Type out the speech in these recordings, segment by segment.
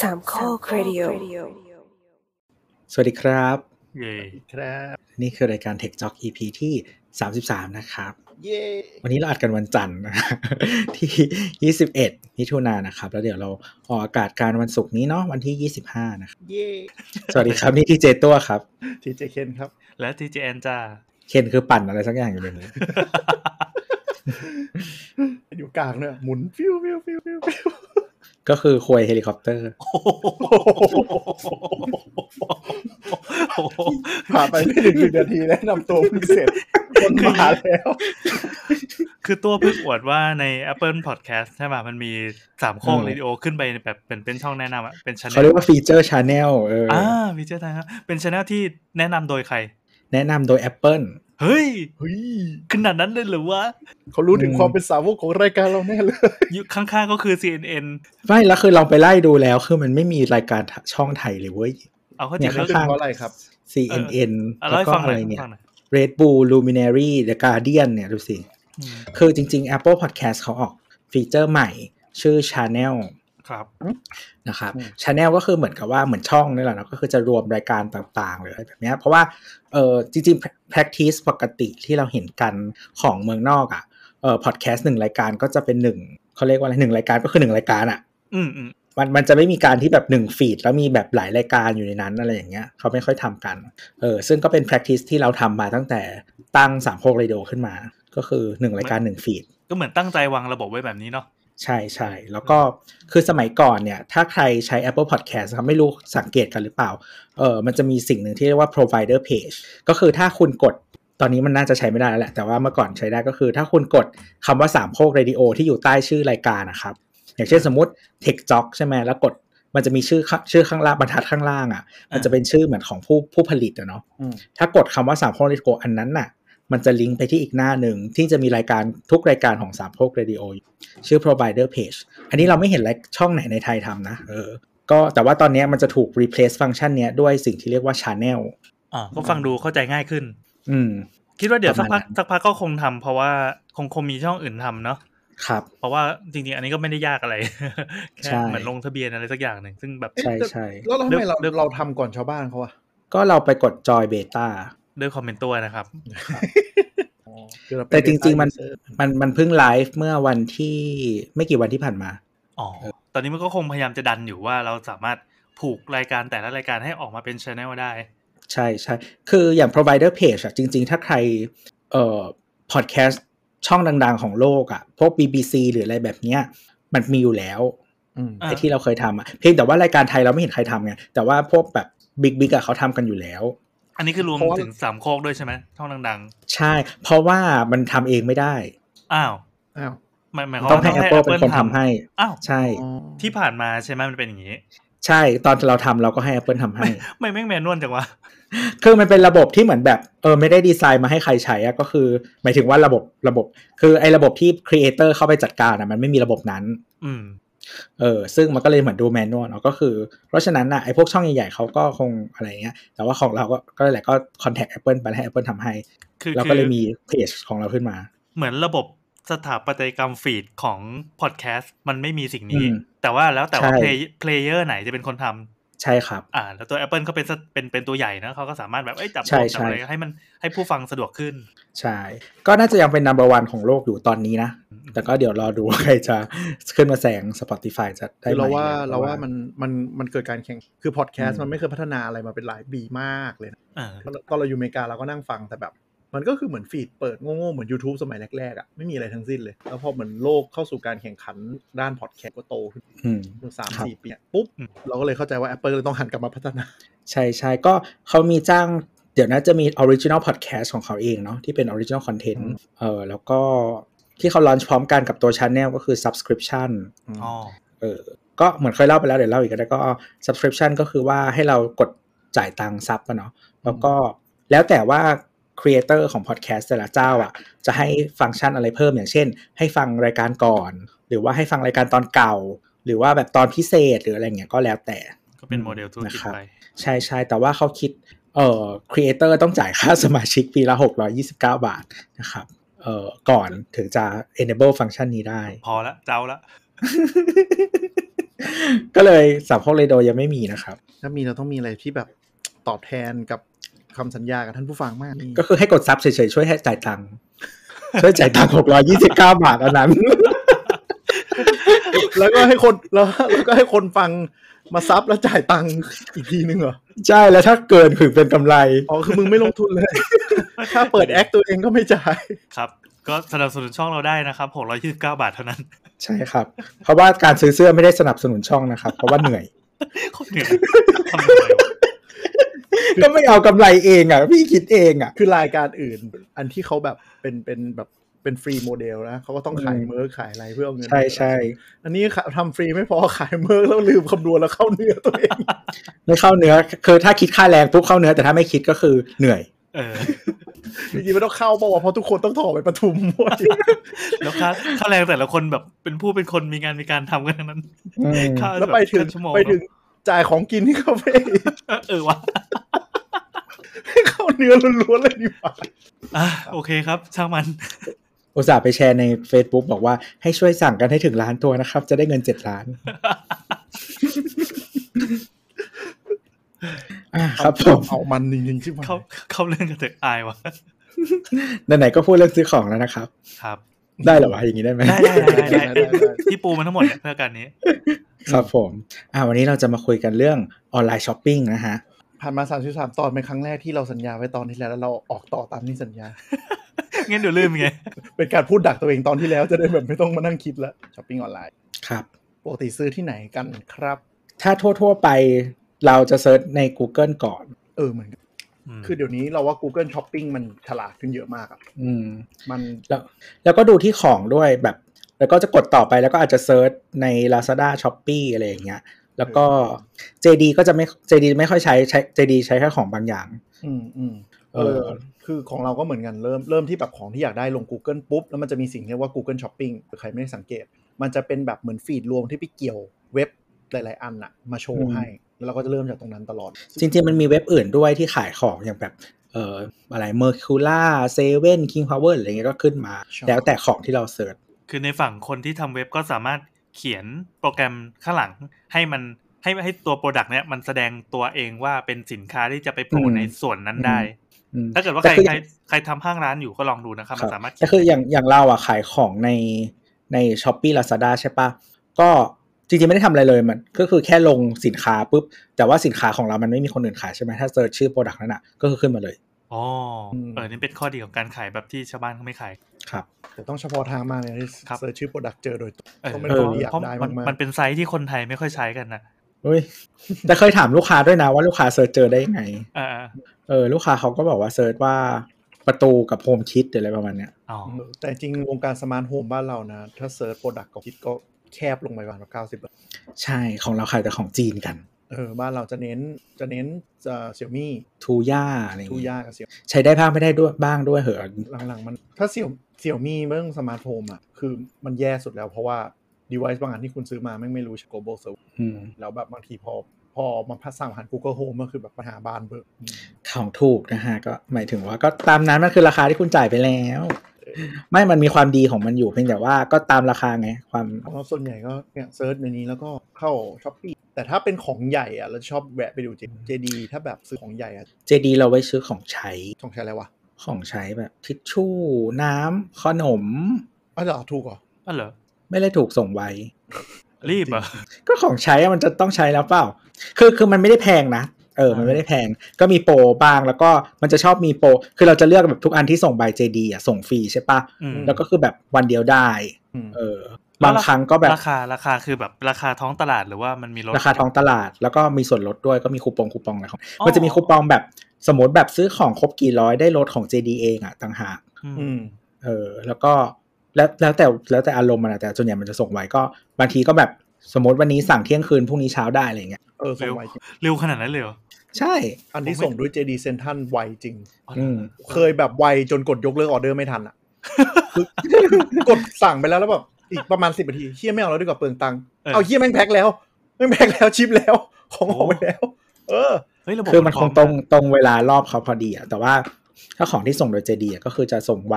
สามข้อครดิโอ สวัสดีครับ เย่ ครับ นี่คือรายการ Tech Talk EP ที่ 33 นะครับ เย่ วันนี้เราอัดกันวันจันทร์นะ ที่ 21 มิถุนายนนะครับ แล้วเดี๋ยวเราออกอากาศการวันศุกร์นี้เนาะวันที่ 25 นะครับ เย่ สวัสดีครับ นี่ที่เจตัวครับ ทีเจเคนครับ และทีเจแอนจ้า เคนคือปั่นอะไรสักอย่างอยู่เลย อยู่กลางเนี่ยหมุนฟิวฟิวฟิวฟิวฟิว ก็คือควยเฮลิคอปเตอร์ ผ่านไปไม่ถึงหนึ่งนาทีแนะนำตัวเพิ่งเสร็จคนมาแล้ว คือตัวเพิ่งอวดว่าใน Apple Podcast ใช่ไหมมันมีสามข้อ เออ เรดิโอขึ้นไปแบบเป็นเป็นช่องแนะนำอะเป็นชาแน เขาเรียกว่าฟีเจอร์ชาแนลเอออ อ่าวิจารณ์ครับเป็นชาแนลที่แนะนำโดยใคร แนะนำโดย Apple เฮ้ย เฮ้ย ขนาดนั้นเลยเหรือวะ เขารู้ถึงความเป็นสาวกของรายการเราแน่เลย อยู่ข้างๆก็คือ CNN ไม่แล้วคือเราไปไล่ดูแล้ว คือมันไม่มีรายการช่องไทยเลยเว้ย เอาเข้าจ เนี่ ริ ย งแล้ว ป็นข้าง เพราะอะไรครับ ๆ CNN เออ แล้ว เล่าให้ ก็ ฟัง อะ หน่ ไร อย เนี่ย ฟังหน่อย Red Bull Luminary The Guardian เนี่ยดูสิ อืม คือจริง ๆ Apple Podcast เขาออกฟีเจอร์ใหม่ชื่อ Channel ครับ นะครับ อืม Channel ก็คือเหมือนกับว่าเหมือนช่องนี่แหละเนาะก็คือจะรวมรายการต่างๆหรืออะไรแบบเนี้ยเพราะว่าเออจริงๆ practice ปกติที่เราเห็นกันของเมืองนอกอะ่ะเออพอดแคสต์หนึ่งรายการก็จะเป็นหนึ่งเขาเรียกว่าอะไรหนึ่งรายการก็คือหนึ่งรายการอ่ะ อืมอืม มันมันจะไม่มีการที่แบบหนึ่งฟีดแล้วมีแบบหลายรายการอยู่ในนั้นอะไรอย่างเงี้ยเขาไม่ค่อยทำกันเออซึ่งก็เป็น practice ที่เราทำมาตั้งแต่ตั้งสามโคกเรดิโอขึ้นมา ก็คือหนึ่งรายการหนึ่งฟีด ก็เหมือนตั้งใจวางระบบไว้แบบนี้เนาะ ใช่ใช่แล้วก็คือสมัยก่อนเนี่ย ถ้าใครใช้ Apple Podcast นะครับไม่รู้สังเกตกันหรือเปล่าเออมันจะมีสิ่งหนึ่งที่เรียกว่า provider page ก็คือถ้าคุณกดตอนนี้มันน่าจะใช้ไม่ได้แล้วแหละ แต่ว่าเมื่อก่อนใช้ได้ก็คือ ถ้าคุณกดคำว่าสามโคกเรดิโอที่อยู่ใต้ชื่อรายการนะครับ อย่างเช่นสมมติ Tech Jock ใช่ไหมแล้วกดมันจะมีชื่อข้างชื่อข้างล่างบรรทัดข้างล่างอะ่ะมันจะเป็นชื่อเหมือนของผู้ผู้ผลิตอะเนาะ ถ้ากดคำว่าสามโคกเรดิโออันนั้นน่ะ มันจะลิงก์ไปที่อีกหน้าหนึ่งที่จะมีรายการทุกรายการของสามโคกเรดิโออยู่ชื่อ provider page อันนี้เราไม่เห็นรายช่องไหนในไทยทำนะ เออ ก็แต่ว่าตอนเนี้ยมันจะถูก replace ฟังก์ชันเนี้ยด้วยสิ่งที่เรียกว่า channel อ่าก็ฟังดูเข้าใจง่ายขึ้น อืม คิดว่าเดี๋ยว ป สัก ระมาณ พัก นั้น สักพักก็คงทำเพราะว่าคงคงมีช่องอื่นทำเนาะ ครับ เพราะว่าจริงๆ อันนี้ก็ไม่ได้ยากอะไร แค่ ใช่ เหมือนลงทะเบียนอะไรสักอย่างหนึ่งซึ่งแบบ เอ๊ะ ใช่ แต่ ใช่ แล้วแล้วทำไมเรา เดี๋ยว เราทำก่อนชาวบ้านเขาอะ ก็เราไปกด joy beta ด้วยคอมเมนต์ตัวนะครับ คือเาเป็น แต่จริง data ๆมัน user มันมันเพิ่งไลฟ์เมื่อวันที่ไม่กี่วันที่ผ่านมา อ๋อ ตอนนี้มันก็คงพยายามจะดันอยู่ว่าเราสามารถผูกรายการแต่ละรายการให้ออกมาเป็นช n e l ได้ ใช่ใช่ คืออย่าง provider page อะจริง ๆ ถ้าใครเอ่อ podcast ช่องดัง ๆ ของโลกอะพวก BBC หรืออะไรแบบเนี้ย มันมีอยู่แล้ว อืม อ่ะ ไอ้ที่เราเคยทำอะเพียงแต่ว่ารายการไทยเราไม่เห็นใครทำไง แต่ว่าพวกแบบบิ๊กบิ๊กอะเขาทำกันอยู่แล้ว อันนี้คือรวมถึงสามโคกด้วยใช่ไหมช่องดัง ใช่ เพราะว่ามันทำเองไม่ได้ ๆ อ้าว อ้าว หมายหมายค ต้อวาง ม ให้ ว่า Apple เป็น Apple คนทำให้ อ้าว ใช่ ที่ผ่านมาใช่ไหมมันเป็นอย่างนี้ ใช่ ตอนเราทำเราก็ให้ Apple ทำให้ ไม่แม่งแมนนวลจังวะ คือมันเป็นระบบที่เหมือนแบบเออไม่ได้ดีไซน์มาให้ใครใช้อะก็คือ หมายถึงว่าระบบระบบ คือไอ้ระบบที่ครีเอเตอร์เข้าไปจัดการอะมันไม่มีระบบนั้น อืม เออซึ่งมันก็เลยเหมือนดูแมนนวลเนาะก็คือ เพราะฉะนั้นน่ะไอ้พวกช่องใหญ่ๆเขาก็คงอะไรเงี้ย แต่ว่าของเราก็ก็แหละก็คอนแทค Apple ไปแล้วให้ Apple ทำให้ คือ เรา คื ก็เล อย มีเพจของเราขึ้นมา เหมือนระบบสถาปัตยกรรมฟีดของพอดแคสต์มันไม่มีสิ่งนี้ อืม แต่ว่าแล้วแต่ว่า ใช่ เพลเยอร์ไหนจะเป็นคนทำ ใช่ครับ อ่าแล้วตัว Apple ก็เป็นสเป็นเป็นตัวใหญ่นะเขาก็สามารถแบบเอ้ยจับ ใช่ โปรจับ ใช่ อะไรให้มันให้ผู้ฟังสะดวกขึ้น ใช่ ก็น่าจะยังเป็น number one ของโลกอยู่ตอนนี้นะ อืม แต่ก็เดี๋ยวรอดู ว่าใครจะขึ้นมาแซง Spotify จะได้ คือ ไหม เราว่า ะ เราว่ามันมันมันเกิดการแข่งคือพอดแคส อืมต์มันไม่เคยพัฒนาอะไรมาเป็นหลายปีมากเลยนะ อ่า ตอนเราอยู่อเมริกาเราก็นั่งฟังแต่แบบ มันก็คือเหมือนฟีดเปิดโง่ๆ เหมือน YouTube สมัยแรกๆอะ่ะไม่มีอะไรทั้งสิ้นเลย แล้วพอเหมือนโลกเข้าสู่การแข่งขันด้านพอดแคสต์ก็โตขึ้น อืม สาม ครับ สี่ปีอะปุ๊บ เราก็เลยเข้าใจว่า Apple เลยต้องหันกลับมาพัฒนา ใช่ใช่ก็เขามีจ้างเดี๋ยวน่าจะมี original podcast ของเขาเองเนาะที่เป็น original content อืม เออแล้วก็ที่เขาลอนชพร้อมกันกับตัว channel ก็คือ subscription อ๋อ เออก็เหมือนเคยเล่าไปแล้วเดี๋ยวเล่าอีกก็ได้ก็ subscription ก็คือว่าให้เรากดจ่ายตังค์ซับอะเนาะแล้วก็แล้วแต่ว่า creator ของ podcast แต่ละเจ้าอ่ะจะให้ฟังก์ชันอะไรเพิ่มอย่างเช่น ให้ฟังรายการก่อน หรือว่าให้ฟังรายการตอนเก่า หรือว่าแบบตอนพิเศษหรืออะไรเงี้ยก็แล้วแต่ ก็เป็นโมเดลธุรกิจ นะครับ ไป ใช่ใช่แต่ว่าเขาคิดเอ่อครีเอเตอร์ต้องจ่ายค่าสมาชิกปีละ 629 บาทนะครับเอ่อก่อนถึงจะ enable ฟังก์ชันนี้ได้ พอละเจ้าละ ก็เลยสามพกเรโดยังไม่มีนะครับ ถ้ามีเราต้องมีอะไรที่แบบตอบแทนกับคำสัญญากับท่านผู้ฟังมากนี่ ก็คือให้กดซับเฉยๆ ช่วยให้จ่ายตังค์ช่วยจ่ายตังค์หกร้อยี่สิบเก้าบาทอันนั้น แล้วก็ให้คนแล้วแล้วก็ให้คนฟังมาซับแล้วจ่ายตังค์อีกทีนึงเหรอ ใช่แล้วถ้าเกินถึงเป็นกำไร อ๋อ คือมึงไม่ลงทุนเลย ถ้าเปิดแอคตัวเองก็ไม่จ่าย ครับ ก็สนับสนุนช่องเราได้นะครับ629 บาทเท่านั้น ใช่ครับ เพราะว่าการซื้อเสื้อไม่ได้สนับสนุนช่องนะครับ เพราะว่าเหนื่อย โคตรเหนื่อยทำอะไรวะ ก็ไม่เอากำไรเองอ่ะ พี่คิดเองอ่ะ คือรายการอื่น อันที่เขาแบบเป็นเป็นแบบเป็นฟรีโมเดลนะ เขาก็ต้องขาย อืม เมอร์กขายอะไรเพื่อเอาเงิน ใช่ใช่ อันนี้ขะทำฟรีไม่พอขายเมอร์กแล้วลืมคำนวณแล้วเข้าเนื้อตัวเอง ไม่เข้าเนื้อ คือถ้าคิดค่าแรงปุ๊บเข้าเนื้อ แต่ถ้าไม่คิดก็คือเหนื่อย เออ จริงๆไม่ต้องเข้าเปล่าวะเพราะทุกคนต้องถอไปประ ทุมหมด แล้วค่าค่าแรงแต่ละคนแบบเป็นผู้เป็นคนมีงานมีการทำกันทั้งนั้น อืม ค่า แล้วไปถึบบงค่าชั่วโมง ไปถึงจ่ายของกินที่คาเฟ่ เออเออวะ ให้เข้าเนื้อล้วนๆเลยดีกว่า อ่ะโอเคครับ ช่างมัน อุตส่าห์ไปแชร์ใน Facebook บอกว่าให้ช่วยสั่งกันให้ถึงล้านตัวนะครับ จะได้เงินเจ็ดล้านอ่ะครับผม เอามันจริงๆใช่ไหม เข้าเข้าเรื่องกันเถอะอายว่ะ ไหนๆก็พูดเรื่องซื้อของแล้วนะครับ ครับ ได้เหรอวะอย่างนี้ได้ไหม ได้ได้ได้ได้ที่ปูมันทั้งหมดเนี่ยเพื่อการนี้ ครับผมอ่ะวันนี้เราจะมาคุยกันเรื่องออนไลน์ช้อปปิ้งนะฮะ ผ่านมาสามสิบสามตอนเป็นครั้งแรกที่เราสัญญาไว้ตอนที่แล้วแล้วเราออกต่อตามที่สัญญา งั้นเดี๋ยวลืมไง เป็นการพูดดักตัวเองตอนที่แล้วจะได้แบบไม่ต้องมานั่งคิดละช้อปปิ้งออนไลน์ ครับ ปกติซื้อที่ไหนกันครับ ถ้าทั่วๆไปเราจะเซิร์ชใน Google ก่อน เออเหมือนกัน ม คือเดี๋ยวนี้เราว่า Google Shopping มันฉลาดขึ้นเยอะมากอะ อืม มัน แล้วแล้วก็ดูที่ของด้วยแบบ แล้วก็จะกดต่อไปแล้วก็อาจจะเซิร์ชใน Lazada s h o p e e อะไรอย่างเงี้ย แล้วก็ JD ก็จะไม่ JD ไม่ค่อยใช้ใช้ JD ใช้แค่ของบางอย่าง อืมอืม เอ เอ อ อ คือของเราก็เหมือนกันเริ่มเริ่มที่แบบของที่อยากได้ลง Google ปุ๊บ แล้วมันจะมีสิ่งเรียกว่า Google Shopping หรือใครไม่ได้สังเกต มันจะเป็นแบบเหมือนฟีดรวมที่ไปเกี่ยวเว็บหลาย ๆ อันอะมาโช อื ว์ ม ให้ แล้วเราก็จะเริ่มจากตรงนั้นตลอด จริง ๆ มันมีเว็บอื่นด้วยที่ขายของอย่างแบบเอ่ออะไร Mercula Seven King Power อะไรเงี้ยก็ขึ้นมา ใช่ แล้วแต่ของที่เราเซิร์ช คือในฝั่งคนที่ทำเว็บก็สามารถเขียนโปรแกรมข้างหลัง ให้มันให้ให้ตัวโปรดักต์เนี้ยมันแสดงตัวเองว่าเป็นสินค้าที่จะไปโผล่ในส่วนนั้นได้ อืม ถ้าเกิดว่า แต่ ใคร คืออ ใคร ย่าง ใครทำห้างร้านอยู่ก็ลองดูนะครับมันสามารถ แต่คืออย่างอย่างเราอ่ะขายของในใน s h o p e e Lazada ใช่ปะก็จริงๆ ไม่ได้ทำอะไรเลยมัน ก็คือแค่ลงสินค้าปุ๊บ แต่ว่าสินค้าของเรามันไม่มีคนอื่นขายใช่ไหมถ้าเซิร์ชชื่อโปรดักต์นั้นอ่ะก็คือขึ้นมาเลย อ๋ออ ม เออนี่เป็นข้อดีของการขายแบบที่ชาวบ้านเขาไม่ขาย ครับ แต่ต้องเฉพาะทางมากเลยที่ ครับ เซิร์ชชื่อโปรดักต์เจอโดยตรง เออ ก็ไม่ ได้ เพราะ อยาก เพราะ ได้ มัน มากๆ มันเป็นไซส์ที่คนไทยไม่ค่อยใช้กันนะ เฮ้ยแต่เคยถามลูกค้าด้วยนะว่าลูกค้าเซิร์ชเจอได้ยังไง อ่า เออลูกค้าเขาก็บอกว่าเซิร์ชว่าประตูกับโฮมคิดหรืออะไรประมาณเนี้ย อ๋อ เออแต่จริงวงการสมาร์ทโฮมบ้านเรานะ ถ้าเซิร์ชโปรดักต์ก็คิดก็แคบลงไปประมาณเก้าสิบ ใช่ของเราขายแต่ของจีนกัน เออบ้านเราจะเน้นจะเน้นเสี่ยมี่ ทูย่าอะไรอย่าง ทู เงี้ย ย่ากับเสี่ย ใช้ได้บ้างไม่ได้ด้วยบ้างด้วยเหอะ หลังๆมันถ้าเสี่ยเสี่ยมี่เรื่องสมาร์ทโฮมอ่ะคือมันแย่สุดแล้วเพราะว่า device บางอันที่คุณซื้อมาไม่งไม่รู้ global service อืม แล้วแบบบางทีพอ พอมาพัสั่งผ่าน Google Home ก็คือแบบปัญหาบานเบอร์ ของถูกนะฮะก็หมายถึงว่าก็ตามนั้นมันคือราคาที่คุณจ่ายไปแล้ว ไม่ มันมีความดีของมันอยู่เพียงแต่ว่าก็ตามราคาไง ความ ของเราส่วนใหญ่ก็เนี่ยเซิร์ชในนี้แล้วก็เข้าช้อปปี้แต่ถ้าเป็นของใหญ่อ่ะเราชอบแวะไปดูเจดีถ้าแบบซื้อของใหญ่อ่ะ JD เราไว้ซื้อของใช้ ต้องใช้อะไรวะ ของใช้แบบทิชชู่ น้ำ ขนม อ๋อเหรอถูกเหรอ อ๋อเหรอ ไม่ได้ถูกส่งไว้ รีบเหรอ ก็ของใช้อะมันจะต้องใช้แล้วเปล่า คือคือมันไม่ได้แพงนะ เออ มันไม่ได้แพง ก็มีโปรบางแล้วก็มันจะชอบมีโปร คือเราจะเลือกแบบทุกอันที่ส่ง by JD อ่ะ ส่งฟรีใช่ปะ อืม แล้วก็คือแบบวันเดียวได้ อืม เออ บางครั้งก็แบบ ราคาราคาคือแบบราคาท้องตลาดหรือว่ามันมีลด ราคาท้องตลาด แล้วก็มีส่วนลดด้วย ก็มีคูปองคูปองอะไรของ อ๋อ มันจะมีคูปองแบบสมมติแบบซื้อของครบกี่ร้อยได้ลดของ JD เองอ่ะต่างหาก อืม อืม เออแล้วก็แล้วแล้วแต่แล้วแต่อารมณ์มันอะแต่ส่วนใหญ่มันจะส่งไว้ก็บางทีก็แบบสมมติวันนี้สั่งเที่ยงคืนพรุ่งนี้เช้าได้อะไรอย่างเงี้ย เออส่งไวจริง เร็วขนาดนั้นเลยเหรอ ใช่ อันที่ส่งด้วย JD Central ไวจริง อ๋อ อืม เคยแบบไวจนกดยกเลิกออเดอร์ไม่ทันอ่ะ คือกดสั่งไปแล้วแล้วแบบอีกประมาณสิบนาทีเฮียไม่เอาแล้วดีกว่าเปลืองตังค์เอาเฮียแม่งแพ็คแล้วแม่งแพ็คแล้วชิปแล้ว ของออกไปแล้ว เออ เฮ้ยระบบ คือมันคงตรง พอมาก ตรงเวลารอบเขาพอดีอะแต่ว่าถ้าของที่ส่งโดยเจดีก็คือจะส่งไว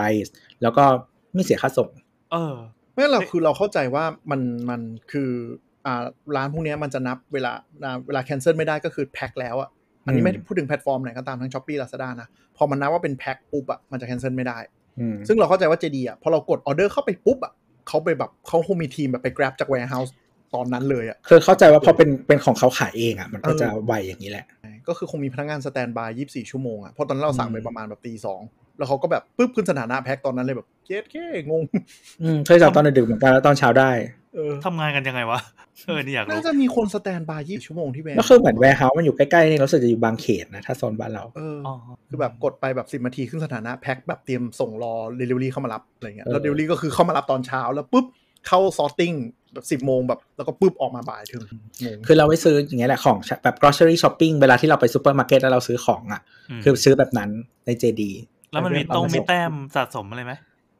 แล้วก็ไม่เสียค่าส่ง เออ ไม่เราคือเราเข้าใจว่ามันมันคือ อ่าร้านพวกเนี้ยมันจะนับเวลาอ่าเวลาแคนเซิลไม่ได้ก็คือแพ็คแล้วอะอันนี้ไม่ได้พูดถึงแพลตฟอร์มไหนก็ตามทั้งช้อปปี้ลาซาด้านะ พอมันนับว่าเป็นแพ็คปุ๊บอะมันจะแคนเซิลไม่ได้ อืม ซึ่งเราเข้าใจว่าเจดีอะพอเรากดออเดอร์เข้าไปปุ๊บอะเขาไปแบบเขาคงมีทีมแบบไป grab จาก warehouse ตอนนั้นเลยอะ คือเข้าใจว่าพอเป็นเป็นของเขาขายเองอ่ะ มันก็จะ เออ ไวอย่างนี้แหละ ก็คือคงมีพนักงานสแตนบาย 24 ชั่วโมงอะเพราะตอนนั้นเราสั่งไป อืม ประมาณแบบตีสองแล้วเขาก็แบบปุ๊บขึ้นสถานะแพ็คตอนนั้นเลยแบบเจ๊แค่งง อืมเคยจับตอนดึกๆเหมือนกันแล้วตอนเช้าได้ เออ ทำงานกันยังไงวะ เออนี่อยาก น่า รู้ จะมีคนสแตนบาย 24 ชั่วโมงที่แม่ ก็คือเหมือนแวร์เฮาส์มันอยู่ใกล้ๆนี่รู้สึกจะอยู่บางเขนนะถ้าโซนบ้านเรา เออ อ๋อ คือแบบกดไปแบบสิบ10นาทีขึ้นสถานะแพ็คแบบเตรียมส่งรอเดลิเวอรี่เข้ามารับอะไรเงี้ย เออ แล้วเดลิเวอรี่ก็คือเข้ามารับตอนเช้าแล้วปุ๊บเข้าซอร์ติ้งแบบสิบ10โมงแบบแล้วก็ปุ๊บออกมาบ่ายถึงโมง คือเราไปซื้ออย่างเงี้ยแหละของแบบ grocery shopping เวลาที่เราไปซูเปอร์มาร์เก็ตแล้วเราซื้อของอ่ะ ม คือซื้อแบบนั้นใน JD แล้วมันมีต้องมีแต้มสะสมอะไรไหม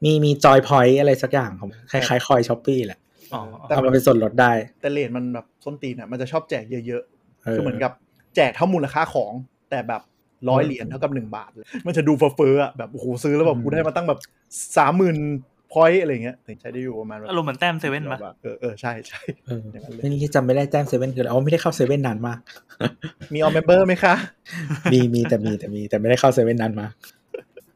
มีมีจอยพอยต์อะไรสักอย่างของคล้ายๆคอยช้อปปี้แหละ อ๋อ เอามาเป็นส่วนลดได้ แต่เลทมันแบบส้นตีนอ่ะมันจะชอบแจกเยอะ เอ ๆ อ คือเหมือนกับแจกเท่ามูลค่าของ แต่แบบร้อยเหรียญเท่ากับหนึ่งบาทเลยมันจะดูเฟ้อๆอ่ะแบบโอ้โหซื้อแล้วแบบกูได้มาตั้งแบบสามหมื่นพอยต์อะไรเงี้ยแต่ใช้ได้อยู่ประมาณแบบ อารมณ์เหมือนแต้มเซเว่นปะ เออเออใช่ใช่ เออ อย่างนั้นเลย ไม่นี่จำไม่ได้แจ้งเซเว่นคืออะไรอ๋อไม่ได้เข้าเซเว่นนานมาก มีออมเมมเบอร์ไหมคะ มีมีแต่มีแต่มีแต่ไม่ได้เข้าเซเว่นนานมาก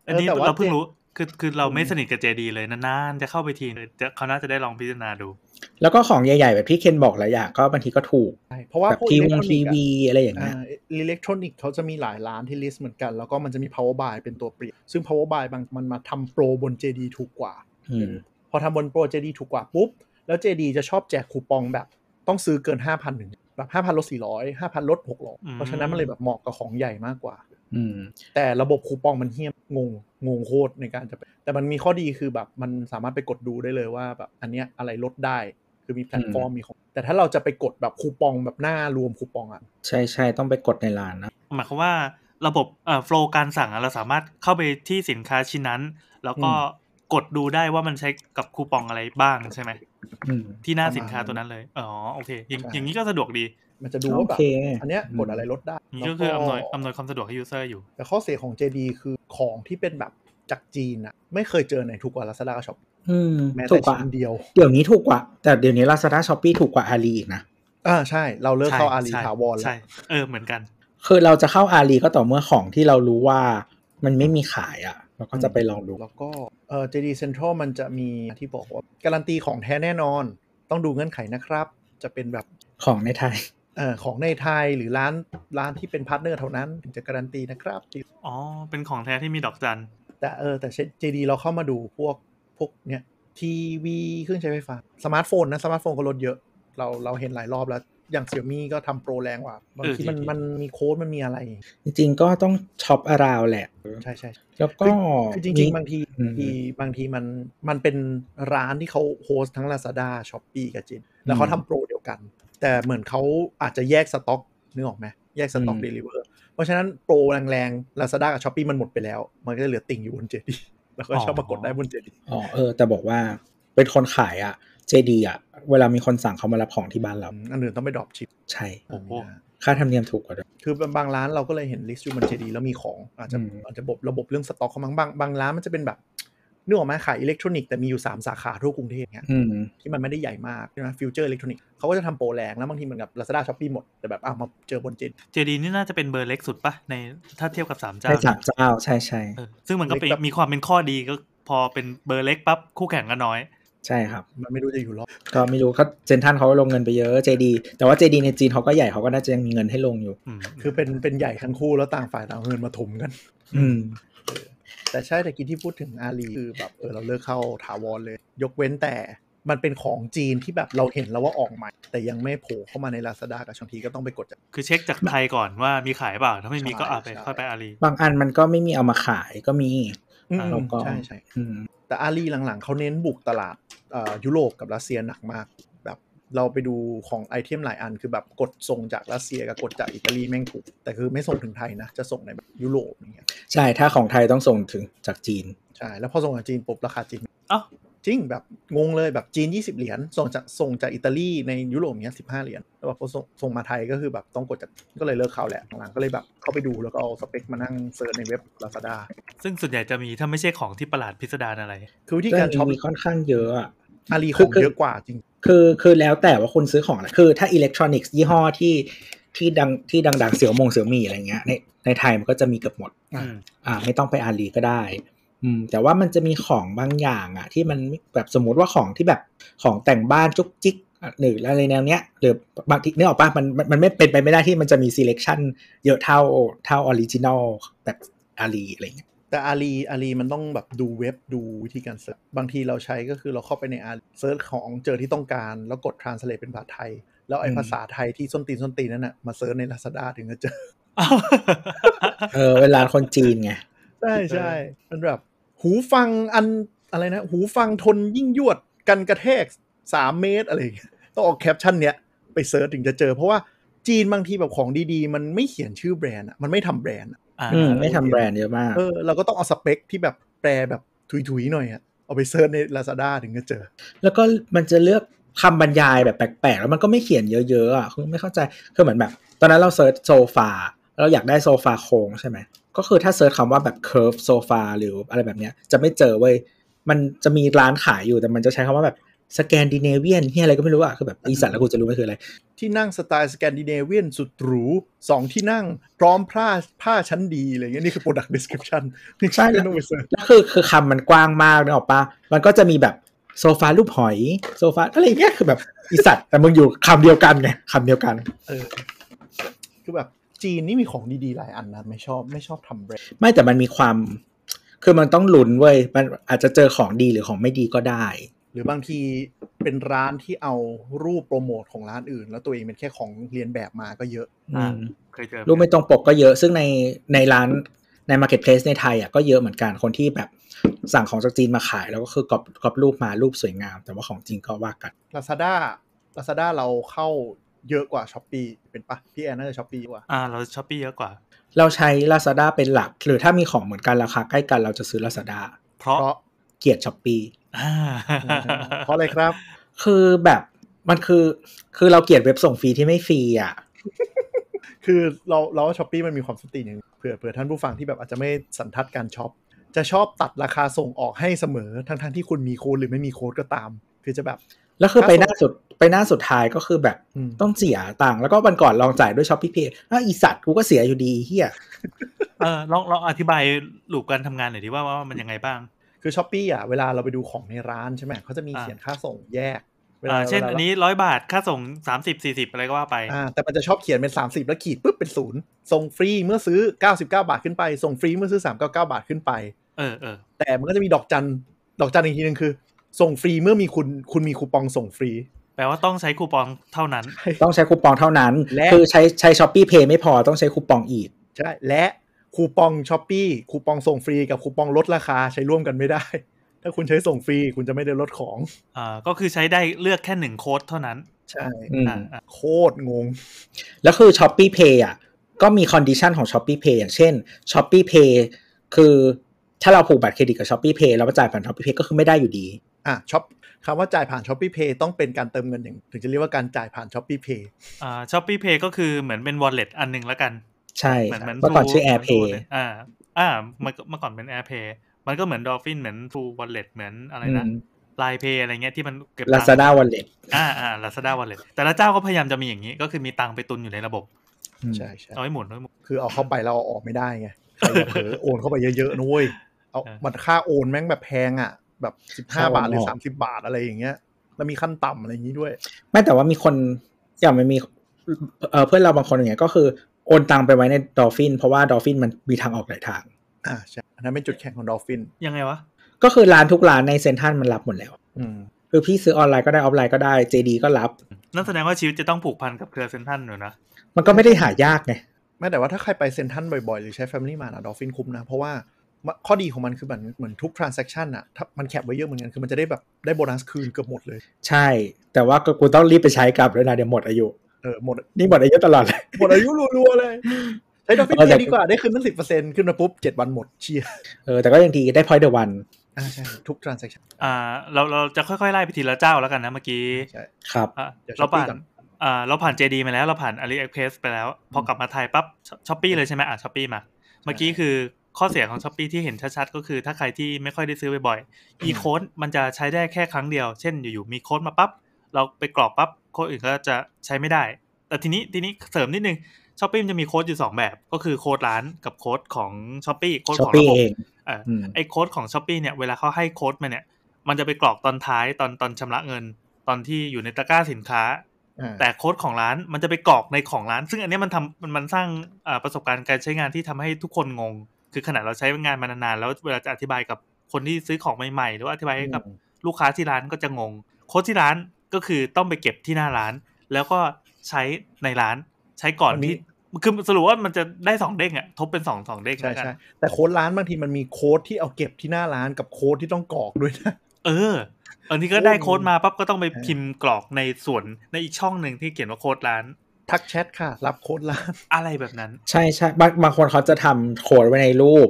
อันนี้ แต่ว่า เราเพิ่งรู้ คือคือเราไม่สนิทกับเจดีเลยนานๆจะเข้าไปทีเลยจะเขาน่าจะได้ลองพิจารณาดู แล้วก็ของใหญ่ๆ แบบที่เคนบอกหลายอย่างก็บางทีก็ถูก ใช่เพราะว่า แบบ พวก ที อิเล็วกท ง รอนิ ที กส์อะ วีอะไรอย่างเงี้ย อิเล็กทรอนิกส์เขาจะมีหลายร้านที่ list เหมือนกัน แล้วก็มันจะมี power buy เป็นตัวเปรียบ ซึ่ง power buy บางมันมาทำโปรบน JD ถูกกว่า อืม พอทำบนโปร JD ถูกกว่าปุ๊บ แล้ว JD จะชอบแจกคูปองแบบ ต้องซื้อเกิน 5,000ถึงแบบ5,000ลด400 5,000ลด อื 600 ม เพราะฉะนั้นมันเลยแบบเหมาะกับของใหญ่มากกว่า อืม แต่ระบบคูปองมันเฮี้ยมงงงงโคตรในการจะไปแต่มันมีข้อดีคือแบบมันสามารถไปกดดูได้เลยว่าแบบอันเนี้ยอะไรลดได้ คือมีแพลตฟอร์มมีของ แต่ถ้าเราจะไปกดแบบคูปองแบบหน้ารวมคูปองอะ ใช่ใช่ต้องไปกดในร้านนะ หมายความว่าระบบเอ่อโฟล์การสั่งอะเราสามารถเข้าไปที่สินค้าชิ้นนั้น แล้วก็ อื กดดูได้ว่ามันใช้กับคูปองอะไรบ้างใช่ไหม อืม ที่หน้าสินค้า ประมาณ ตัวนั้นเลยอ๋อโอเคอย่าง ใช่ อย่างนี้ก็สะดวกดี มันจะดูว่า โอ แบบ เค อันเนี้ยกดอะไรลดได้ นี่ แล้ว ก็คืออำนวยอำนวยความสะดวกให้ยูเซอร์อยู่ แต่ข้อเสียของ JD คือของที่เป็นแบบจากจีนอะไม่เคยเจอในทุกกว่า Lazada กับ Shopee อืม แม้ ถู แต่ กกว่า ชิ้นเดียว เดี๋ยวนี้ถูกกว่า แต่เดี๋ยวนี้ Lazada Shopee ถูกกว่าอาลีอีกนะ อ่าใช่ เราเลิกเข้า ใช่ อาลี ใช่ ถาวรแล้ ใช่ ว เออเหมือนกัน คือเราจะเข้าอาลีก็ต่อเมื่อของที่เรารู้ว่ามันไม่มีขายอ่ะ เราก็จะไปลองดู แล้วก็เอ่อ JD Central มันจะมีที่บอกว่า การันตีของแท้แน่นอน ต้องดูเงื่อนไขนะครับ จะเป็นแบบ ของในไทย เอ่อของในไทยหรือร้านร้านที่เป็นพาร์ทเนอร์เท่านั้นถึงจะการันตีนะครับ อ๋อ เป็นของแท้ที่มีดอกจัน แต่เออแต่เจดีเราเข้ามาดูพวกพวกเนี้ยทีวีเครื่องใช้ไฟฟ้า สมาร์ทโฟนนะสมาร์ทโฟนก็ลดเยอะ เราเราเห็นหลายรอบแล้ว อย่างเสี่ยมี่ก็ทำโปรแรงกว่าบางทีมัน เออ มันมีโค้ดมันมีอะไร จริงๆก็ต้องช็อปอาราวแหละ ใช่ใช่ใช่ แล้วก็ คือจริง มี ๆ บางที อืม ทีบางทีมันมันเป็นร้านที่เขาโฮสต์ทั้ง Lazada s h o p e e กับจินแล้ อื ว ม เขาทำโปรเดียวกัน แต่เหมือนเขาอาจจะแยกสต็อกนึกออกไหมแยกสต็อก อืม เดลิเวอร์เพราะฉะนั้นโปรแรงๆ Lazada กับ s h o p e e มันหมดไปแล้ว มันก็จะเหลือติ่งอยู่บนเจดีแล้วก็ชอบมากดได้บนเจดี อ๋อเออ แต่บอกว่าเป็นคนขายอ่ะ JD อ่ะ เวลามีคนสั่งเขามารับของที่บ้านเรา อันอื่นต้องไปดรอปชิป ใช่ โอ้โห ค่าธรรมเนียมถูกกว่าด้วย คือบางร้านเราก็เลยเห็นลิสต์อยู่บนเจดีแล้วมีของ อาจจะ อืม อาจจะบบระบบเรื่องสต็อกเขาบางบางบางร้านมันจะเป็นแบบนึกออกไหมขายอิเล็กทรอนิกส์แต่มีอยู่ 3 สาขาทั่วกรุงเทพเนี่ย อืม ที่มันไม่ได้ใหญ่มากใช่ไหมฟิวเจอร์อิเล็กทรอนิกส์เขาก็จะทำโปรแรงแล้วบางทีเหมือนกับ Lazada s h o p e e หมด แต่แบบอ้าวมาเจอบนเจดี เจดีนี่น่าจะเป็นเบอร์เล็กสุดปะในถ้าเทียบกับสามเจ้า ใช่สามเจ้าใช่ใช่ เออซึ่งมันก็เป็น เล็กแบบ มีความเป็นข้อดีก็พอเป็นเบอร์เล็กปั๊บคู่แข่งก็น้อย ใช่ครับ มันไม่รู้จะอยู่รอด ก็ไม่รู้เขาเซนทรันเขาลงเงินไปเยอะ JD แต่ว่า JD ในจีนเขาก็ใหญ่เขาก็น่าจะยังมีเงินให้ลงอยู่ อืม คือเป็นเป็นใหญ่ทั้งคู่แล้วต่างฝ่ายต่างเอาเงินมาถมกัน อืม แต่ใช่แต่กี้ที่พูดถึงอาลีคือแบบเออเราเลิกเข้าถาวรเลย ยกเว้นแต่มันเป็นของจีนที่แบบเราเห็นแล้วว่าออกใหม่ แต่ยังไม่โผล่เข้ามาใน Lazada กับบางทีก็ต้องไปกดจาก คือเช็คจากไทยก่อนว่ามีขายเปล่า ถ้าไม่มีก็ ใช่ เอาไป ใช่ ค่อยไปอาลี บางอันมันก็ไม่มีเอามาขายก็มี อืม อ่าแล้วก็ ใช่ใช่ อืม แต่อารีหลังๆเขาเน้นบุกตลาดเอ่อยุโรปกับรัสเซียหนักมาก แบบเราไปดูของไอเทมหลายอันคือแบบกดส่งจากรัสเซียกับกดจากอิตาลีแม่งถูก แต่คือไม่ส่งถึงไทยนะ จะส่งในแบบยุโรปอย่างเงี้ย ใช่ถ้าของไทยต้องส่งถึงจากจีน ใช่แล้วพอส่งจากจีนปุ๊บราคาจีน เอ้า จริงแบบงงเลยแบบจีน 20 เหรียญส่งจากส่งจากอิตาลีในยุโรปเงี้ย15 เหรียญแล้วแบบพอส่งส่งมาไทยก็คือแบบต้องกดจากก็เลยเลิกเขาแหละหลังๆก็เลยแบบเข้าไปดูแล้วก็เอาสเปคมานั่งเซิร์ชในเว็บ Lazada ซึ่งส่วนใหญ่จะมีถ้าไม่ใช่ของที่ประหลาดพิสดารอะไร คือวิธี เรื่ กา อ รง ช็อ นี้ ป มีค่อนข้างเยอะอะ อารีของเยอะกว่าจริง คือคือแล้วแต่ว่าคุณซื้อของอะไรคือถ้าอิเล็กทรอนิกส์ยี่ห้อที่ที่ดังที่ดังๆเสี่ยวมงเสี่ยวมีอะไรเงี้ยในในไทยมันก็จะมีเกือบหมด อืม อ่าไม่ต้องไปอาลีก็ได้ อืมแต่ว่ามันจะมีของบางอย่างอ่ะ ที่มันแบบสมมติว่าของที่แบบของแต่งบ้านจุกจิกอ่ะหรืออะไรแนวเนี้ยหรือบางทีนึกออกปะมันมันมันไม่เป็นไปไม่ได้ที่มันจะมี selection เยอะเท่าเท่าออริจินอลแบบอาลีอะไรเงี้ย แต่อารีอารีมันต้องแบบดูเว็บดูวิธีการเสิร์ชบางทีเราใช้ก็คือเราเข้าไปในอารีเซิร์ชของเจอที่ต้องการ แล้วกด translate เป็นภาษาไทย แล้วไอ้ภาษาไทยที่ส้นตีนส้นตีนนั่นน่ะมาเซิร์ชใน Lazada ถึงจะเจอ เออเวลาคนจีนไง ใช่ใช่มันแบบ หูฟังอันอะไรนะ หูฟังทนยิ่งยวดกันกระแทกสามเมตรอะไรอย่างเงี้ยต้องเออกแคปชั่นเนี้ยไปเซิร์ชถึงจะเจอ เพราะว่าจีนบางทีแบบของดีๆ มันไม่เขียนชื่อแบรนด์อะมันไม่ทำแบรนด์อะ อ่า อืมไม่ทำแบรนด์เยอะมาก เออเราก็ต้องเอาสเปคที่แบบแปลแบบถุยๆหน่อยอะเอาไปเซิร์ชใน Lazada ถึงจะเจอ แล้วก็มันจะเลือกคำบรรยายแบบแปลกๆ แล้วมันก็ไม่เขียนเยอะๆอ่ะคือไม่เข้าใจคือเหมือนแบบ ตอนนั้นเราเซิร์ชโซฟาเราอยากได้โซฟาโค้งใช่ไหมก็คือถ้าเซิร์ชคำว่าแบบ curve โซฟาหรืออะไรแบบเนี้ยจะไม่เจอเว้ยมันจะมีร้านขายอยู่แต่มันจะใช้คำว่าแบบสแกนดิเนเวียนเฮียอะไรก็ไม่รู้อ่ะคือแบบอีสัตว์แล้วกูจะรู้ไม่คืออะไร ที่นั่งสไตล์สแกนดิเนเวียนสุดหรูสองที่นั่งพร้อมผ้าผ้าชั้นดีอะไรเงี้ยนี่คือ product description นี่ ใช่ คือต้องไปเซิร์ช แล้วคือคือคำมันกว้างมากนึกออกปะมันก็จะมีแบบโซฟารูปหอยโซฟาอะไรเงี้ยคือแบบอีสัตว์แต่มึงอยู่คำเดียวกันไงคำเดียวกัน เออคือแบบจีนนี่มีของดีๆหลายอันนะไม่ชอบไม่ชอบทำแบรนด์ ไม่แต่มันมีความ คือมันต้องลุ้นเว้ย มันอาจจะเจอของดีหรือของไม่ดีก็ได้ หรือบางทีเป็นร้านที่เอารูปโปรโมทของร้านอื่น แล้วตัวเองเป็นแค่ของเรียนแบบมาก็เยอะ อ่าเคยเจอ รูปไม่ตรงปกก็เยอะ ซึ่งในในร้านใน marketplace ในไทยอ่ะก็เยอะเหมือนกัน คนที่แบบสั่งของจากจีนมาขาย แล้วก็คือกรอบกรอบรูปมารูปสวยงาม แต่ว่าของจริงก็ว่ากัน Lazada Lazada เราเข้าเยอะกว่า s h อ p e e เป็นปะพี่แอนน่าจะช้อปปี้กว่า อ่าเราช้อปปี้เยอะกว่า เราใช้ Lazada เป็นหลัก หรือถ้ามีของเหมือนกันราคาใกล้กันเราจะซื้อ Lazada เพราะ เพราะ เกลียดช้อปปี อ่า เพราะอะไรครับ คือแบบมันคือคือเราเกลียดเว็บส่งฟรีที่ไม่ฟรีอ่ะ คือเราเราช้อปปี้มันมีความสนติหนึ่งเผื่อเผื่อท่านผู้ฟังที่แบบอาจจะไม่สันทัดการช็อป จะชอบตัดราคาส่งออกให้เสมอ ทั้งๆทที่คุณมีโค้ดหรือไม่มีโค้ดก็ตาม คือจะแบบ แล้วคือไปหน้าสุดไปหน้าสุดท้ายก็คือแบบ อืม ต้องเสียตังค์แล้วก็วันก่อนลองจ่ายด้วยช้อปปี้เพย์อ้าวอีสัตว์กูก็เสียอยู่ดีเฮี ย เออลองลองอธิบายลูปการทำงานหน่อยดิว่าว่ามันยังไงบ้าง คือช้อปปี้อ่ะเวลาเราไปดูของในร้านใช่ไหมเขาจะมีเขียนค่าส่งแยกวล อ่าเช่น วลา อัน รา นี้ร้อยบาทค่าส่งสามสิบสี่สิบอะไรก็ว่าไป อ่าแต่มันจะชอบเขียนเป็น 30 แล้วขีดปุ๊บเป็นศูนย์ส่งฟรีเมื่อซื้อ 99 บาทขึ้นไป ส่งฟรีเมื่อซื้อ 399 บาทขึ้นไป เออเออ แต่มันก็จะมีดอกจันดอกจันอีกทีหนึงคือ ส่งฟรีเมื่อมีคุณคุณมีคูปองส่งฟรี แปลว่าต้องใช้คูปองเท่านั้น ต้องใช้คูปองเท่านั้น และ คือใช้ใช้ช้อปปี้เพย์ไม่พอต้องใช้คูปองอีก ใช่และคูปองช้อปปี้คูปองส่งฟรีกับคูปองลดราคาใช้ร่วมกันไม่ได้ ถ้าคุณใช้ส่งฟรีคุณจะไม่ได้ลดของ อ่าก็คือใช้ได้เลือกแค่หนึ่งโค้ดเท่านั้น ใช่ อืม อ่าอ่า โคตรงง แล้วคือช้อปปี้เพย์อ่ะก็มีคอนดิชันของช้อปปี้เพย์อย่างเช่นช้อปปี้เพย์คือถ้าเราผูกบัตรเครดิตกับช้อปปี้เพย์แล้วมาจ่ายผ่านช้อปปี้เพย์ก็คือไม่ได้อยู่ดี อ่ะช็อปคำว่าจ่ายผ่านช้อปปี้เพย์ต้องเป็นการเติมเงินอย่างถึงจะเรียกว่าการจ่ายผ่านช้อปปี้เพย์ อ่าช้อปปี้เพย์ก็คือเหมือนเป็นวอลเล็ตอันหนึ่งแล้วกัน ใช่ เหมือนเหมือน เมื่อก่อนชื่อ True- Air Pay หมือน True Wallet อ่า อ่าเมื่อเมื่อก่อนเป็น Air Pay มันก็เหมือนดอฟฟินเหมือนทูวอลเล็ตเหมือนอะไรนะไลน์เพย์อะไรเงี้ยที่มันเก็บตัง ลา ค์ ซาด้าวอลเล็ต อ่าอ่าลาซาด้าวอลเล็ตแต่ละเจ้าก็พยายามจะมีอย่างนี้ ก็คือมีตังค์ไปตุนอยู่ในระบบ ใช่ใช่ เอาไว้หมุนเอาไว้หมุน คือเอาเข้าไปเราเอาออกไม่ได้ ไงใครอย่าเผลอโอนเข้าไปเยอะๆนุ้ย เอา เออ มันค่าโอนแม่งแบบแพงอ่ะ แบบสิบห้าบาทหรือสามสิบาทอะไรอย่างเงี้ย แล้วมีขั้นต่ำอะไรอย่างงี้ด้วย ไม่แต่ว่ามีคนอย่างมันมีเอ่อเพื่อนเราบางคนอย่างเงี้ยก็คือโอนตังไปไว้ในดอลฟินเพราะว่าดอลฟินมันมีทางออกหลายทาง อ่าใช่อันนั้นเป็นจุดแข็งของดอลฟิน ยังไงวะ ก็คือร้านทุกร้านในเซ็นทรัลมันรับหมดแล้ว อืม คือพี่ซื้อออนไลน์ก็ได้ออฟไลน์ก็ได้ JD ก็รับ นั่นแสดงว่าชีวิตจะต้องผูกพันกับเครือเซนทรันอยู่นะ มันก็ไม่ได้หายากไง แม้แต่ว่าถ้าใครไปเซ็นทรันบ่อยๆ หรือใช้ Family Mart อะดอลฟินคุ้มนะ เพราะว่ามันข้อดีของมันคือแบบเหมือนทุก transaction อะถ้ามันแคปไว้เยอะเหมือนกัน คือมันจะได้แบบได้โบนัสคืนเกือบหมดเลย ใช่ แต่ว่าก็กูต้องรีบไปใช้กลับด้วยนะเดี๋ยวหมดอายุ เออหมด นี่หมดอายุตลอดเลย หมดอายุรัวๆเลยใช้ดอลฟิน เออแต่ ดีกว่าได้คืนตั้งสิบเปอร์เซ็นต์ขึ้นมาปุ๊บเจ็ดวันหมดเชีย เออแต่ก็ยังดีได้พอยเดอ e วัน อ่าใช่ทุก transaction อ่าเราเราจะค่อยๆไล่ไปทีละเจ้าแล้วกันนะเมื่อกี้ ใช่ ครับ อ่ะ เดี๋ยว เราผ่าน Shopee ก่อน อ่าเราผ่าน JD มาแล้วเราผ่าน AliExpress ไปแล้ว พอกลับมาไทยปั๊บช้อปปี้เลยใช่ไหมอ่ะช้อปปี้มา เมื่อกี้คือข้อเสียของช้อปปี้ที่เห็นชัดๆ ก็คือถ้าใครที่ไม่ค่อยได้ซื้อบ่อยๆอีโค้ดมันจะใช้ได้แค่ครั้งเดียว เช่นอยู่ๆมีโค้ดมาปั๊บ เราไปกรอกปั๊บโค้ดอื่นก็จะใช้ไม่ได้ แต่ทีนี้ทีนี้เสริมนิดนึงช้อปปี้มันจะมีโค้ดอยู่สองแบบ ก็คือโค้ดร้านกับโค้ดของช้อปปี้โค้ด ช้อปของ ปี้ ระบบ เอง เออ อืม ไอ้โค้ดของช้อปปีเนี่ยเวลาเขาให้โค้ดมาเนี่ย มันจะไปกรอกตอนท้ายตอนตอนชำระเงิน ตอนที่อยู่ในตะกร้าสินค้า อ่า แต่โค้ดของร้านมันจะไปกรอกในของร้าน ซึ่งอันเนี้ยมันทำมันมันสร้างเอ่อประสบการณ์การใช้งานที่ทำให้ทุกคนงง คือขนาดเราใช้งานมานานๆแล้วเวลาจะอธิบายกับคนที่ซื้อของใหม่ๆ หรือว่าอธิบายให้กับลูกค้าที่ร้านก็จะงง โค้ดที่ร้านก็คือต้องไปเก็บที่หน้าร้าน แล้วก็ใช้ในร้านใช้ก่อนที่คือสรุปว่ามันจะได้สองเด้งอะทบเป็นสองสองเด้ง ใช่ แล้วกัน ใช่แต่โค้ดร้านบางทีมันมีโค้ดที่เอาเก็บที่หน้าร้านกับโค้ดที่ต้องกรอกด้วยนะ เออ อันนี้ก็ โอ้ ได้โค้ดมาปั๊บก็ต้องไป เออ พิมพ์กรอกในส่วนในอีกช่องหนึ่งที่เขียนว่าโค้ดร้าน ทักแชทค่ะ รับโค้ดร้าน อะไรแบบนั้น ใช่ใช่บางบางคนเขาจะทำโค้ดไว้ในรูป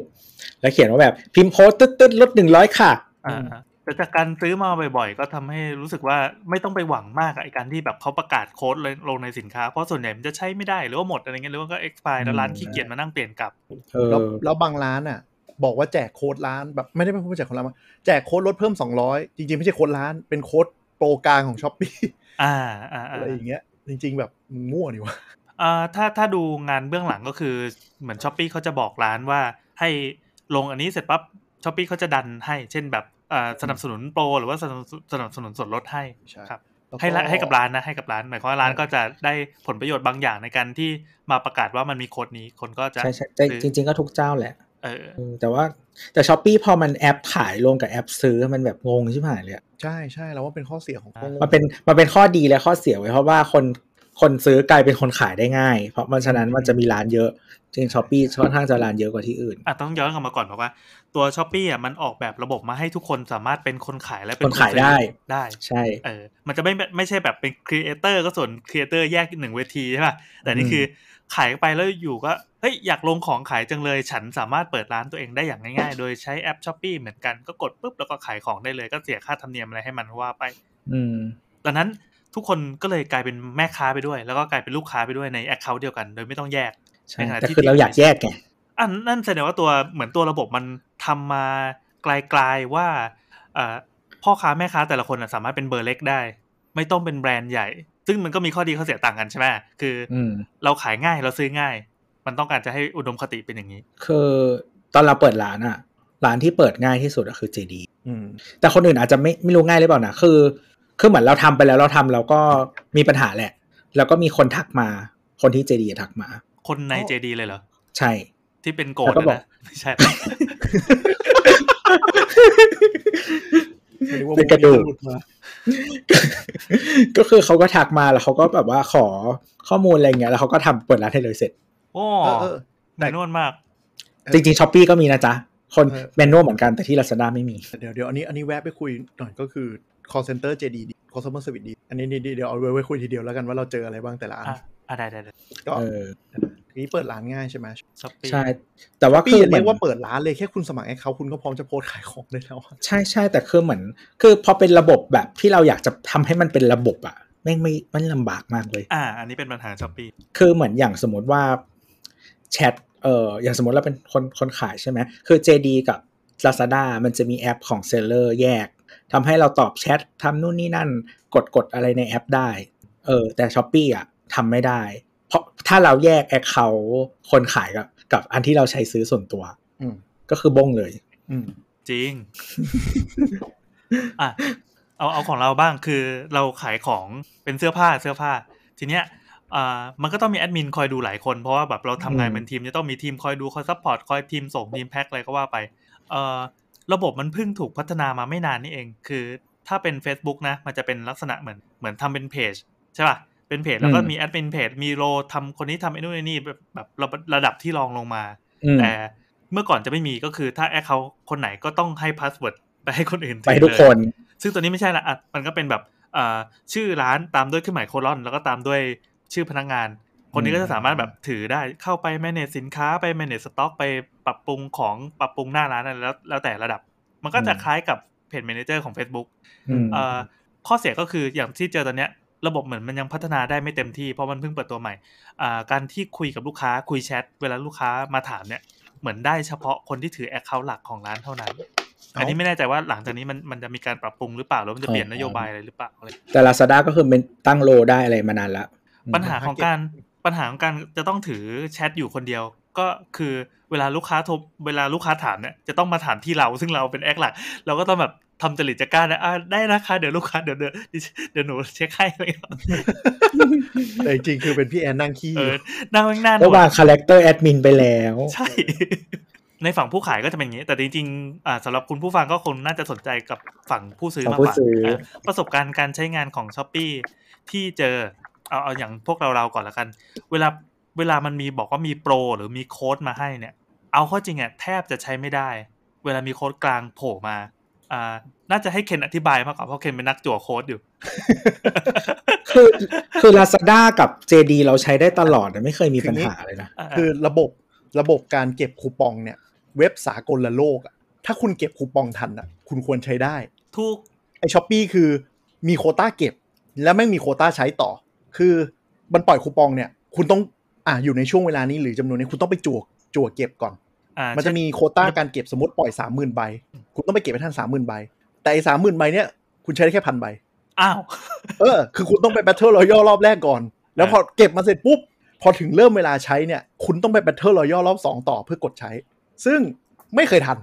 แล้วเขียนว่าแบบพิมพ์โพสต์ตึ๊ดตึ๊ดลดหนึ่งร้อยค่ะ อ่าแต่จากการซื้อมาบ่อยๆ ก็ทำให้รู้สึกว่าไม่ต้องไปหวังมากอะไอการที่แบบเขาประกาศโค้ดเลยลงในสินค้า เพราะส่วนใหญ่มันจะใช้ไม่ได้หรือว่าหมดอะไรเงี้ยหรือว่าก็ expire แล้วร้าน อืม ขี้เกียจมานั่งเปลี่ยนกลับ เออ แล้วแล้วบางร้านอ่ะ บอกว่าแจกโค้ดร้านแบบไม่ได้เป็นผู้แจกโค้ดร้านมาแจกโค้ดลดเพิ่ม 200 จริงๆ ไม่ใช่โค้ดร้าน เป็นโค้ดโปรกลางของช้อปปี้ อ่าอ่า อะ อ่า ไรอย่างเงี้ย จริง ๆ แบบมั่วนี่วะ อ่าถ้าถ้าดูงานเบื้องหลังก็คือเหมือนช้อปปี้เขาจะบอกร้านว่าให้ลงอันนี้เสร็จปั๊บช้อปปี้เขาจะดันให้เช่นแบบอ่าสนับสนุนโปรหรือว่าสนับสนุนสนับสนุนส่วนลดให้ ครับ แล้วก็ ให้ร้านให้กับร้านนะให้กับร้านหมายความว่าร้าน เออ ก็จะได้ผลประโยชน์บางอย่างในการที่มาประกาศว่ามันมีโค้ดนี้คนก็จะ ใช่ใช่แต่ ซื้อ จริง ๆก็ทุกเจ้าแหละ เออ เออแต่ว่าแต่ช้อปปีพอมันแอปขายรวมกับแอปซื้อมันแบบงงใช่ไหมเลยอะ ใช่ใช่เราว่าเป็นข้อเสียของโค้ด มันเป็นมันเป็นข้อดีและข้อเสียไว้เพราะว่าคนคนซื้อกลายเป็นคนขายได้ง่าย เพราะมันฉะนั้นมันจะมีร้านเยอะ จริงช้อปปี้ค่อนข้างจะร้านเยอะกว่าที่อื่น อ่ะต้องย้อนกลับมาก่อนบอกว่าตัวช้อปปี้อ่ะมันออกแบบระบบมาให้ทุกคนสามารถเป็นคนขายและเป็น คนขาย ซื้อ ได้ ได้ ใช่ เออมันจะไม่ไม่ใช่แบบเป็นครีเอเตอร์ก็ส่วนครีเอเตอร์แยกหนึ่งเวทีใช่ป่ะแต่นี่ อืม คือขายไปแล้วอยู่ก็เฮ้ยอยากลงของขายจังเลย ฉันสามารถเปิดร้านตัวเองได้อย่างง่ายๆ โดยใช้แอปช้อปปี้เหมือนกันก็กดปุ๊บแล้วก็ขายของได้เลยก็เสียค่าธรรมเนียมอะไรให้มันว่าไป อืม ดังนั้นทุกคนก็เลยกลายเป็นแม่ค้าไปด้วย แล้วก็กลายเป็นลูกค้าไปด้วยในแอคเคาท์เดียวกัน โดยไม่ต้องแยก ใช่ ในขณะ แต่ ที่ คือเราอยากแยกไง อันนั่นแสดงว่าตัวเหมือนตัวระบบมันทำมาไกลๆว่าเอ่อพ่อค้าแม่ค้าแต่ละคนน่ะสามารถเป็นเบอร์เล็กได้ ไม่ต้องเป็นแบรนด์ใหญ่ ซึ่งมันก็มีข้อดีข้อเสียต่างกันใช่ไหมคืออ อืม เราขายง่ายเราซื้อง่าย มันต้องการจะให้อุดมคติเป็นอย่างนี้ คือตอนเราเปิดร้านอะร้านที่เปิดง่ายที่สุดอะคือ JD อืม แต่คนอื่นอาจจะไม่ไม่รู้ง่ายหรือเปล่านะคือคือเหมือนเราทำไปแล้วเราทำเราก็มีปัญหาแหละ แล้วก็มีคนทักมา คนที่ JD ทักมา คนใน JD เลยเหรอ ใช่ ที่เป็นโกรธ แล้วก็ นะ บอก นะไม่ใช่ ไม่รู้ว่า เป็นกระดูก หลุมา ก็คือเขาก็ทักมาแล้วเขาก็แบบว่าขอข้อมูลอะไรเงี้ยแล้วเขาก็ทำเปิดร้านให้เลยเสร็จ โอ้ เออเออ แน่นวนมาก จริงๆช้อปปีก็มีนะจ๊ะ คน เออ แมนนวลเหมือนกันแต่ที่ Lazada ไม่มี เดี๋ยวเดี๋ยวอันนี้อันนี้แวะไปคุยหน่อยก็คือ call center JD ดี customer service ดี อันนี้ดีเดี๋ยวเอาไว้ไว้คุยทีเดียวแล้วกันว่าเราเจออะไรบ้างแต่ละอัน อ่ะอ่ะได้ได้ได้ ก็ เออ นี่เปิดร้านง่ายใช่ไหม ช้อปปี้ ใช่ แต่ว่า ปี คือ อย่า เหมื เรี อย น กว่าเปิดร้านเลยแค่คุณสมัครแอคเคาท์คุณก็พร้อมจะโพสต์ขายของได้แล้วอะ ใช่ใช่แต่คือเหมือน คือพอเป็นระบบแบบที่เราอยากจะทำให้มันเป็นระบบอะแม่งไม่มันลำบากมากเลย อ่า อันนี้เป็นปัญหาช้อปปี้ คือเหมือนอย่างสมมติว่าแชทเอ่ออย่างสมมติเราเป็นคนคนขายใช่ไหมคือ JD กับ Lazada มันจะมีแอปของเซลเลอร์แยกทำให้เราตอบแชททำนู่นนี่นั่น กดกดอะไรในแอปได้เออแต่ s h อ p e e อ่ะทำไม่ได้ เพราะถ้าเราแยกแอคเคาคนขายกับกับอันที่เราใช้ซื้อส่วนตัว อืม ก็คือบงเลย อืม จริง อ่ะ เอาเอาของเราบ้างคือเราขายของเป็นเสื้อผ้าเสื้อผ้า ทีเนี้ยอ่ามันก็ต้องมีแอดมินคอยดูหลายคน เพราะว่าแบบเราทำงาน อืม เป็นทีมจะต้องมีทีมคอยดูคอยซัพพอร์ตคอยทีมส่งทีมแพ็คอะไรก็ว่าไปเอ่อระบบมันเพิ่งถูกพัฒนามาไม่นานนี่เอง คือ ถ้าเป็น Facebook นะ มันจะเป็นลักษณะเหมือนเหมือนทำเป็นเพจใช่ป่ะเป็นเพจแล้วก็มีแอดมินเพจมีโรลทำคนนี้ทำไอ้นู่นไอ้นี่แบบแบบระดับที่รองลงมา อืม แต่เมื่อก่อนจะไม่มีก็คือถ้าแอคเขาคนไหนก็ต้องให้พาสเวิร์ดไปให้คนอื่น ไป ถือ ทุก เลย คน ซึ่งตัวนี้ไม่ใช่ละอ่ะมันก็เป็นแบบเอ่อชื่อร้านตามด้วยเครื่องหมายโคลอน แล้วก็ตามด้วยชื่อพนักงาน คนนี้ก็จะสามารถแบบถือได้เข้าไป manage สินค้าไป manage สต็อกไปปรับปรุงของปรับปรุงหน้าร้านอะไรแล้วแล้วแต่ระดับ มันก็จะ อืม คล้ายกับเพจ manager ของ Facebook อืม เอ่อข้อเสียก็คืออย่างที่เจอตอนเนี้ยระบบเหมือนมันยังพัฒนาได้ไม่เต็มที่เพราะมันเพิ่งเปิดตัวใหม่อ่าการที่คุยกับลูกค้าคุยแชทเวลาลูกค้ามาถามเนี่ยเหมือนได้เฉพาะคนที่ถือแอคเคาท์หลักของร้านเท่านั้น อันนี้ไม่แน่ใจว่าหลังจากนี้มันมันจะมีการปรับปรุงหรือเปล่าหรือมันจะเปลี่ยนนโยบายอะไรหรือเปล่าอะไร แต่ Lazada ก็คือเป็นตั้งโลได้อะไรมานานละอืม ปัญหาของการปัญหาของการจะต้องถือแชทอยู่คนเดียว ก็คือเวลาลูกค้าโทรเวลาลูกค้าถามเนี่ยจะต้องมาถามที่เราซึ่งเราเป็นแอคหลัก เราก็ต้องแบบทำจริตจักร้านะอ่าได้นะคะเดี๋ยวลูกค้าเดี๋ยวเดี๋ยวเดี๋ยวหนูเช็คให้อะไรอย่างเงี้ย แต่จริงๆคือเป็นพี่แอนนั่งขี้อ เอยู่ อหน้าแม่งหน้าหน ก็ ว วาง ด คาแรคเตอร์แอดมินไปแล้ว ใช่ ในฝั่งผู้ขายก็จะเป็นอย่างนี้ แต่จริงๆอ่าสำหรับคุณผู้ฟังก็คงน่าจะสนใจกับฝั่งผู้ซื้อ ของ มาก ผู้ กว่า ซื้อ อ่ะ ประสบการณ์การใช้งานของ s h อ p e e ที่เจอเอาเอาอย่างพวกเราเราก่อนละกัน เวลาเวลามันมีบอกว่ามีโปรหรือมีโค้ดมาให้เนี่ย เอาเข้อจริงอ่ะแทบจะใช้ไม่ได้ เวลามีโค้ดกลางโผล่มาอ่าน่าจะให้เคนอธิบายมากกว่าเพราะเคนเป็นนักจั่วโค้ดอยู่ คือคือ Lazada กับ JD เราใช้ได้ตลอดนะไม่เคยมีปัญหาเลยนะ คือระบบระบบการเก็บคูปองเนี่ย เว็บสากลละโลกอะถ้าคุณเก็บคูปองทันอะคุณควรใช้ได้ ทุก ไอช้อปปีคือมีโควต้าเก็บ แล้วไม่งมีโควต้าใช้ต่อ คือมันปล่อยคูปองเนี่ย คุณต้องอ่าอยู่ในช่วงเวลานี้หรือจำนวนนี้คุณต้องไปจั่วจั่วเก็บก่อน อ่า มันจะมีโควต้าการเก็บสมมติปล่อยสามหมื่นใบ คุณต้องไปเก็บให้ทันสามหมื่นใบ แต่ไอสามหมื่นใบเนี่ยคุณใช้ได้แค่พันใบ อ้าว เออ คือคุณต้องไปแบทเทิลรอยัลรอบแรกก่อน แล้วพอเก็บมาเสร็จปุ๊บ พอถึงเริ่มเวลาใช้เนี่ย คุณต้องไปแบทเทิลรอยัลรอบสองต่อเพื่อกดใช้ ซึ่งไม่เคยทัน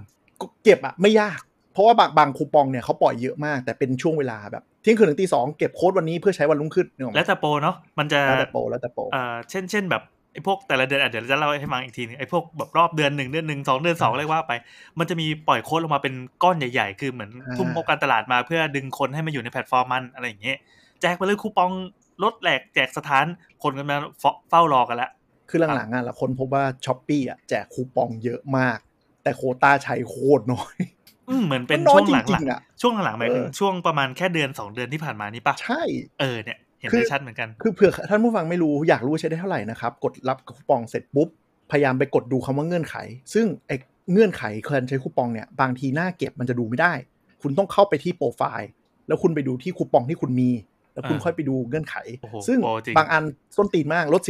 เก็บอะไม่ยาก เพราะว่าบางบางคูปองเนี่ยเขาปล่อยเยอะมาก แต่เป็นช่วงเวลาแบบเที่ยงคืนถึงตีสองเก็บโค้ดวันนี้เพื่อใช้วันรุ่งขึ้นนึกออกไหม แล้วแต่โปรเนาะมันจะ แล้วแต่โปรแล้วแต่โปร เอ่อเช่นเช่นแบบไอ้พวกแต่ละเดือนอ่ะเดี๋ยวเราจะเล่าให้ฟังอีกทีนึงไอ้พวกแบบรอบเดือนหนึ่งเดือนหนึ่งสองเดือนสองอะไรว่าไป มันจะมีปล่อยโค้ดลงมาเป็นก้อนใหญ่ๆ คือเหมือน อ่า ทุ่มงบการตลาดมาเพื่อดึงคนให้มาอยู่ในแพลตฟอร์มมันอะไรอย่างเงี้ยแจกไปเลยคูปองลดแหลกแจกสถานคนกันมาเฝ้าเฝ้ารอกันละ คือหลังๆอ่ะเราคนพบว่าช้อปปี้อ่ะแจกคูปองเยอะมาก แต่โควต้าใช้โคตรน้อย อืมเหมือนเป็น มัอย ช่วง จ หลัง ริ หลัง งๆอ่ะ ช่วงหลังๆหมายถึง เออ ช่วงประมาณแค่เดือนสองเดือนที่ผ่านมานี้ปะ ใช่ เออเนี่ยเห็น คือ ได้ชัดเหมือนกัน คือเผื่อท่านผู้ฟังไม่รู้อยากรู้ใช้ได้เท่าไหร่นะครับ กดรับคูปองเสร็จปุ๊บ พยายามไปกดดูคำว่าเงื่อนไข ซึ่งไอ้เงื่อนไขการใช้คูปองเนี่ยบางทีหน้าเก็บมันจะดูไม่ได้ คุณต้องเข้าไปที่โปรไฟล์ แล้วคุณไปดูที่คูปองที่คุณมี แล้วคุณ อ่า ค่อยไปดูเงื่อนไข โอ้โห ซึ่ง โปรจริง บางอันต้นตีนมากลด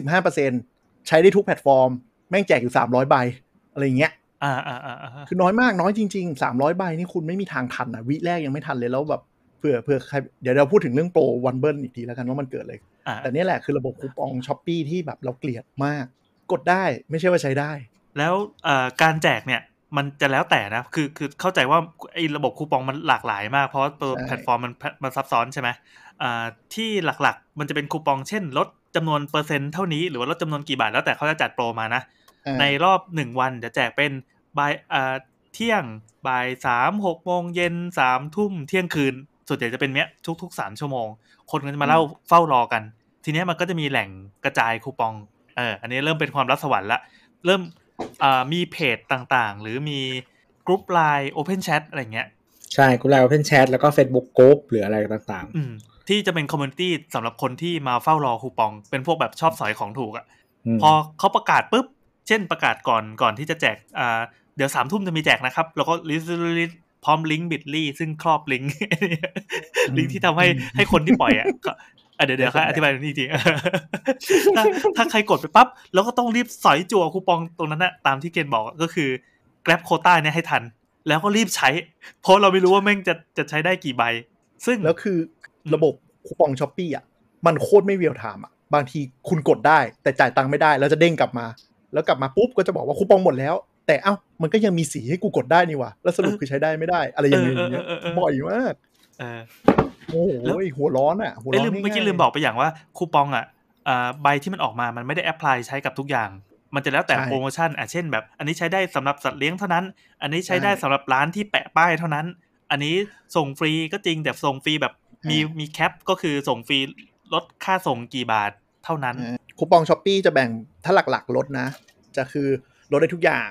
15%ใช้ได้ทุกแพลตฟอร์ม แม่งแจกอยู่ 300 ใบอะไรอย่างเงี้ย อ่าอ่าอ่าอ่า คือน้อยมากน้อยจริงๆ 300 ใบนี่คุณไม่มีทางทันนะวิแรกยังไม่ทันเลยแล้วแบบเผื่อเผื่อใครเดี๋ยวเราพูดถึงเรื่องโปรวันเบิลอีกทีแล้วกันว่ามันเกิดอะไร อ่า แต่เนี่ยแหละคือระบบคูปองช้อปปีที่แบบเราเกลียดมาก กดได้ไม่ใช่ว่าใช้ได้ แล้วเอ่อการแจกเนี่ยมันจะแล้วแต่นะคือคือเข้าใจว่าไอ้ระบบคูปองมันหลากหลายมากเพราะว่าตัว ใช่ แพลตฟอร์มมันมันซับซ้อนใช่ไหมอ่าที่หลักๆ มันจะเป็นคูปองเช่น ลดจำนวนเปอร์เซ็นต์เท่านี้หรือว่าลดจำนวนกี่บาทแล้วแต่เขาจะจัดโปรมานะ อ่า ในรอบหนึ่งวันจะแจกเป็นบ่ายอ่าเที่ยงบ่ายสามหกโมงเย็นสามทุ่มเที่ยงคืน ส่วนใหญ่จะเป็นเนี้ยทุกๆสามชั่วโมง คนก็จะมาเล่าเฝ้ารอกัน ทีเนี้ยมันก็จะมีแหล่งกระจายคูปองเอออันนี้เริ่มเป็นความลับสวรรค์ละเริ่มอ่ามีเพจต่างๆ หรือมีกรุ๊ปไลน์ Open Chat อะไรเงี้ย ใช่กูไลน์ Open Chat แล้วก็ Facebook Group หรืออะไรต่าง อืมที่จะเป็นคอมมูนิตี้สำหรับคนที่มาเฝ้ารอคูปอง เป็นพวกแบบชอบสอยของถูกอะ ๆม พอเขาประกาศปุ๊บ เช่นประกาศก่อนก่อนที่จะแจกอ่าเดี๋ยวสามทุ่มจะมีแจกนะครับ แล้วก็ลิสต์พร้อมลิงก์บิตลี่ซึ่งครอบลิงก์ ลิงก์ที่ทำให้ให้คนที่ปล่อยอ่ะ ก็อ่ะเดี๋ยวเดี๋ยวครับอธิบายตรงนี้จริง ถ้าถ้าใครกดไปปั๊บ แล้วก็ต้องรีบสอยจั่วคูปองตรงนั้นนะตามที่เกณฑ์บอกก็คือ grab โคต้าเนี่ยให้ทัน แล้วก็รีบใช้ เพราะเราไม่รู้ว่าแม่งจะจะใช้ได้กี่ใบ ซึ่ง แล้วคือระบบคูปองช้อปปีอ่ะมันโคตรไม่เรียลไทม์อ่ะบางทีคุณกดได้ แต่จ่ายตังค์ไม่ได้แล้วจะเด้งกลับมา แล้วกลับมาปุ๊บก็จะบอกว่าคูปองหมดแล้ว แต่เอ้ามันก็ยังมีสีให้กูกดได้นี่วะแล้วสรุปคือใช้ได้ไม่ได้ อะไรอย่างเงี้ย เออเออเออเออ บ่อยมาก เออ โอ้โห แล้ว หัวร้อนอ่ะหัว เอ้ย ร้อน ลืมเมื่อกี้ ง่ายๆ ลืมบอกไปอย่างว่าคูปองอ่ะอ่าใบที่มันออกมามันไม่ได้แอพพลายใช้กับทุกอย่าง มันจะแล้วแต่โปรโมชั่นอ่ะเช่นแบบ อันนี้ใช้ได้สำหรับสัตว์เลี้ยงเท่านั้น อันนี้ใช้ได้สำหรับร้านที่แปะป้ายเท่านั้น อันนี้ส่งฟรีก็จริงแต่ส่งฟรีแบบมีมีแคปก็คือส่งฟรีลดค่าส่งกี่บาทเท่านั้น คูปองช้อปปีจะแบ่งถ้าหลักๆลดนะ จะคือลดได้ทุกอย่าง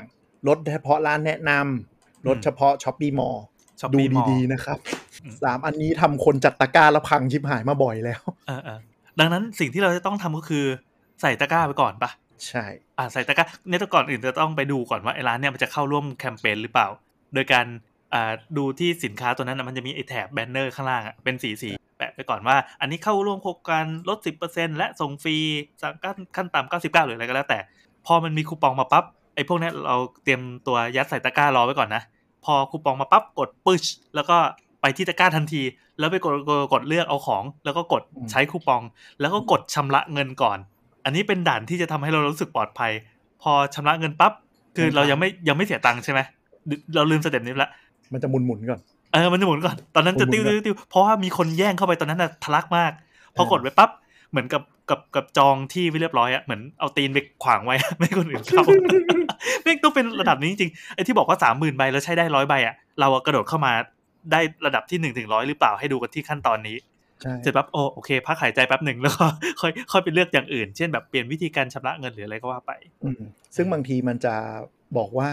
ลดเฉพาะร้านแนะนำลดเฉพาะช้อปปี้มอล ดู Shopee Mall ดี ๆ นะครับ อืม สามอันนี้ทำคนจัดตะกร้าแล้วพังชิบหายมาบ่อยแล้ว เออเออดังนั้นสิ่งที่เราจะต้องทำก็คือใส่ตะกร้าไปก่อนปะ ใช่ อ่าใส่ตะกร้าเนี่ยแต่ก่อนอื่นจะต้องไปดูก่อนว่าไอ้ร้านเนี่ยมันจะเข้าร่วมแคมเปญหรือเปล่า โดยการอ่าดูที่สินค้าตัวนั้นนะมันจะมีไอ้แถบแบนเนอร์ข้างล่างอะเป็นสีสีแปะไปก่อนว่า อันนี้เข้าร่วมโครงการลด 10%และส่งฟรีสั่งขั้นขั้นต่ำ99 หรืออะไรก็แล้วแต่ พอมันมีคูปองมาปั๊บไอ้พวกเนี้ยเราเตรียมตัวยัดใส่ตะกร้ารอไว้ก่อนนะ พอคูปองมาปั๊บกดปึ๊ชแล้วก็ไปที่ตะกร้าทันที แล้วไปกดกดกดเลือกเอาของ แล้วก็กด อืม ใช้คูปอง แล้วก็กดชำระเงินก่อน อันนี้เป็นด่านที่จะทำให้เรารู้สึกปลอดภัย พอชำระเงินปั๊บคือเรายังไม่ยังไม่เสียตังค์ใช่ไหมเราลืมสเต็ปนี้ไปละ มันจะหมุนหมุนๆก่อน เออมันจะหมุนก่อน ตอนนั้นจะ หมุ ติ้วน ๆ ติ้วติ้วเพราะว่ามีคนแย่งเข้าไปตอนนั้นน่ะทะลักมาก พอ เออ กดไว้ปั๊บ เหมือนกับกับกับจองที่ไว้เรียบร้อยอะเหมือนเอาตีนไปขวางไว้ ไม่ให้คนอื่นเข้า แม่งต้องเป็นระดับนี้จริงๆไอ้ที่บอกว่าสามหมื่นใบแล้วใช้ได้ร้อยใบอะเราอะกระโดดเข้ามาได้ระดับที่หนึ่งถึงร้อยหรือเปล่าให้ดูกันที่ขั้นตอนนี้ ใช่ เสร็จปั๊บโอโอเคพักหายใจแป๊บหนึ่งแล้วก็ ค่อยค่อยไปเลือกอย่างอื่น เช่นแบบเปลี่ยนวิธีการชำระเงินหรืออะไรก็ว่าไป อืมซึ่งบางทีมันจะบอกว่า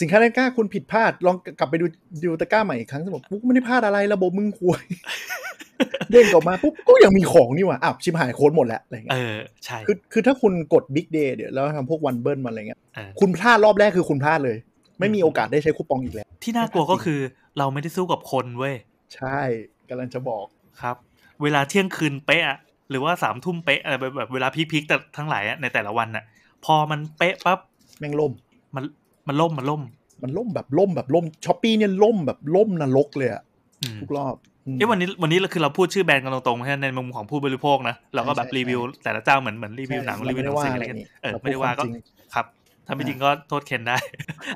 สินค้าในตะกร้าคุณผิดพลาด ลองกลับไปดูดูตะกร้าใหม่อีกครั้งสมมติกูไม่ได้พลาดอะไรระบบมึงควย เด้งออกมาปุ๊บก็ยังมีของนี่หว่าอ้าวชิบหายโค้ดหมดแล้วอะไรเงี้ เอย อใช่ คือคือถ้าคุณกด Big Day เดี๋ยวแล้วทำพวกวันเบิ n มาอะไรเงี้ย เออ คุณพลาดรอบแรกคือคุณพลาดเลย ไม่มี อืม โอกาสได้ใช้คูปองอีกแล้ว ที่น่ากลัวก็คือเราไม่ได้สู้กับคนเว้ย ใช่กำลังจะบอก ครับเวลาเที่ยงคืนเป๊ะอะหรือว่าสามทุ่มเป๊ะอะไรแบบเวลาพีคๆแต่ทั้งหลายอะในแต่ละวันอะพอมันเป๊ะปั๊บ แม่งล่ม มันมันล่มมันล่ม มันล่มแบบล่มแบบล่มช้อปปี้เนี่ยล่มแบบล่มนรกเลยอะ อืม ทุกรอบม เอ้วันนี้วันนี้เราคือเราพูดชื่อแบรนด์กันตรงๆใช่ไหมในมุมของผู้บริโภคนะเราก็แบบ ใช่ใช่ รีวิว แต่ละเจ้าเหมือนเหมือนรีวิวหนัง ใช่ รีวิวหนัง เา สือ ม่ อะไร ด้ กัน นี่ เออ รพู ไม่ได้ว่า คว ก็ จริง ครับถ้าไม่จริงก็โทษเคนได้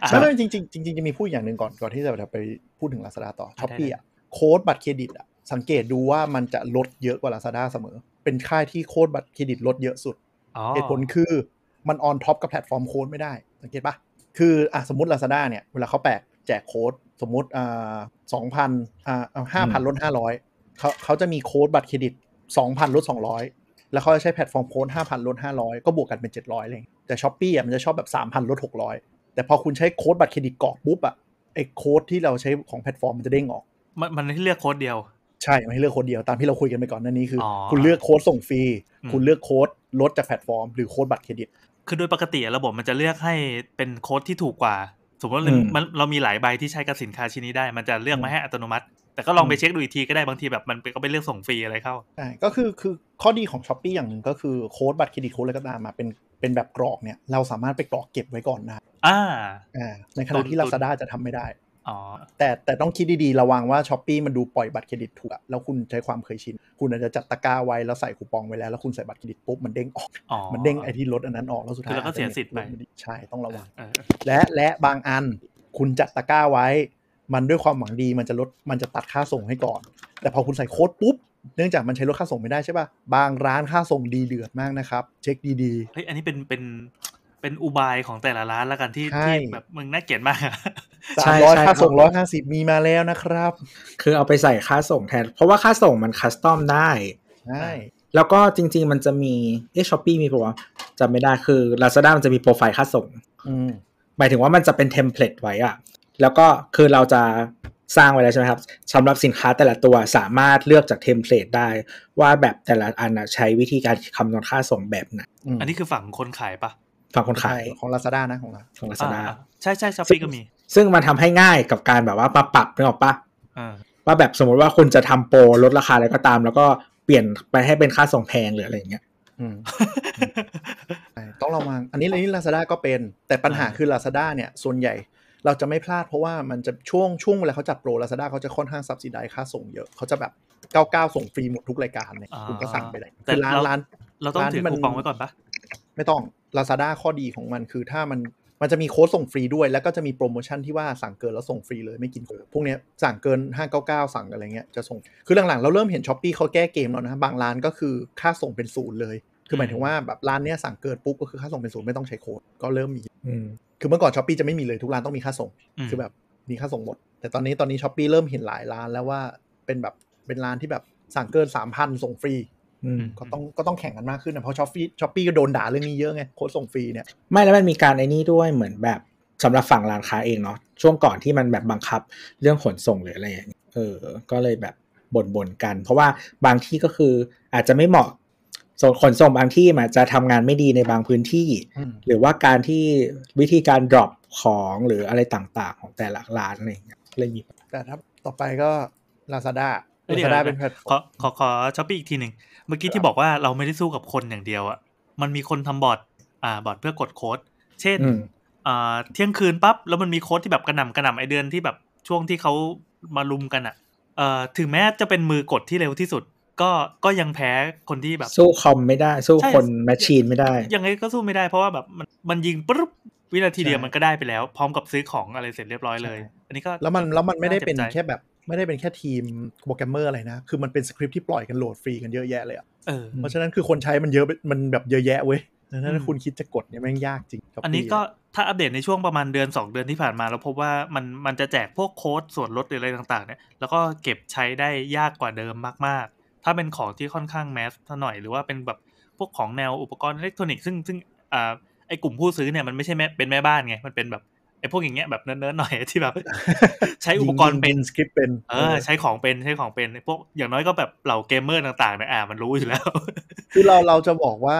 อ่ะ ใช่ไม่จริงจริงจริงๆจะมีพูดอย่างหนึ่งก่อนก่อนที่จะไปพูดถึง Lazada ต่อช้อปปี้ ได้ อ่ะโค้ดบัตรเครดิตอ่ะสังเกตดูว่ามันจะลดเยอะกว่า Lazada เสมอ เป็นค่ายที่โค้ดบัตรเครดิตลดเยอะสุด อ๋อ เหตุผลคือมันออนท็อปกับแพลตฟอร์มโค้ดไม่ได้ สังเกตปะคืออ่ะสมมติ Lazada เนี่ย เวลาเขาแปะแจกโค้ด สมมติอ่าสองพันอ่าห้าพันลดห้าร้อยเขาเขาจะมีโค้ดบัตรเครดิตสองพันลดสองร้อยแล้วเขาจะใช้แพลตฟอร์มโค้ดห้าพันลดห้าร้อยก็บวกกันเป็นเจ็ดร้อยเลยแต่ช้อปปี้อ่ะมันจะชอบแบบสามพันลดหกร้อยแต่พอคุณใช้โค้ดบัตรเครดิตกรอกปุ๊บอ่ะไอ้โค้ดที่เราใช้ของแพลตฟอร์มมันจะเด้งออก มันมันให้เลือกโค้ดเดียว ใช่ไม่ให้เลือกโค้ดเดียวตามที่เราคุยกันไปก่อนหนั่นนี้คืออ อ คุณเลือกโค้ดส่งฟรี อืม คุณเลือกโค้ดลดจากแพลตฟอร์ม หรือโค้ดบัตรเครดิต คือโดยปกติอะระบบมันจะเลือกให้เป็นโค้ดที่ถูกกว่า สมมติว่า อืม มันเรามีหลายใบที่ใช้กับสินค้าชิ้นนี้ได้ มันจะเลือก อืม มาให้อัตโนมัติ แต่ก็ลองไปเช็คดูอีกทีก็ได้บางทีแบบมันก็ไปเลือกส่งฟรีอะไรเข้า ใช่ก็คือคือข้อดีของช้อปปีอย่างหนึ่งก็คือโค้ดบัตรเครดิตโค้ดอะไรก็ตามมาเป็นเป็นแบบกรอกเนี่ยเราสามารถไปกรอกเก็บไว้ก่อนได้ อ่า อ่าในขณะที่ ตุน Lazada จะทำไม่ได้ อ๋อ แต่แต่ต้องคิดดีๆ ระวังว่าช้อปปีมันดูปล่อยบัตรเครดิตถูกอะแล้วคุณใช้ความเคยชิน คุณอาจจะจัดตะกร้าไว้แล้วใส่คูปองไว้แล้วแล้วคุณใส่บัตรเครดิตปุ๊บมันเด้งออก อ๋อ มันเด้งไอ้ที่ลดอันนั้นออกแล้วสุดท้าย คือเราก็เสียสิทธิ์ไป ใช่ต้องระวัง เออ และและบางอันคุณจัดตะกร้าไว้ มันด้วยความหวังดีมันจะลดมันจะตัดค่าส่งให้ก่อน แต่พอคุณใส่โค้ดปุ๊บ เนื่องจากมันใช้ลดค่าส่งไม่ได้ใช่ป่ะ บางร้านค่าส่งดีเดือดมากนะครับ เช็คดี เฮ้ยอันนี้เป็นเป็นเป็นอุบายของแต่ละร้านแล้วกันที่ ใช่ ที่แบบมึงน่าเกลียดมากอะ ๆ ใช่ สามร้อย ใช่ ค่าส่งร้อยห้าสิบมีมาแล้วนะครับ คือเอาไปใส่ค่าส่งแทน เพราะว่าค่าส่งมันคัสตอมได้ ใช่ แล้วก็จริง ๆ มันจะมีเอ๊ะช้อปปี้มีปะวะจำไม่ได้คือ Lazada มันจะมีโปรไฟล์ค่าส่ง อืม หมายถึงว่ามันจะเป็นเทมเพลตไว้อะแล้วก็คือเราจะสร้างไว้แล้วใช่ไหมครับสำหรับสินค้าแต่ละตัวสามารถเลือกจากเทมเพลตได้ ว่าแบบแต่ละอันน่ะใช้วิธีการคำนวณค่าส่งแบบไหน ม อันนี้คือฝั่งคนขายปะ ฝั่งคนขาย ใช่ของ Lazada นะของเรา ของ Lazada อ่าใช่ใช่ช้อปปี้ก็มี ซึ่งมันทำให้ง่ายกับการแบบว่ามาปรับนึกออกปะ อ่า ว่าแบบสมมติว่าคุณจะทำโปรลดราคาอะไรก็ตาม แล้วก็เปลี่ยนไปให้เป็นค่าส่งแพงหรืออะไรอย่างเงี้ย อืมใช่ต้องระวังอันนี้อันนี้ Lazada ก็เป็น แต่ปัญหาคือ Lazada เนี่ยส่วนใหญ่เราจะไม่พลาดเพราะว่ามันจะช่วงช่วงเวลาเขาจัดโปร Lazada เขาจะค่อนข้างสับสิได้ค่าส่งเยอะเขาจะแบบ99ส่งฟรีหมดทุกรายการเนี่ย อ่า คุณก็สั่งไปเลย แต่ คือร้าน เ ร้าน เราต้อง ร้านที่ ถือ มัน คูปองไว้ก่อนปะ ไม่ต้อง Lazada ข้อดีของมันคือถ้ามันมันจะมีโค้ดส่งฟรีด้วย แล้วก็จะมีโปรโมชั่นที่ว่าสั่งเกินแล้วส่งฟรีเลยไม่กินโค้ดพวกเนี้ยสั่งเกิน 599 สั่งอะไรเงี้ยจะส่งคือหลังๆ เราเริ่มเห็นช้อปปีเขาแก้เกมแล้วนะบางร้านก็คือค่าส่งเป็นศูนย์เลย คือหมายถึงว่าแบบร้านเนี้ยสั่งเกินปุ๊บก็คือค่าส่งเป็นศูนย์ไม่ต้องใช้โค้ดก็เริ่มมี อืม คือเมื่อก่อนช้อปปีจะไม่มีเลยทุกร้านต้องมีค่าส่ง ม คือแบบมีค่าส่งหมด แต่ตอนนี้ตอนนี้ช้อปปีเริ่มเห็นหลายร้านแล้วว่าเป็นแบบเป็นร้านที่แบบสั่งเกิน3,000ส่งฟรี อืม ก็ต้องก็ต้องแข่งกันมากขึ้นนะเพราะช้อปปี้ช้อปปี้ก็โดนด่าเรื่องนี้เยอะไงโค้ดส่งฟรีเนี่ย ไม่แล้วมันมีการไอ้นี่ด้วยเหมือนแบบสำหรับฝั่งร้านค้าเองเนาะช่วงก่อนที่มันแบบบังคับเรื่องขนส่งหรืออะไรอย่างเงี้ยเออ ก็เลยแบบบ่นๆกัน เพราะว่าบางที่ก็คืออาจจะไม่เหมาะส่วนขนส่งบางที่มันอาจจะทำงานไม่ดีในบางพื้นที่ หรือว่าการที่วิธีการ drop ของหรืออะไรต่างๆ ของแต่ละร้านอะไรอย่างเงี้ยเลยมีปัญหา แต่ถ้าต่อไปก็ Lazada เอ้ยเดี๋ยว Lazada เป็นแพลตฟ ข อ อ ร์ม ขอขอช้อปปี้อีกทีหนึ่งเมื่อกี้ ครับ ที่บอกว่าเราไม่ได้สู้กับคนอย่างเดียวอะมันมีคนทำบอทอ่าบอทเพื่อกดโค้ด เช่น อืม อ่าเที่ยงคืนปั๊บแล้วมันมีโค้ดที่แบบกระหน่ำกระหน่ำไอเดือนที่แบบ ช่วงที่เขามาลุมกันอ่ะเอ่อถึงแม้จะเป็นมือกดที่เร็วที่สุด ก็ก็ยังแพ้คนที่แบบ สู้คอมไม่ได้ สู้ ใช่ คนแมชชีนไม่ได้ ยังไงก็สู้ไม่ได้เพราะว่าแบบมันมันยิงปุ๊บวินาทีเดียว ใช่ มันก็ได้ไปแล้ว พร้อมกับซื้อของอะไรเสร็จเรียบร้อยเลย ใช่ อันนี้ก็ แล้วมันแล้วมันไม่ได้เป็น น่าเจ็บใจ แค่แบบ ไม่ได้เป็นแค่ทีมโปรแกรมเมอร์อะไรนะ คือมันเป็นสคริปต์ที่ปล่อยกันโหลดฟรีกันเยอะแยะเลยอะ เออ เพราะฉะนั้นคือคนใช้มันเยอะมันแบบเยอะแยะเว้ยดังนั้น อืม ถ้าคุณคิดจะกดเนี่ยแม่งยากจริงกับ อันนี้ ปี ก็ถ้าอัปเดตในช่วงประมาณเดือน 2 เดือนที่ผ่านมาแล้วพบว่ามันมันจะแจกพวกโค้ดส่วนลดหรืออะไรต่างๆเนี่ยแล้วก็เก็บใช้ได้ยากกว่าเดิมมากๆ ถ้าเป็นของที่ค่อนข้างแมสหน่อยหรือว่าเป็นแบบพวกของแนวอุปกรณ์อิเล็กทรอนิกส์ซึ่งซึ่งอ่าไอกลุ่มผู้ซื้อเนี่ยมันไม่ใช่แม่เป็นแม่บ้านไงมันเป็นแบบไอพวกอย่างเงี้ยแบบเนิร์ดๆหน่อย ที่แบบ ใช้อุปกรณ์เป็น ยิงสคริปต์เป็น เออใช้ของเป็นใช้ของเป็นพวกอย่างน้อยก็แบบเหล่าเกมเมอร์ต่างๆเนี่ยอ่ามันรู้อยู่แล้ว คือเราเราจะบอกว่า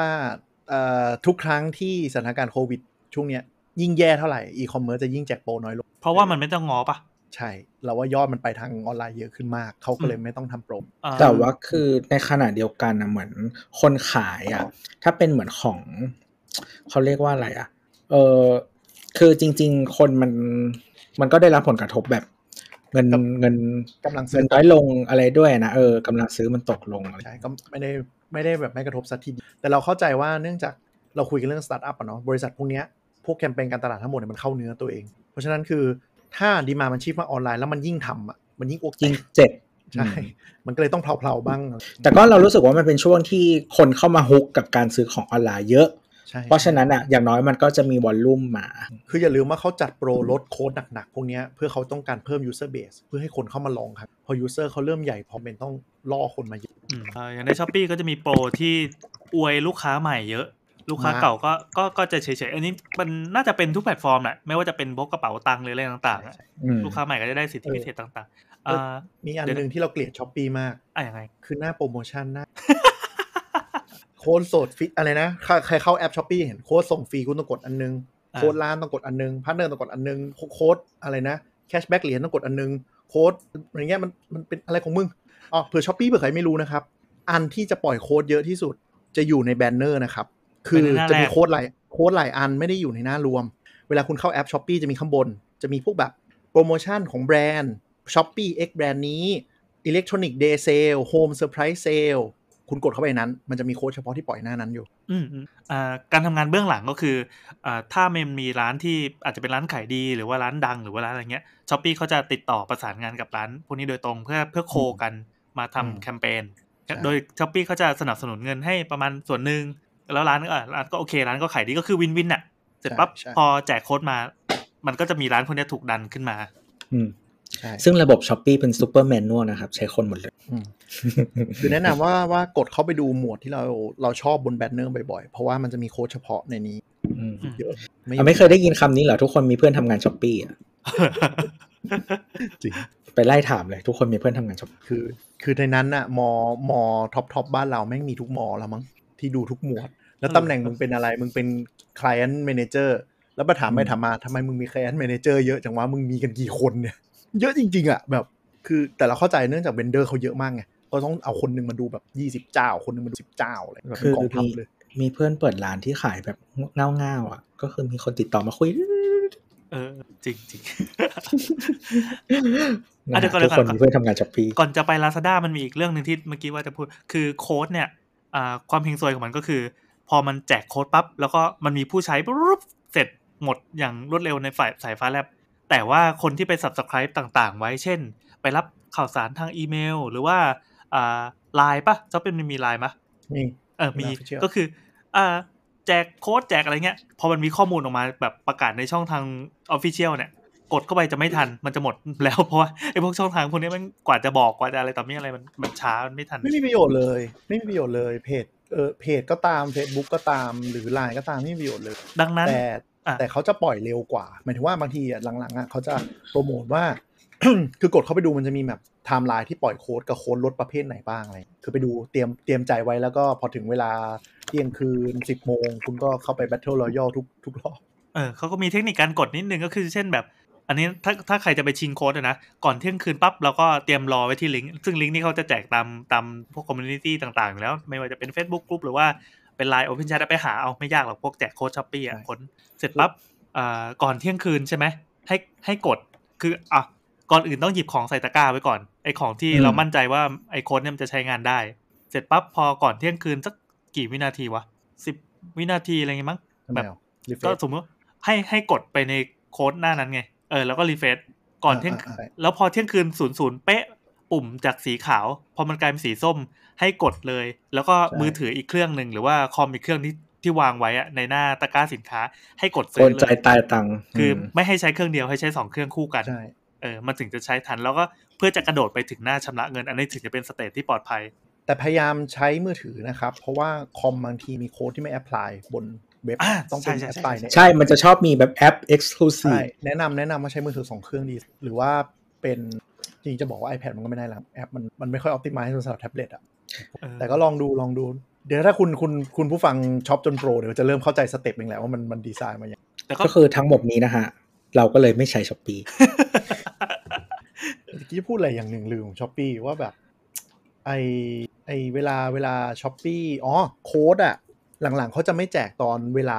เอ่อทุกครั้งที่สถานการณ์โควิด ช่วงเนี้ยยิ่งแย่เท่าไหร่อีคอมเมิร์ซจะยิ่งแจกโปรน้อยลง เพราะว่ามันไม่ต้องงอปะ ใช่ เราว่ายอดมันไปทางออนไลน์เยอะขึ้นมาก เขาก็เลยไม่ต้องทำโปรโมท เอ่อ แต่ว่าคือในขณะเดียวกันนะเหมือนคนขายอ่ะ ถ้าเป็นเหมือนของ เขาเรียกว่าอะไรอ่ะ เออคือจริง ๆ คนมันมันก็ได้รับผลกระทบแบบ เงิน ครับ เงิน กำลังซื้ เงิ อน น้อยลงอะไรด้วยนะเออกำลังซื้อมันตกลงอะไร ใช่ก็ไม่ได้ไม่ได้แบบไม่กระทบสักทีเดียวแต่เราเข้าใจว่าเนื่องจากเราคุยกันเรื่องสตาร์ทอัพอะเนาะบริษัทพวกเนี้ยพวกแคมเปญการตลาดทั้งหมดเนี่ยมันเข้าเนื้อตัวเอง เพราะฉะนั้นคือถ้าดีมามันชีพมาออนไลน์แล้วมันยิ่งทำอ่ะมันยิ่งอ้วกแต ยิ่ง ก เจ็บ ใช่ มันก็เลยต้องเพลาๆบ้าง แต่ก็เรารู้สึกว่ามันเป็นช่วงที่คนเข้ามาฮุกกับการซื้อของออนไลน์เยอะ ใช่ เพราะฉะนั้นอ่ะอย่างน้อยมันก็จะมีวอลลุ่มมา คืออย่าลืมว่าเขาจัดโปรลดโค้ดหนักๆพวกเนี้ยเพื่อเขาต้องการเพิ่ม user base เพื่อให้คนเข้ามาลองครับพอ user เขาเริ่มใหญ่พอเป็นต้องล่อคนมาเยอะ อืมเอ่ออย่างในช้อปปีก็จะมีโปรที่อวยลูกค้าใหม่เยอะ ลูกค้า มา เก่าก็ก็ก็จะเฉยๆ อันนี้มันน่าจะเป็นทุกแพลตฟอร์มแหละไม่ว่าจะเป็นบล็อกกระเป๋าตังค์หรืออะไรต่างๆอะ อืม ลูกค้าใหม่ก็จะได้สิทธิพิเศษต่างๆเอ่อ มีอันหนึ่งที่เราเกลียดช้อปปีมาก อ่ะยังไง คือหน้าโปรโมชั่นหน้า โค้ดโสดฟรีอะไรนะใครใครเข้าแอปช้อปปี้เห็นโค้ดส่งฟรีคุณต้องกดอันนึง อ่า โค้ดร้านต้องกดอันนึงพาร์ทเนอร์ต้องกดอันนึงโคโค้ดอะไรนะแคชแบ็กเหรียญต้องกดอันนึง โค้ดอะไรเงี้ยมันมันเป็นอะไรของมึงอ๋อเผื่อช้อปปี้เผื่อใครไม่รู้นะครับ อันที่จะปล่อยโค้ดเยอะที่สุดจะอยู่ในแบนเนอร์นะครับ คือจะมีโค้ดหลายโค้ดหลายอันไม่ได้อยู่ในหน้ารวม เวลาคุณเข้าแอปช้อปปีจะมีข้างบน จะมีพวกแบบโปรโมชั่นของแบรนด์ช้อปปี้เอ็กแบรนด์นี้อิเล็กทรอนิกส์เดย์เซลโฮมเซอร์ไพรส์เซลคุณกดเข้าไปในนั้น มันจะมีโค้ดเฉพาะที่ปล่อยหน้านั้นอยู่ อืมอืมอ่าการทำงานเบื้องหลังก็คืออ่าถ้ามันมีร้านที่อาจจะเป็นร้านขายดีหรือว่าร้านดังหรือว่าร้านอะไรเงี้ยช้อปปีเขาจะติดต่อประสานงานกับร้านพวกนี้โดยตรงเพื่อเพื่อโคกันมาทำ อืม แคมเปญ ใช่ โดยช้อปปีเขาจะสนับสนุนเงินให้ประมาณส่วนหนึ่งแล้วร้านก็อ่ะร้านก็โอเค ร้านก็ขายดีก็คือวินวินอ่ะเสร็จปั๊บ ใช่ พอแจกโค้ดมา มันก็จะมีร้านพวกเนี้ยถูกดันขึ้นมา อืม ใช่ ซึ่งระบบช้อปปีเป็นซูเปอร์แมนนวลนะครับ ใช้คนหมดเลย อืมคือแนะนำว่าว่ากดเข้าไปดูหมวดที่เราเราชอบบนแบนเนอร์บ่อยๆ เพราะว่ามันจะมีโค้ดเฉพาะในนี้ อืม เยอะ อ่ะไม่เคยได้ยินคำนี้เหรอ ทุกคนมีเพื่อนทำงานช้อปปี้อ่ะ จริง ไปไล่ถามเลย ทุกคนมีเพื่อนทำงานช้อปปี้ คือคือในนั้นน่ะมอมอท็อปท็อปบ้านเราแม่งมีทุกมอแล้วมั้งที่ดูทุกหมวดเอแล้วอ ตำแหน่งมึงเป็นอะไร มึงเป็น client manager แล้วมาถามไปถามมาทำไมมึงมี client manager เยอะจังวะมึงมีกันกี่คนเนี่ย เยอะจริง ๆ อ่ะ แบบ คือแต่เราเข้าใจเนื่องจากเบนเดอร์เขาเยอะมากไงก็ต้องเอาคนหนึงมาดูแบบ 20 เจ้า คนหนึงมาดู 10 เจ้าอะไรแบบเป็นกองทัพ มี เลย มีเพื่อนเปิดร้านที่ขายแบบเง่าๆอ่ะ ก็คือมีคนติดต่อมาคุย เออจริงจริง นะ อ่ะเดี๋ยวก่อน ทุกคน เดี๋ยวก่อน มีเพื่อนทำงานช้อปปี้ ก่อนจะไป Lazada มันมีอีกเรื่องหนึ่งที่เมื่อกี้ว่าจะพูด คือโค้ดเนี่ยอ่าความเฮงซวยของมันก็คือ พอมันแจกโค้ดปั๊บ แล้วก็มันมีผู้ใช้ปุ๊บเสร็จหมดอย่างรวดเร็วในฝ่ายสายฟ้าแลบ แต่ว่าคนที่ไป subscribe ต่างๆ ไว้เช่น ไปรับข่าวสารทางอีเมล หรือว่าอ่าไลน์ปะเจ้าเป็นมันมีไลน์ปะ นี่ เออ มี น่าเชื่อ ก็คืออ่าแจกโค้ดแจกอะไรเงี้ย พอมันมีข้อมูลออกมาแบบประกาศในช่องทางออฟฟิเชียลเนี่ย กดเข้าไปจะไม่ทัน มันจะหมด แล้ว เพราะว่าไอ้พวกช่องทางพวกนี้มันกว่าจะบอกกว่าจะอะไรต่อมีอะไรมันมันช้า มันไม่ทัน ไม่มีประโยชน์เลย ไม่มีประโยชน์เลยเพจเออเพจก็ตาม Facebook ก็ตามหรือไลน์ก็ตามไม่มีประโยชน์เลย ดังนั้น แต่ อ่ะ แต่เขาจะปล่อยเร็วกว่า หมายถึงว่าบางทีอ่ะหลังๆอ่ะเขาจะโปรโมทว่า คือกดเข้าไปดูมันจะมีแบบไทม์ไลน์ที่ปล่อยโค้ดกับโค้ดลดประเภทไหนบ้างอะไร คือไปดูเตรียมเตรียมใจไว้แล้วก็พอถึงเวลาเที่ยงคืน 10 โมง คุณก็เข้าไป Battle Royale ทุกทุกรอบ เออเขาก็มีเทคนิคการกดนิดนึงก็คือเช่นแบบ อันนี้ถ้าถ้าใครจะไปชิงโค้ดอะนะ ก่อนเที่ยงคืนปั๊บเราก็เตรียมรอไว้ที่ลิงก์ ซึ่งลิงก์นี่เขาจะแจกตามตามพวกคอมมูนิตี้ต่างๆอยู่แล้ว ไม่ว่าจะเป็น Facebook กลุ่มหรือว่าเป็น Line Open Chat ไปหาเอาไม่ยากหรอกพวกแจกโค้ดช้อปปี้อ่ะ ใช่ คนเสร็จปั๊บอ่าก่อนเที่ยงคืนใช่ไหมให้ให้กดคืออ่ะ ก่อนอื่นต้องหยิบของใส่ตะกร้าไว้ก่อนไอของที่ อืม เรามั่นใจว่าไอโค้ดเนี่ยมันจะใช้งานได้ เสร็จปั๊บพอก่อนเที่ยงคืนสักกี่วินาทีวะสิบวินาทีอะไรเงี้ยมั้ง ทำไมอ่ะ refresh ก็สมมติให้ให้กดไปในโค้ดหน้านั้นไง เออแล้วก็รีเฟซก่อนเที่ยง อ่าอ่า แล้วพอเที่ยงคืนศูนย์ศูนย์เป๊ะปุ่มจากสีขาว พอมันกลายเป็นสีส้มให้กดเลย แล้วก็มือถืออีกเครื่องหนึ่งหรือว่าคอมอีกเครื่องที่ที่วางไว้อะในหน้าตะกร้าสินค้า ให้กด โก ซื้อน เล ใจ ย ตายตังค์ คือ ม ไม่ให้ใช้เครื่องเดียวให้ใช้สองเครื่องคู่กัน ใช่ เออมันถึงจะใช้ทันแล้วก็เพื่อจะกระโดดไปถึงหน้าชำระเงิน อันนี้ถึงจะเป็นสเตทที่ปลอดภัย แต่พยายามใช้มือถือนะครับ เพราะว่าคอมบางทีมีโค้ดที่ไม่แอพพลายบนเว็บ อ่า ต้องเป็น ใช่ แอ ใช่ พพลาย ใช่ ใน ใช่ มันจะชอบมีแบบแอป ใช่ exclusive แนะนำแนะนำว่าใช้มือถือสองเครื่องดี หรือว่าเป็นจริงๆจะบอกว่า iPad มันก็ไม่ได้ละแอปมันมันไม่ค่อยออ t ติม z ซ์สำหรับแท็บเล็ตอ่ะ เออ แต่ก็ลองดูลองดู เดี๋ยวถ้าคุณคุณคุณผู้ฟังช็อปจนโปรเดี๋ยวจะเริ่มเข้าใจสเต็ปเองแหละว่ามันมันดีไซน์มาอย่าง แต่ก็ ก็คือทั้งหมดนี้นะฮะ เราก็เลยไม่ใช้ช้อปปี เมื่อกี้พูดอะไรอย่างหนึ่งลืมของช้อปปีว่าแบบไอไอเวลาเวลาช้อปปีอ๋อโค้ดอะหลังๆเขาจะไม่แจกตอนเวลา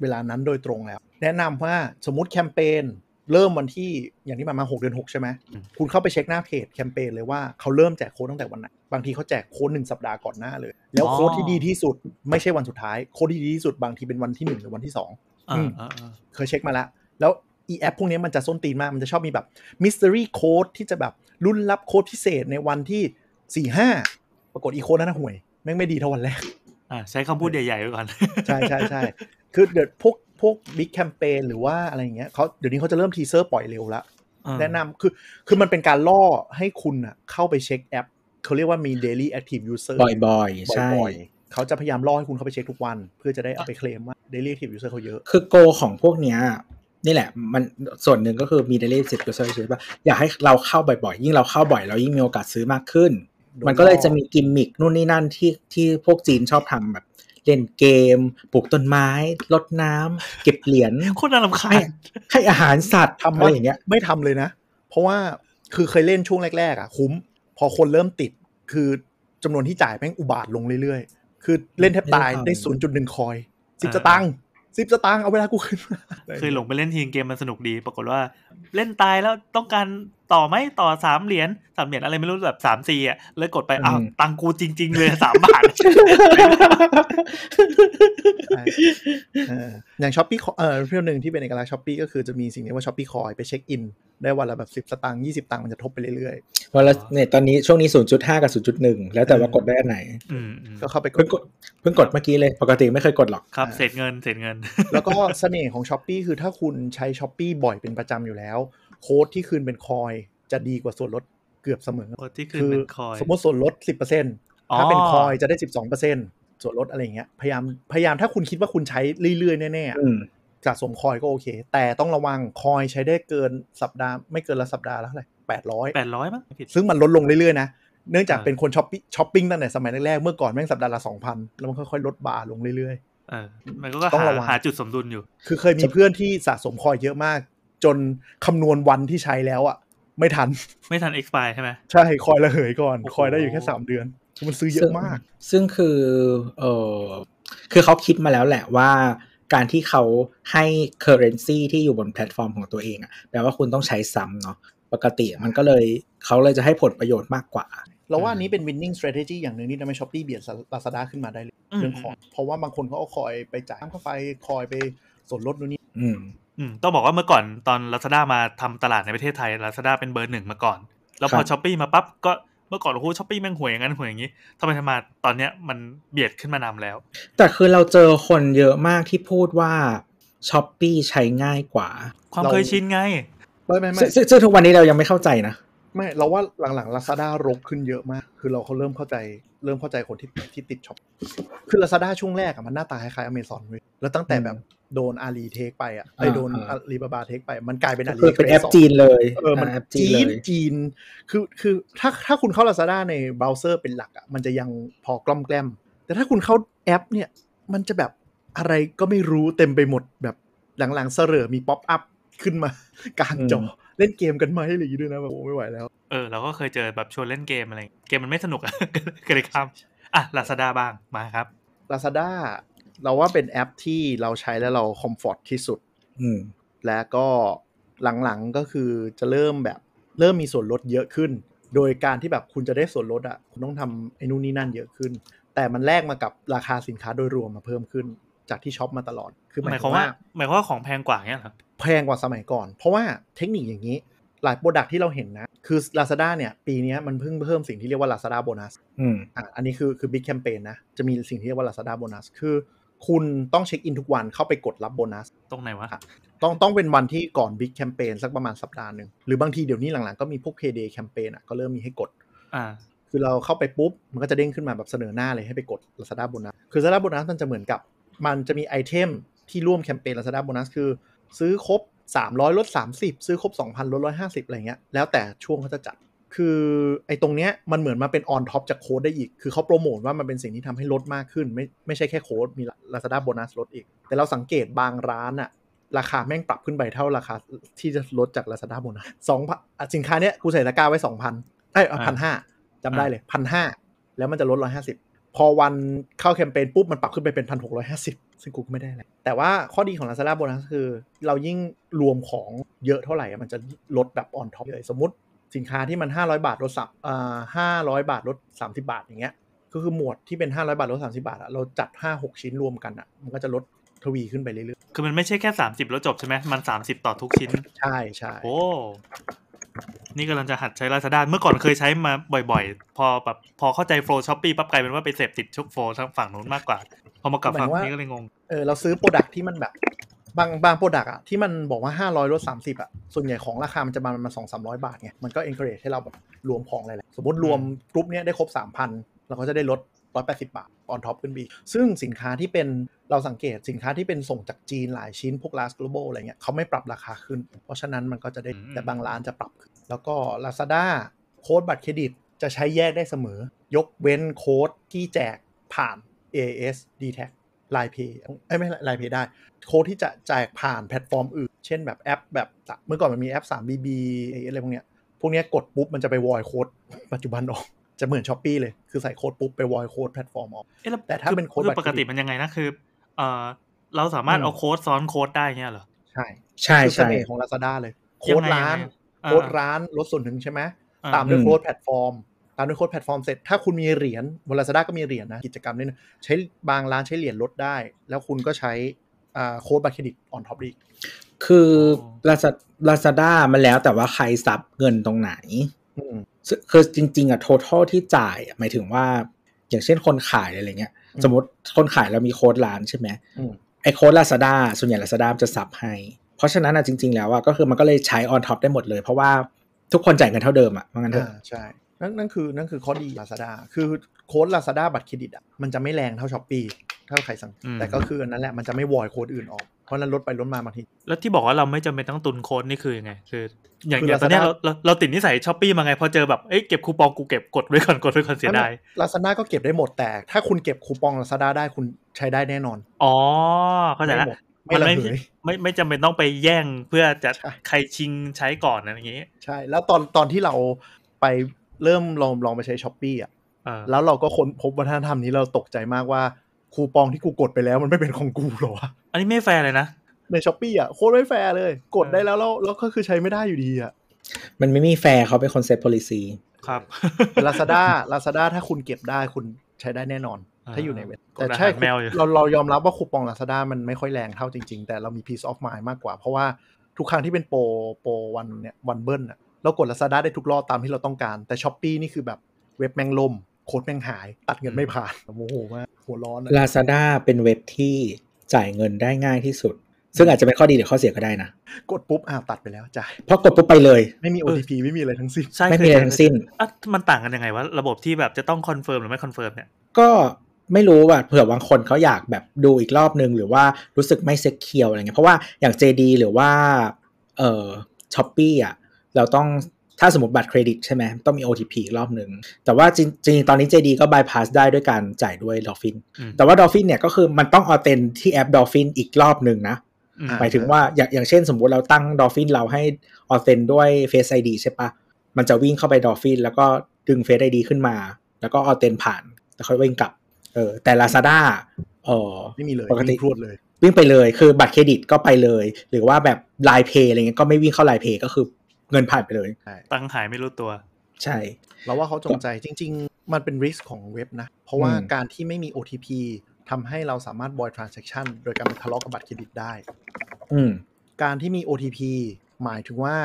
เวลานั้นโดยตรงแล้ว แนะนำว่าสมมติแคมเปญเริ่มวันที่อย่างที่มามาหกเดือนหกใช่ไหม อืม คุณเข้าไปเช็คหน้าเพจแคมเปญเลยว่าเขาเริ่มแจกโค้ดตั้งแต่วันไหนบางทีเขาแจกโค้ดหนึ่งสัปดาห์ก่อนหน้าเลย แล้วโค้ดที่ดีที่สุด ไม่ใช่วันสุดท้ายโค้ดที่ดีที่สุดบางทีเป็นวันที่หนึ่งหรือวันที่สอง อ่า อืม อ่าอ่า เคยเช็คมาแล้ว แล้วอีแอปพวกนี้มันจะส้นตีนมาก มันจะชอบมีแบบมิส t ต r y ี่โค้ดที่จะแบบรุ่นรับโค้ดพิเศษในวันที่ 4 5 ปรากฏอีโค้ดนั้นนะห่วย แม่งไม่ดีเท่าวันแรก อ่าใช้คำพูดใหญ่ๆไว้ก่อน ใช่ใช่ใช่ คือเดี๋ยวพวกพวกบิ๊กแคมเปญหรือว่าอะไรอย่างเงี้ยเขาเดี๋ยวนี้เขาจะเริ่มทีเซอร์ปล่อยเร็วละ แนะนำคือคือมันเป็นการล่อให้คุณอะเข้าไปเช็คแอป เขาเรียกว่ามี daily active user บ่อยๆ ใช่ บ่อยๆเขาจะพยายามล่อให้คุณเข้าไปเช็คทุกวัน เพื่อจะได้เอาไปเคลมว่า daily active user เขาเยอะ คือโกของพวกเนี้ยนี่แหละ มันส่วนหนึ่งก็คือมีเดลิเวอรี่สิทธิ์ใช่ปะอยากให้เราเข้าบ่อยๆ ยิ่งเราเข้าบ่อย เรายิ่งมีโอกาสซื้อมากขึ้น มันก็เลยจะมีกิมมิคนู่นนี่นั่นที่ที่พวกจีนชอบทำแบบ เล่นเกม ปลูกต้นไม้รดน้ำเก็บเห รียญ โคตรน่ารำคา ให้ ญ ให้อาหารสัตว์ ทำ อะไรอย่างเงี้ย ไม่ทำเลยนะ เพราะว่าคือเคยเล่นช่วงแรกๆอ่ะคุ้ม พอคนเริ่มติดคือจำนวนที่จ่ายแม่งอุบาทลงเรื่อยๆ คือเล่นแทบตาย ไม่ได้ ได้ ทำ ศูนย์จุดหนึ่งคอยสิบ อ่า สตางค์สิบสตางค์เอาเวลากูขึ้นมา เคยหลงไปเล่นทีมเกมมันสนุกดี ปรากฏว่าเล่นตายแล้วต้องการต่อไหมต่อสามเหรียญสามเหรียญอะไรไม่รู้แบบสามสี่อ่ะเลยกดไปอ้าว อืม ตังกูจริง ๆ เลย สามบาท เอออย่างช้อปปี้เออเรื่องหนึ่งที่เป็นเอกลักษณ์ช้อปปี้ก็คือจะมีสิ่งนี้ว่าช้อปปี้คอยไปเช็คอิน ได้วันละแบบสิบ10 สตางค์ยี่สิบตังค์มันจะทบไปเรื่อย วันละเนี่ยตอนนี้ช่วงนี้ 0.5 กับ 0.1 แล้วแต่ว่ากดได้อันไหน อืมอืม ๆ ก็เข้าไปก เพิ่ ดง กดเพิ่งกดเมื่อกี้เลย ปกติไม่เคยกดหรอก ครับ อ่า เสร็จเงินเสร็จเงิน แล้วก็เสน่ห์ของ s h อ p e e คือถ้าคุณใช้ s h อ p e e บ่อยเป็นประจำอยู่แล้ว โค้ดที่คืนเป็นคอยจะดีกว่าส่วนลดเกือบเสมอ โค้ดที่คืนเป็นคอย สมมติส่วนลด 10%ถ้าเป็นคอยจะได้ 12%ส่วนลดอะไรอย่างเงี้ยพยายามพยายามถ้าคุณคิดว่าคุณใช้เรื่อยๆ แน่ๆอะ อืม สะสมคอยก็โอเค แต่ต้องระวังคอยใช้ได้เกินสัปดาห์ไม่เกินละสัปดาห์ละเท่าไหร่ แปดร้อยมั้งผิด 800 ซึ่งมันลดลงเรื่อยๆนะเนื่องจาก อ่า เป็นคนช้อปปิ้งช้อปปิ้งตั้งแต่สมัยแรกๆเมื่อก่อนแม่งสัปดาห์ละ2,000แล้วมันค่อยๆลดบาร์ลงเรื่อยๆ เออมันก็ ต้อง หา ระวัง หาจุดสมดุลอยู่ คือเคยมีเพื่อนที่สะสมคอยเยอะมาก จนคำนวณวันที่ใช้แล้วอ่ะ ไม่ทัน ไม่ทัน expire ใช่ไหม ใช่คอยระเหยก่อน โอ้โห คอยได้อยู่แค่สามเดือนคือมันซื้อเยอะมาก ซึ่งคือเออคือเขาคิดมาแล้วแหละว่า การที่เขาให้ currency ที่อยู่บนแพลตฟอร์มของตัวเองอะแปลว่าคุณต้องใช้ซ้ำเนาะปกติมันก็เลยเขาเลยจะให้ผลประโยชน์มากกว่า เราว่าอันนี้เป็น winning strategy อย่างหนึ่งที่ทำให้ช้อปปี้เบียดลาซาด้าขึ้นมาได้เลย อืม เรื่องของ เพราะว่าบางคนเขาเอาคอยไปจ่ายน้ำเข้าไปคอยไปส่วนลดนู่นนี่ อืม อืมต้องบอกว่าเมื่อก่อนตอน Lazada มาทำตลาดในประเทศไทย Lazada เป็นเบอร์หนึ่งมาก่อน แล้วพ ค อ รับ ช้อปปีมาปั๊บก็เมื่อก่อนโอ้โหช้อปปีแม่งห่วยอย่างนั้นห่วยอย่างนี้ทำไมทำมาตอนเนี้ยมันเบียดขึ้นมานำแล้ว แต่คือเราเจอคนเยอะมากที่พูดว่าช้อปปีใช้ง่ายกว่า ความเคยชินไง ไม่ไม่ไม่ ซึ่งซึ่งซึ่งทุกวันนี้เรายังไม่เข้าใจนะ ไม่เราว่าหลังๆลาซาด้ารกขึ้นเยอะมาก คือเราเขาเริ่มเข้าใจเริ่มเข้าใจคนที่ที่ติดช็อปคือลาซาด้าช่วงแรกอะมันหน้าตาคล้ายๆอเมซอนเว้ยแล้วตั้งแต่แบบโดนอาลีเทคไปอะไอโดน อ่า อา อ่า ลีบาบาเทคไปมันกลายเป็นอาลี คือเป็นแอปจีนเลย เออ มัน แอปจี จี นเลย นจีน คือ คือ ถ้า ถ้าคุณเข้า Lazada ในเบราว์เซอร์เป็นหลักอ่ะ มันจะยังพอกล่อมแกล้ม แต่ถ้าคุณเข้าแอปเนี่ย มันจะแบบอะไรก็ไม่รู้เต็มไปหมดแบบหลังๆเสรอมีป๊อปอัพขึ้นมา กลางจอ เล่นเกมกันไหมอะไรอย่างงี้ด้วยนะแบบโอ้ไม่ไหวแล้ว เออเราก็เคยเจอแบบชวนเล่นเกมอะไรอย่างเงี้ยเกมมันไม่สนุกอะ ก็เลยข้ามอ่ะลาซาด้าบ้างมาครับ Lazada เราว่าเป็นแอปที่เราใช้แล้วเราคอมฟอร์ทที่สุด อืม และก็หลังๆก็คือจะเริ่มแบบ เริ่มมีส่วนลดเยอะขึ้น โดยการที่แบบคุณจะได้ส่วนลดอ่ะคุณต้องทำไอ้นู่นนี่นั่นเยอะขึ้น แต่มันแลกมากับราคาสินค้าโดยรวมมาเพิ่มขึ้น จากที่ช็อปมาตลอดคือหมามหาย ยควาวคาม ม ว่า ว่า หมายความว่าของแพงกว่าเงี้ยเหรอ แพงกว่าสมัยก่อน เพราะว่าเทคนิคอย่างนี้ หลายโปรดักที่เราเห็นนะ คือ Lazada เนี่ย ปีเนี้ยมันเพิ่งเพิ่มสิ่งที่เรียกว่า Lazada Bonus อืม อ่ะอันนี้คือคือ Big Campaign นะ จะมีสิ่งที่เรียกว่า Lazada Bonus คือ คุณต้องเช็คอินทุกวันเข้าไปกดรับโบนัส ตรงไหนวะ อ่ะ ต้องต้องเป็นวันที่ก่อน Big Campaign สักประมาณสัปดาห์หนึ่ง หรือบางทีเดี๋ยวนี้หลังๆ ก็มีพวก Payday Campaign อ่ะก็เริ่มมีให้กด อ่า คือเราเข้าไปปุ๊บ มันก็จะเด้งขึ้นมาแบบเสนอหน้าเลยให้ไปกด Lazada Bonus คือ Lazada Bonus มันจะเหมือนกับ มันจะมีไอเทมที่ร่วมแคมเปญ Lazada Bonus คือ ซื้อครบ 300 ลด 30 ซื้อครบ 2,000 ลด 150 อะไรเงี้ย แล้วแต่ช่วงเขาจะจัด คือไอตรงเนี้ยมันเหมือนมาเป็นออนท็อปจากโค้ดได้อีก คือเขาโปรโมทว่ามันเป็นสิ่งที่ทำให้ลดมากขึ้น ไม่ไม่ใช่แค่โค้ดมี Lazada Bonus ลดอีก แต่เราสังเกตบางร้านอะราคาแม่งปรับขึ้นไปเท่าราคาที่จะลดจาก Lazada Bonus สองพันอ่ะสินค้าเนี้ยกูใส่ตะกร้าไว้2,000เอ้ยพันห้า จำได้เลยพันห้าแล้วมันจะลดร้อยห้าสิบพอวันเข้าแคมเปญปุ๊บ มันปรับขึ้นไปเป็นพันหกร้อยห้าสิบซึ่งกูก็ไม่ได้อะไรแต่ว่าข้อดีของ Lazada โบนัสคือ เรายิ่งรวมของเยอะเท่าไหร่อะมันจะลดแบบออนท็อปเลย สมมติสินค้าที่มัน 500 บาทลดสับอ่าห้าร้อยบาทลด 30 บาทอย่างเงี้ยก็คือหมวดที่เป็น 500 บาทลด 30 บาทอะเราจัด 5-6 ชิ้นรวมกันอะมันก็จะลดทวีขึ้นไปเรื่อย คือมันไม่ใช่แค่สามสิบแล้วจบใช่ไหมมันสามสิบต่อทุกชิ้น ๆใช่ใช่ โอ้ นี่กำลังจะหัดใช้ Lazada เมื่อก่อนเคยใช้มาบ่อยๆ พอแบบพอเข้าใจโฟล์ช้อปปี้ปั๊บกลายเป็นว่าไปเสพติดชุกโฟล์ทางฝั่งนู้นมากกว่า พอมากลับฝั่งนี้ก็เลยงง เออเราซื้อโปรดักที่มันแบบบางบางโปรดักอะที่มันบอกว่า 500ลด30อะส่วนใหญ่ของราคามันจะประมาณสองสามร้อยบาทไงมันก็ encourage ให้เราแบบรวมของหลายๆสมมติรวมกรุ๊ปเนี้ยได้ครบ 3,000 เราก็จะได้ลด 180 บาท on top ขึ้นไปอีกซึ่งสินค้าที่เป็นเราสังเกตสินค้าที่เป็นส่งจากจีนหลายชิ้นพวก last global อะไรเงี้ยเขาไม่ปรับราคาขึ้น เพราะฉะนั้นมันก็จะได้ อืม แต่บางร้านจะปรับขึ้น แล้วก็ Lazada โค้ดบัตรเครดิตจะใช้แยกได้เสมอ ยกเว้นโค้ดที่แจกผ่าน AS d t a c Line Pay เอ้ยไม่ Line Pay ได้ โค้ดที่จะแจกผ่านแพลตฟอร์มอื่น เช่นแบบแอปแบบเมื่อก่อนมันมีแอป 3BB เอ้ยอะไรพวกเนี้ย พวกเนี้ยกดปุ๊บมันจะไปวอยโค้ด ปัจจุบันออก จะเหมือนช้อปปีเลย คือใส่โค้ดปุ๊บไปวอยโค้ดแพลตฟอร์มออก เอ๊ะล้ว แต่ถ้าเป็นโค้ด อ บัตร ปกติมันยังไงนะคือเออเราสามารถ อืม เอาโค้ดซ้อนโค้ดได้เงี้ยเหรอ ใช่ ใช่ คือเส ใช่ น่ห์ของ Lazada เลย โค้ด ยังไง ร้าน ยังไง โค้ดร้านลดส่วนหนึ่งใช่ไหม อ่ ตามด้วยโค้ดแพลตฟอร์ม ตามด้วยโค้ดแพลตฟอร์มเสร็จ ถ้าคุณมีเหรียญบนลาซาด้าก็มีเหรียญนะ กิจกรรมนี่นะใช้บางร้านใช้เหรียญลดได้ แล้วคุณก็ใช้อ่าโค้ดบัตรเครดิตออนท็อปอีก คือลาซาลาซาด้ามันแล้วแต่ว่าใครซับเงินตรงไหน อืม ซึ่งคือจริงๆอะ total ที่จ่ายอะหมายถึงว่า อย่างเช่นคนขายอะไรเงี้ย อืม สมมติคนขายเรามีโค้ดร้านใช่ไหม อืม ไอโค้ด Lazada ส่วนใหญ่ Lazada มันจะซับให้ เพราะฉะนั้นอะจริง ๆ แล้วอะก็คือมันก็เลยใช้ on top ได้หมดเลย เพราะว่าทุกคนจ่ายเงินเท่าเดิมอะว่างั้นเถอะ อ่าใช่ นั่นนั่นคือนั่นคือข้อดีลาซาด้าคือโค้ดลาซาด้าบัตรเครดิตอ่ะ มันจะไม่แรงเท่าช้อปปีถ้าใครสั่ง อืม แต่ก็คืออันนั้นแหละ มันจะไม่วอยโค้ดอื่นออก เพราะฉะนั้นลดไปลดมาบางที แล้วที่บอกว่าเราไม่จำเป็นต้องตุนโค้ดนี่คือยังไง คือ อย่าง คือ อย่างตอนเนี้ย Lazada เราเราเราติดนิสัยช้อปปี้มาไงพอเจอแบบเอ้ยเก็บคูปองกูเก็บกดไว้ก่อนกดไว้ก่อนเสียดาย ลาซาด้าก็เก็บได้หมด แต่ถ้าคุณเก็บคูปองลาซาด้าได้คุณใช้ได้แน่นอน อ๋อเข้าใจ ไม่ ละมัหมดไม่ระ ไม่ เหย ไม่ไม่จำเป็นต้องไปแย่งเพื่อจะ ใช่ ใครชิงใช้ก่อนอะไรอย่างงี้ ใช่ แล้วตอนตอนที่เราไปเริ่มลองลองไปใช้ช้อปปี้อ่ะ เออ แล้วเราก็ค้นพบวัฒนธรรมนี้เราตกใจมากว่าคูปองที่กูกดไปแล้วมันไม่เป็นของกูเหรอวะ อันนี้ไม่แฟร์เลยนะ ในช้อปปี้อ่ะโคตรไม่แฟร์เลย กดได้แล้วแล้วแล้วก็คือใช้ไม่ได้อยู่ดีอ่ะ มันไม่มีแฟร์เขาเป็นคนเซต policy ครับ ลาซาด้าลาซาด้าถ้าคุณเก็บได้คุณใช้ได้แน่นอน ถ้าอยู่ในเว็บ กด แต่รใช่หัสแมวอยู่ เราเรายอมรับว่าคูปองลาซาด้ามันไม่ค่อยแรงเท่าจริง ๆ แต่เรามี peace of mind มากกว่า เพราะว่าทุกครั้งที่เป็นโปรโปรวันเนี่ยวันเบิ้ลอ่ะเรากดลาซาด้าได้ทุกรอบตามที่เราต้องการแต่ช้อปปีนี่คือแบบเว็บแม่งล่มโค้ดแม่งหาย ตัดเงินไม่ผ่านโมโหมากหัวร้อนอะ Lazada เป็นเว็บที่จ่ายเงินได้ง่ายที่สุด ซึ่งอาจจะเป็นข้อดีหรือข้อเสียก็ได้นะ กดปุ๊บอ้าวตัดไปแล้วจ่าย เพราะกดปุ๊บไปเลย ไม่มี เออ OTP ไม่มีอะไรทั้งสิ้น ใช่ ไม่มีอะไรทั้งสิ้น อ่ะมันต่างกันยังไงวะระบบที่แบบจะต้องคอนเฟิร์มหรือไม่คอนเฟิร์มเนี่ย ก็ไม่รู้ว่าเผื่อบางคนเขาอยากแบบดูอีกรอบนึง หรือว่ารู้สึกไม่เซ็กเคียวอะไรเงี้ยเพราะว่าอย่าง JD หรือว่าเอ่อช้อปปี้อ่ะเราต้องถ้าสมมติบัตรเครดิตใช่ไหมต้องมี OTP อีกรอบนึง แต่ว่าจริงจริงๆตอนนี้ JD ก็บายพาสได้ด้วยการจ่ายด้วย Dolphin อืม แต่ว่า Dolphin เนี่ยก็คือมันต้องเอาเต็นที่แอป Dolphin อีกรอบนึงนะ อืม อ่ะ หมายถึงว่าอย่างอย่างเช่นสมมุติเราตั้งดอ l ฟินเราให้ออเซนด้วย Face ID ใช่ปะมันจะวิ่งเข้าไปดอ l ฟินแล้วก็ดึง Face ID ขึ้นมา แล้วก็ออเซนผ่าน แล้วค่อยวิ่งกลับเออแต่ Lazada เออ ไม่มีเลย ปกติ ไม่มีพรวดเลย วิ่งไปเลยคือบัตรเครดิตก็ไปเลย หรือว่าแบบ Line Pay อะไรเงี้ยก็ไม่วิ่งเข้า Line Pay ก็คือ เงินผ่านไปเลย ตังค์หายไม่รู้ตัว ใช่ เราว่าเขาจงใจจริง ๆ มันเป็น risk ของเว็บนะ เพราะว่า อืม การที่ไม่มี OTP ทำให้เราสามารถ void transaction โดยการไปทะเลาะกับบัตรเครดิตได้ อืม การที่มี OTP หมายถึงว่า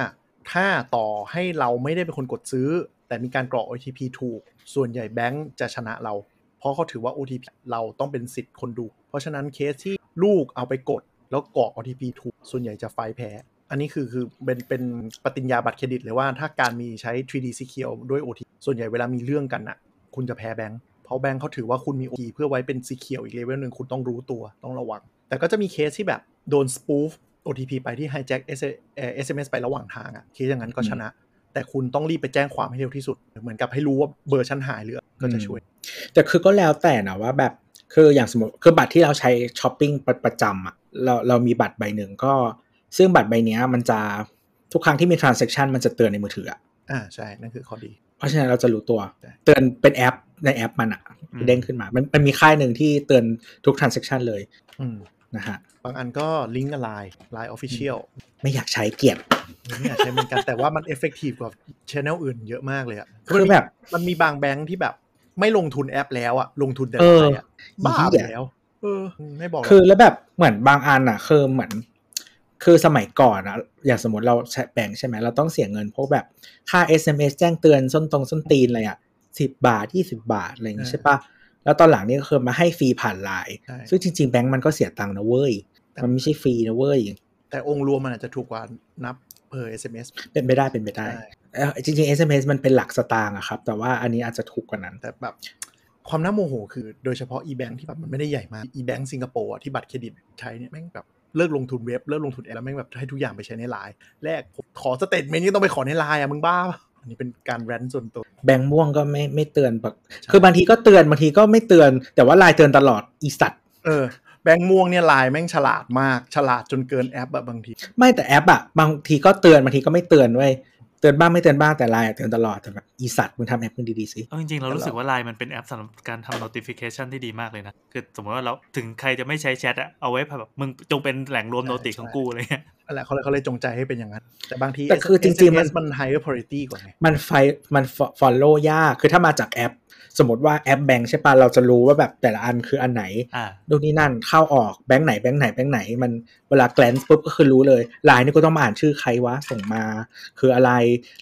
ถ้าต่อให้เราไม่ได้เป็นคนกดซื้อ แต่มีการกรอก OTP ถูก ส่วนใหญ่แบงก์จะชนะเรา เพราะเขาถือว่า OTP เราต้องเป็นสิทธิ์คนดู เพราะฉะนั้นเคสที่ลูกเอาไปกด แล้วกรอก OTP ถูก ส่วนใหญ่จะไฟล์แพ้ อันนี้คือคือเป็นเป็นปฏิญญาบัตรเครดิตเลยว่าถ้าการมีใช้ 3D Secure ด้วย OTP ส่วนใหญ่เวลามีเรื่องกันน่ะ คุณจะแพ้แบงค์เพราะแบงค์เขาถือว่าคุณมี OTP เพื่อไว้เป็น Secure อีกเลเวลหนึ่งคุณต้องรู้ตัวต้องระวัง แต่ก็จะมีเคสที่แบบโดน spoof OTP ไปที่ hijack S- เอ่อ SMS ไประหว่างทางอะเคสอย่างนั้นก็ชนะ แต่คุณต้องรีบไปแจ้งความให้เร็วที่สุด เหมือนกับให้รู้ว่าเบอร์ฉันหายหรือก็จะช่วย แต่คือก็แล้วแต่นะว่าแบบคืออย่างสมมติคือบัตรที่เราใช้ช้อปปิ้งประประจำอะเราเรามีบัตรใบหนึ่งก็ ซึ่งบัตรใบเนี้ยมันจะทุกครั้งที่มี transaction มันจะเตือนในมือถืออะ อ่าใช่ นั่นคือข้อดี เพราะฉะนั้นเราจะรู้ตัว ใช่ เตือนเป็นแอปในแอปมันอะ อืม เด้งขึ้นมา มันมันมีค่ายหนึ่งที่เตือนทุก transaction เลย อืม นะฮะ บางอันก็ลิงก์กับไลน์ไลน์ Official ไม่อยากใช้เกลียด ไม่อยากใช้เหมือนกัน แต่ว่ามัน Effective กว่า Channel อื่นเยอะมากเลยอะ คือแบบ มันมีบางแบงค์ที่แบบไม่ลงทุนแอปแล้วอะลงทุนแต่ เอ ไล อ น์อะบ้า อีเหี้ ไป ย แล้วเออไม่บอกหรอก คือแล้วแบบเหมือนบางอันอ่ะคือเหมือนคือสมัยก่อนอะอย่างสมมติเราใช้แบงค์ใช่ไหมเราต้องเสียเงินพวกแบบค่า SMS แจ้งเตือนส้นตรงส้นตีนอะไรอ่ะสิบาทยี่สิบาทอะไรอย่างงี้ใช่ปะแล้วตอนหลังนี่ก็คือมาให้ฟรีผ่านไลน์ ใช่ ซึ่งจริงๆแบงค์มันก็เสียตังค์นะเว้ย มันไม่ใช่ฟรีนะเว้ย แต่องค์รวมมันอาจจะถูกกว่านับ per SMS เป็นไปได้เป็นไปได้ ใช่ เอ่อจริงๆ SMS มันเป็นหลักสตางค์อะครับ แต่ว่าอันนี้อาจจะถูกกว่านั้น แต่แบบความน่าโมโหคือโดยเฉพาะ e-bank ที่แบบมันไม่ได้ใหญ่มาก e-bank สิงคโปร์อะที่บัตรเครดิตใช้เนี่ยแม่งแบบเลิกลงทุนเว็บเลิกลงทุนแอปแล้วแม่งแบบให้ทุกอย่างไปใช้ในไลน์แรกผมขอสเตทเมนต์ก็ต้องไปขอในไลน์อ่ะมึงบ้าปะอันนี้เป็นการแรนส่วนตัว แบงค์ม่วงก็ไม่ไม่เตือนแบบคือบางทีก็เตือนบางทีก็ไม่เตือน แต่ว่าไลน์เตือนตลอดอีสัตว์ เออ แบงค์ม่วงเนี่ยไลน์แม่งฉลาดมากฉลาดจนเกินแอปอะบางที ไม่แต่แอปอะบางทีก็เตือนบางทีก็ไม่เตือนเว้ยเตือนบ้างไม่เตือนบ้างแต่ไลน์อะเตือนตลอดแต่แบบอีสัตว์มึงทำแอปมึงดีๆสิ เอาจริงๆ เรารู้สึกว่าไลน์มันเป็นแอปสำหรับการทำ notification ที่ดีมากเลยนะ คือสมมติว่าเราถึงใครจะไม่ใช้แชทอะเอาไว้แบบมึงจงเป็นแหล่งรวมโนติของกูอะไรเงี้ย นั่นแหละเขาเลยเขาเลยจงใจให้เป็นอย่างนั้น แต่บางที แต่คือจริงๆมัน SMS มัน higher priority กว่าไง มันไฟมันฟอลโล่ยากคือถ้ามาจากแอป สมมติว่าแอปแบงค์ใช่ปะเราจะรู้ว่าแบบแต่ละอันคืออันไหน อ่า ดูนนี่นั่นเข้าออกแบงค์ไหนแบงค์ไหนแบงค์ไหนมันเวลาแกลนปุ๊บก็คือรู้เลยไลน์นี่ก็ต้องมาอ่านชื่อใครวะส่งมา คืออะไร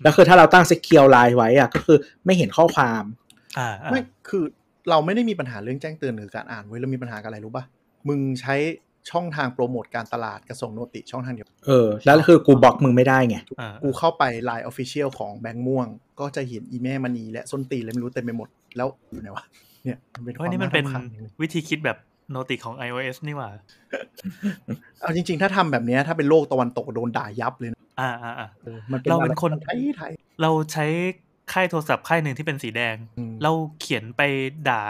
แล้วคือถ้าเราตั้งสกิลไลน์ไว้อะก็คือไม่เห็นข้อความ อ่าอ่า ไม่คือเราไม่ได้มีปัญหาเรื่องแจ้งเตือนหรือการอ่านเว้ยเรามีปัญหากับอะไรรู้ป่ะมึงใช้ช่องทางโปรโมทการตลาดกระส่งโนติช่องทางเดียว เออ แล้วคือกูบล็อกมึงไม่ได้ไง อ่า กูเข้าไป Line Official ของแบงค์ม่วง ก็จะเห็นอีแม่มณีและส้นตีนอะไรไม่รู้เต็มไปหมด แล้วอยู่ไหนวะ เนี่ยมันเป็นค เฮ้ วาย ม นี่มันเป็น ารำคาญอย่างหง วิธีคิดแบบโนติของ iOS นี่หว่า เอาจริง ๆ ถ้าทำแบบเนี้ยถ้าเป็นโลกตะวันตกโดนด่ายับเลยนะ อ่าอ่าอ่า เออมันเป็น เราเป็นคน ไทยไทย เราใช้ค่ายโทรศัพท์ค่ายหนึ่งที่เป็นสีแดง ๆอืม เราเขียนไปด่า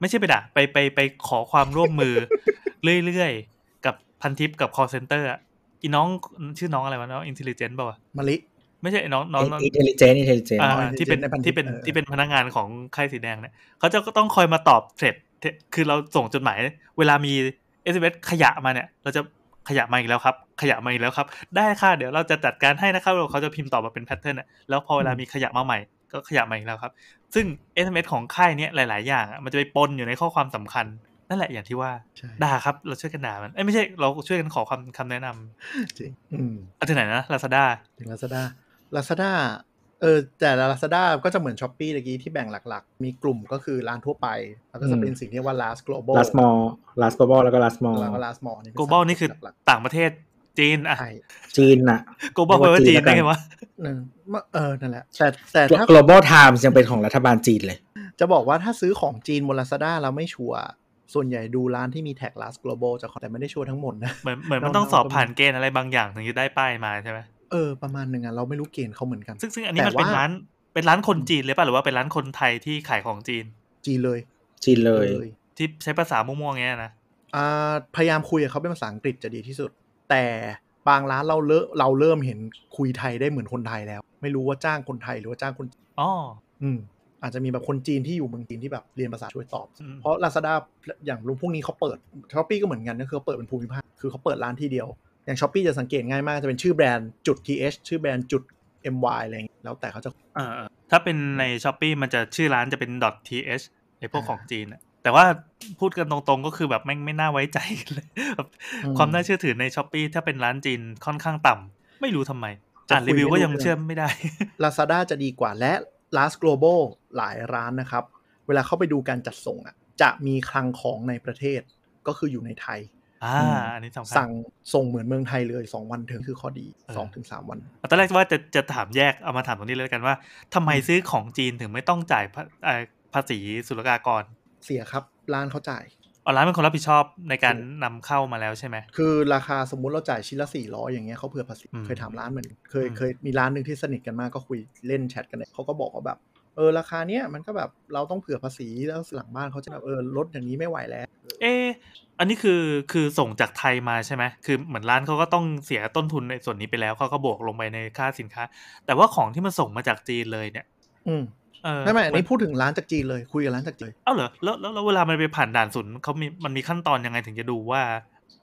ไม่ใช่ไปด่า ไปไปไปขอความร่วมมือ เรื่อยๆ กับพันทิปกับ call center อะอีน้องชื่อน้องอะไรวะน้อง intelligent ป่าวะ มะลิ ไม่ใช่ไอ้น้องน้องน้อง อินเทลเจนอินเทลเจน อ่า อ๋อ intelligent ที่เป็น ในพันทิป ที่เป็น เออ ที่เป็นพนักงานของค่ายสีแดงเนี่ยเขาจะก็ต้องคอยมาตอบเทรดเทรดคือเราส่งจดหมาย เวลามี s อ s ขยะมาเนี่ย เราจะขยะมาอีกแล้วครับ ขยะมาอีกแล้วครับ ได้ค่ะ เดี๋ยวเราจะจัดการให้นะครับเขาจะพิมพ์ตอบมาเป็นแพทเทิร์นน่ะแล้วพอเวลามีขยะมาใหม่ ก็ขยะมาอีกแล้วครับ ซึ่ง SMS ของค่ายเนี้ยหลาย ๆ อย่างอะมันจะไปปนอยู่ในข้อความสำคัญ นั่นแหละอย่างที่ว่า ใช่ ด่าครับเราช่วยกันด่ามันเอ้ยไม่ใช่เราช่วยกันขอคำคำแนะนำ จริงอืม เอาที่ไหนนะ Lazada ถึง Lazada Lazada เออแต่ละ Lazada ก็จะเหมือน s h อ p e e ตะกี้ที่แบ่งหลักๆ มีกลุ่มก็คือร้านทั่วไป แล้วก็จะเป็น อืม สิ่งที่เรียกว่า last global ลาสมอลลาส o บอลแล้วก็ลาสมอล แล้วก็ last mall นี่เป็น global สาม นี่คือ หลัก ต่างประเทศจีน ๆ อะ ใช่ จีนน่ะ กูบอกไปว่าจีนได้ไงวะ เออมะเออ นั่นแหละ แต่แต่ถ้า global times ยังเป็นของรัฐบาลจีนเลย จะบอกว่าถ้าซื้อของจีนบน Lazada เราไม่ชัวร์ส่วนใหญ่ดูร้านที่มีแท็ก last global จะขอแต่ไม่ได้ชัวร์ทั้งหมดนะ เหมือนเหมือนมัน น้องๆ ต้องสอบ ก็มี ผ่านเกณฑ์อะไรบางอย่างถึงจะได้ป้ายมาใช่ไหม เออ ประมาณหนึ่งอ่ะ เราไม่รู้เกณฑ์เขาเหมือนกัน ซึ่งซึ่งอันนี้ แต่ มันเป็น ว่า ร้านเป็นร้านคนจีนเลยป่ะหรือว่าเป็นร้านคนไทยที่ขายของจีน จีนเลย จีนเลย ที่ใช้ภาษามั่วๆเงี้ยนะ อ่าพยายามคุยกับเขาเป็นภาษาอังกฤษจะดีที่สุด แต่บางร้านเราเลอะเราเริ่มเห็นคุยไทยได้เหมือนคนไทยแล้ว ไม่รู้ว่าจ้างคนไทยหรือว่าจ้างคนจีน อ๋อ อืมอาจจะมีแบบคนจีนที่อยู่เมืองจีนที่แบบเรียนภาษาช่วยตอบ อืม เพราะ Lazada อย่างพวกนี้เขาเปิดช้อปปีก็เหมือนกันก็คือเขาเปิดเป็นภูมิภาค คือเขาเปิดร้านที่เดียว อย่างช้อปปีจะสังเกตง่ายมากจะเป็นชื่อแบรนด์จุด th ชื่อแบรนด์จุด MY อะไรอย่างเงี้ยแล้วแต่เขาจะ เออเออถ้าเป็นใน s h อ p e e มันจะชื่อร้านจะเป็น .th ไอพวกของจีนอะแต่ว่าพูดกันตรงๆก็คือแบบแม่งไม่น่าไว้ใจเลยแบบ อืม ความน่าเชื่อถือใน s h อ p e e ถ้าเป็นร้านจีนค่อนข้างต่ำไม่รู้ทำไม จะ อ่านรีวิว คุยไม่ ก็ รู้ ยัง เรื่อง เชื่อไม่ได้ Lazada จะดีกว่าและ Last Global หลายร้านนะครับ เวลาเข้าไปดูการจัดส่งอ่ะจะมีคลังของในประเทศก็คืออยู่ในไทย อ่า อืม อันนี้สำคัญ สั่งส่งเหมือนเมืองไทยเลย 2 วันถึงคือข้อดี เออ 2-3ถึงสามวัน ตอนแรกว่าจะจะถามแยกเอามาถามตรงนี้เลยแล้วกันว่าทำไมซื้อของจีนถึงไม่ต้องจ่ายภาเอ่อภาษีศุลกากร เสียครับ ร้านเขาจ่าย ออนไลน์เป็นคนรับผิดชอบในการนำเข้ามาแล้วใช่ไหม คือราคาสมมุติเราจ่ายชิ้นละสี่ร้อยอย่างเงี้ยเขาเผื่อภาษี อืม เคยถามร้านเหมือนเคย อืม เคยมีร้านหนึ่งที่สนิทกันมากก็คุยเล่นแชทกันเนี่ยเขาก็บอกว่าแบบเออราคาเนี้ยมันก็แบบเราต้องเผื่อภาษีแล้วหลังบ้านเขาจะแบบเออลดอย่างนี้ไม่ไหวแล้ว เอออันนี้คือคือส่งจากไทยมาใช่ไหมคือเหมือนร้านเขาก็ต้องเสียต้นทุนในส่วนนี้ไปแล้วเขาก็บวกลงไปในค่าสินค้า แต่ว่าของที่มันส่งมาจากจีนเลยเนี่ย อืม เออ ไม่ไม่อันนี้พูดถึงร้านจากจีนเลยคุยกับร้านจากจีน เอ้าเหรอแล้วแล้วแล้วเวลามันไปผ่านด่านศูนย์เขามีมันมีขั้นตอนยังไงถึงจะดูว่า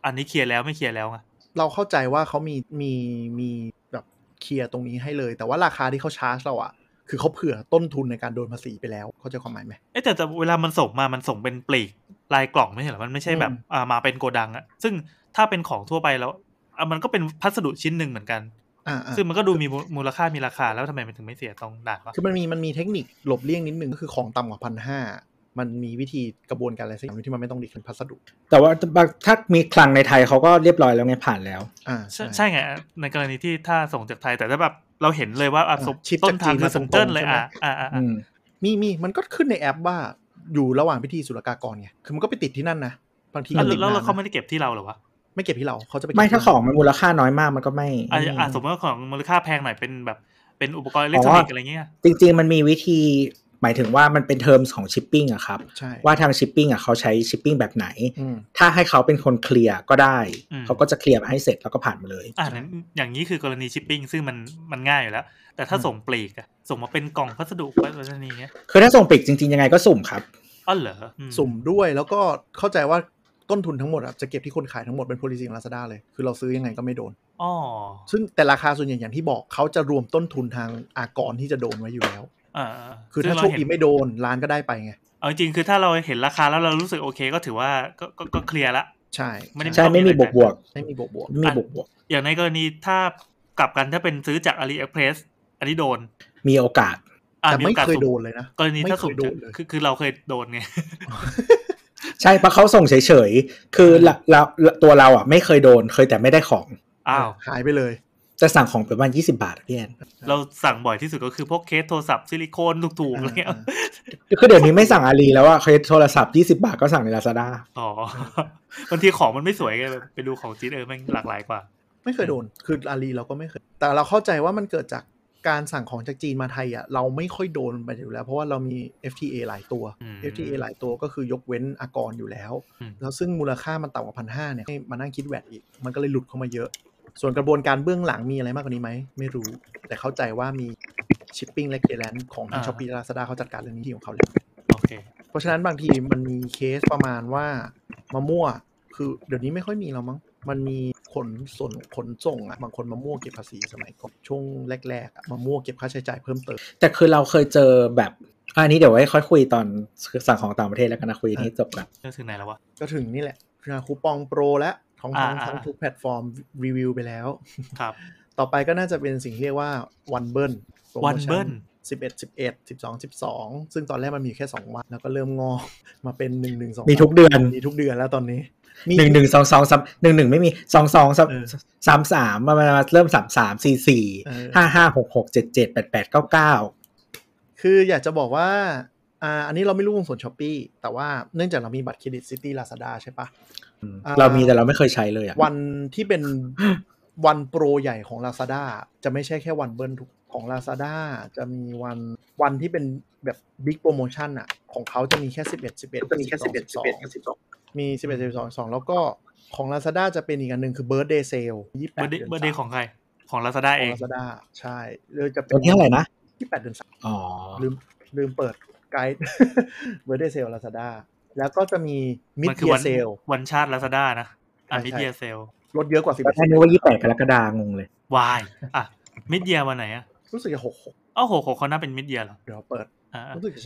อันนี้เคลียร์แล้วไม่เคลียร์แล้วไง เราเข้าใจว่าเขามีมีมีแบบเคลียร์ตรงนี้ให้เลย แต่ว่าราคาที่เขาชาร์จเราอะคือเขาเผื่อต้นทุนในการโดนภาษีไปแล้วเข้าใจความหมายไหม เอยแต่แต่เวลามันส่งมามันส่งเป็นปลีกลายกล่องไม่ใช่เหรอมันไม่ใช่แบบ อืม อ่ามาเป็นโกดังอะซึ่งถ้าเป็นของทั่วไปแล้วอ่ะมันก็เป็นพัสดุชิ้นหนึ่งเหมือนกัน อ่าอ่า ซึ่งมันก็ดูมีมูมูลค่ามีราคาแล้วทำไมมันถึงไม่เสียตรงด่านวะ คือมันมีมันมีเทคนิคหลบเลี่ยงนิดนึงก็คือของต่ำกว่าพันห้ามันมีวิธีกระบวนการอะไรสักอย่างที่มันไม่ต้องดีคันพัสดุ แต่ว่าบางถ้ามีคลังในไทยเขาก็เรียบร้อยแล้วไงผ่านแล้ว อ่า ใช่ใช่ไงในกรณีที่ถ้าส่งจากไทยแต่ถ้าแบบเราเห็นเลยว่าอ่ะ อ่า สม ชิป ต้ จาก น จี ทาง น คื มา อ ส่ ส่ ง งเจิ้น ตรง เลย ใช่ไหม อ่ะอ่ะอ่ะ อื อ่ะ ม มีมีมันก็ขึ้นในแอปว่าอยู่ระหว่างพิธีศุลกากรไงคือมันก็ไปติดที่นั่นนะบางที อ่ะ ก็ติด แล้ว นาน แล้วเขา นะ ไม่ได้เก็บที่เราเหรอวะ ไม่เก็บที่เราเขาจะไปเก็บ ไม่ถ้าขที่เรา องมันมูลค่าน้อยมากมันก็ไม่ อ่ะ ไม่ อ่ะสมมติว่าของมูลค่าแพงหน่อยเป็นแบบเป็นอุปกรณ์อิเล็กทรอนิกส์อะไรเงี้ย จริงๆ มันมีวิธีหมายถึงว่ามันเป็นเทอมของชิปปิ้งอะครับ ใช่ ว่าทางชิปปิ้งอะเขาใช้ชิปปิ้งแบบไหน อืม ถ้าให้เขาเป็นคนเคลียร์ก็ได้ เขาก็จะเคลียร์มาให้เสร็จแล้วก็ผ่านมาเลย อ่ะนั้นอย่างนี้คือกรณีชิปปิ้งซึ่งมันมันง่ายอยู่แล้ว แต่ถ้า อืม ส่งปลีกอะส่งมาเป็นกล่องพัสดุไปรษณีย์เงี้ย คือถ้าส่งปิดจริงๆ ยังไงก็สุ่มครับ อ๋อเหรออื สุ่มด้วยแล้วก็เข้าใจว่าต้นทุนทั้งหมดอะจะเก็บที่คนขายทั้งหมดเป็น policy ของ Lazada เลยคือเราซื้อยังไงก็ไม่โดน อ๋อ ซึ่งแต่ราคาส่วนใหญ่อย่างที่บอกเขาจะรวมต้นทุนทางอากรที่จะโดนไว้อยู่แล้ว อ่า คือถ้าโชคดีไม่โดนร้านก็ได้ไปไง เอาจริงๆคือถ้าเราเห็นราคาแล้วเรารู้สึกโอเคก็ถือว่าก็ก็ก็เคลียร์ละ ใช่ ไม่ได้ ใช่ไม่มีบวกบวก ไม่มีบวกบวก ไม่มีบวกบวก อย่างในกรณีถ้ากลับกันถ้าเป็นซื้อจาก AliExpress อันนี้โดน มีโอกาส อ่ะ แต่ไม่ โอกาส เคย สุ่ โดนเลยนะ กรณีถ้าสูง ไม่เคยโดนเลย คือคือเราเคยโดนไง ใช่เพราะเขาส่งเฉยๆ คือละละละตัวเราอ่ะไม่เคยโดนเคยแต่ไม่ได้ของ อ้าว หายไปเลย จะสั่งของประมาณ20 บาทอะพี่แอน เราสั่งบ่อยที่สุดก็คือพวกเคสโทรศัพท์ซิลิโคนถูกๆ อ่า อะไรเงี้ย คือเดี๋ยวนี้ไม่สั่งอาลีแล้วอ่ะเคยโทรศัพท์ 20 บาทก็สั่งใน Lazada อ๋ อบางทีของมันไม่สวยไงแบบไปดูของจีนเออแมันหลากหลายกว่า ไม่เคยโดน คืออาลีเราก็ไม่เคย แต่เราเข้าใจว่ามันเกิดจากการสั่งของจากจีนมาไทยอ่ะ เราไม่ค่อยโดนไปอยู่แล้ว เพราะว่าเรามี FTA หลายตัว อืม FTA หลายตัวก็คือยกเว้นอากรอยู่แล้ว อืม แล้วซึ่งมูลค่ามันต่ำกว่าพันห้าเนี่ยให้มานั่งคิดแวดอีก มันก็เลยหลุดเข้ามาเยอะ ส่วนกระบวนการเบื้องหลังมีอะไรมากกว่านี้ไหม ไม่รู้ แต่เข้าใจว่ามีชิปปิ้งและเคแลนของทาง อ่า ช้อปปี้และลาซาด้าเขาจัดการเรื่องนี้ที่ของเขาแล้ว โอเค เพราะฉะนั้นบางทีมันมีเคสประมาณว่ามะม่วคือเดี๋ยวนี้ไม่ค่อยมีแล้วมั้ง มันมีขนส่งขนส่งอ่ะบางคนมะม่วเก็บภาษีสมัยก่อนช่วงแรกๆอะมะม่วเก็บค่าใช้จ่ายเพิ่มเติม แต่คือเราเคยเจอแบบอันนี้เดี๋ยวไว้ค่อยคุยตอนสั่งของต่างประเทศแล้วกันนะคุยนี้จบก่อน เรื่องถึงไหนแล้ววะ ก็ถึงนี่แหละคือคูปองโปรและของทาง อ่าๆ ทั้งทุกแพลตฟอร์มรีวิวไปแล้ว ครับ ต่อไปก็น่าจะเป็นสิ่งที่เรียกว่าวันเบิ n ล One Burn สิบเอ็ดสิบเอ็ดสิบสองสิบสองซึ่งตอนแรกมันมีอยู่แค่สองวันแล้วก็เริ่มงอกมาเป็นหนึ่งหนึ่งสอง มีทุกเดือน มีทุกเดือนแล้วตอนนี้ หนึ่งหนึ่งสองสองสามหนึ่งหนึ่งไม่มีสองสองสาม เออ สามสามมามามาเริ่มสามสามสี่สี่ เออ ห้าห้าหกหกเจ็ดเจ็ดแปดแปดเก้าเก้า คืออยากจะบอกว่า อ่า อันนี้เราไม่รู้วงส่วนช้อปปีแต่ว่าเนื่องจากเรามีบัตรเครดิตซิตี้ลาซาด้าใช่ปะ อ่า เรามีแต่เราไม่เคยใช้เลยอ่ะ วันที่เป็นวันโปรใหญ่ของ Lazada จะไม่ใช่แค่วันเบิร์นทุกของ Lazada จะมีวันวันที่เป็นแบบบิ๊กโปรโมชั่นอ่ะ ของเขาจะมีแค่ 11 11จะมีแค่11 11 12มี 11 12 12 แล้วก็ของ Lazada จะเป็นอีกอันหนึ่งคือ Birthday Sale 28 เบอร์เดย์ ดือน เบอร์เดย์ สาม ของใคร ของ Lazada ข เอ อง ง Lazada ใช่เลยจะเป็ วัน น ที่เท่าไหร่นะ 28เดือน อ๋อ ลืมลืมเปิดไก ด์ เบอร์เดเซลลาซาด้าแล้วก็จะมีมิด มัคื เ e ีย วั เซล วันชาติ Lazada นะอ่ะ ใช่ มิด ใช่ เดียเซล ลดเยอะกว่าสิบ แล้วแค่นี้ว่ายี่แปดกรกฎางงเลย วายอ่ะมิดเดียวันไหนอ่ะ รู้สึกจะหกหก เอ้าโหโหเขาน่าเป็นมิดเยียเหรอ เดี๋ยวเปิด อ่า รู้สึกจะ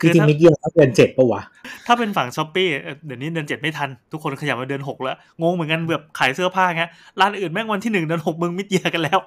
คือ ใช่ จริง ถ้า ๆมิดเยียร์เดือนเจ็ดปะวะ ถ้าเป็นฝั่งช้อปปี้เดี๋ยวนี้เดือนเจ็ดไม่ทัน ทุกคนขยับมาเดือนหกแล้ว งงเหมือนกันแบบขายเสื้อผ้าเงี้ยร้านอื่นแม่งวันที่หนึ่งเดือนหกมึงมิดเยียกัน แล้ว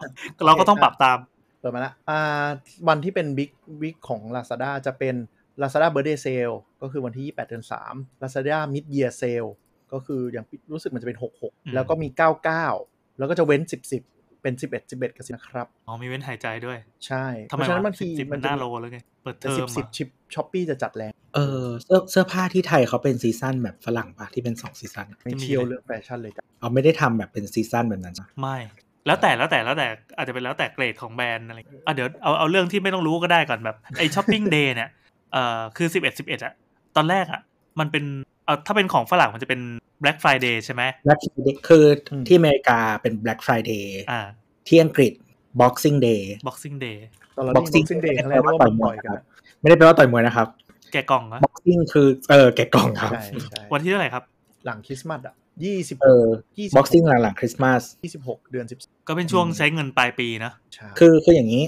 เราก็ต้องปรับตาม เปิดมาละอ่าวันที่เป็นบิ๊กวิกของ Lazada จะเป็น Lazada Birthday Sale ก็คือวันที่ 28 เดือน 3 Lazada Mid Year Sale ก็คืออย่างรู้สึกมันจะเป็น อืม 66 แล้วก็มี 99 แล้วก็จะเว้น 10 10 เป็น 11 11 กับ10นะครับ อ๋อมีเว้นหายใจด้วย ใช่ ทำไมเพราะฉะนั้น วะ บางที สิบ มั มัน น จะ น่า มี โลแล้วไงเปิดเท แต่ อ สิบ ม สิบ อะ ชิปช้อปปี้จะจัดแรง เออเสื้อเสื้อผ้าที่ไทยเขาเป็นซีซั่นแบบฝรั่งปะที่เป็นสองซีซั่นอะ ไม่เที่ยวเรื่องแฟชั่นเลยจ้ะ เอาไม่ได้ทำแบบเป็นซีซั่นแบบนั้นนะ ไม่ แล้วแต่แล้วแต่แล้วแต่อาจจะเป็นแล้วแต่เกรดของแบรนด์อะไรอย่างเงี้ยอ่ะเดี๋ยวเอาเอาเรื่องที่ไม่ต้องรู้ก็ได้ก่อนแบบไอช้อปปิ้งเดย์เนี่ยเอ่อคือสิบเอ็ดสิบเอ็ดอะตอนแรกอะมันเป็นเอ่อถ้าเป็นของฝรั่งมันจะเป็น Black Friday ใช่ไหม และที่คือที่อเมริกาเป็น Black Friday อ่า ที่อังกฤษ Boxing Day Boxing Day ตอนเรา Boxing ซึ่งเดย์ครั้งแร แปล ก ว่า ว่า ต่ มั อยมวยนปล่อย ค กั รั น บ ไม่ได้แปลว่าต่อยมวยนะครับ แกะกล่องเหรอะ Boxing คือเออแกะกล่องครับ ใช่ใช่ วันที่เท่าไหร่ครับ หลังคริสต์มาสอ่ะยี่สิบ เออ ยี่สิบ Boxing หลังๆคริสต์มาส ยี่สิบหกเดือนสิบ ก็เป็นช่วง อืม ใช้เงินปลายปีนะ ใช่ คือคืออย่างนี้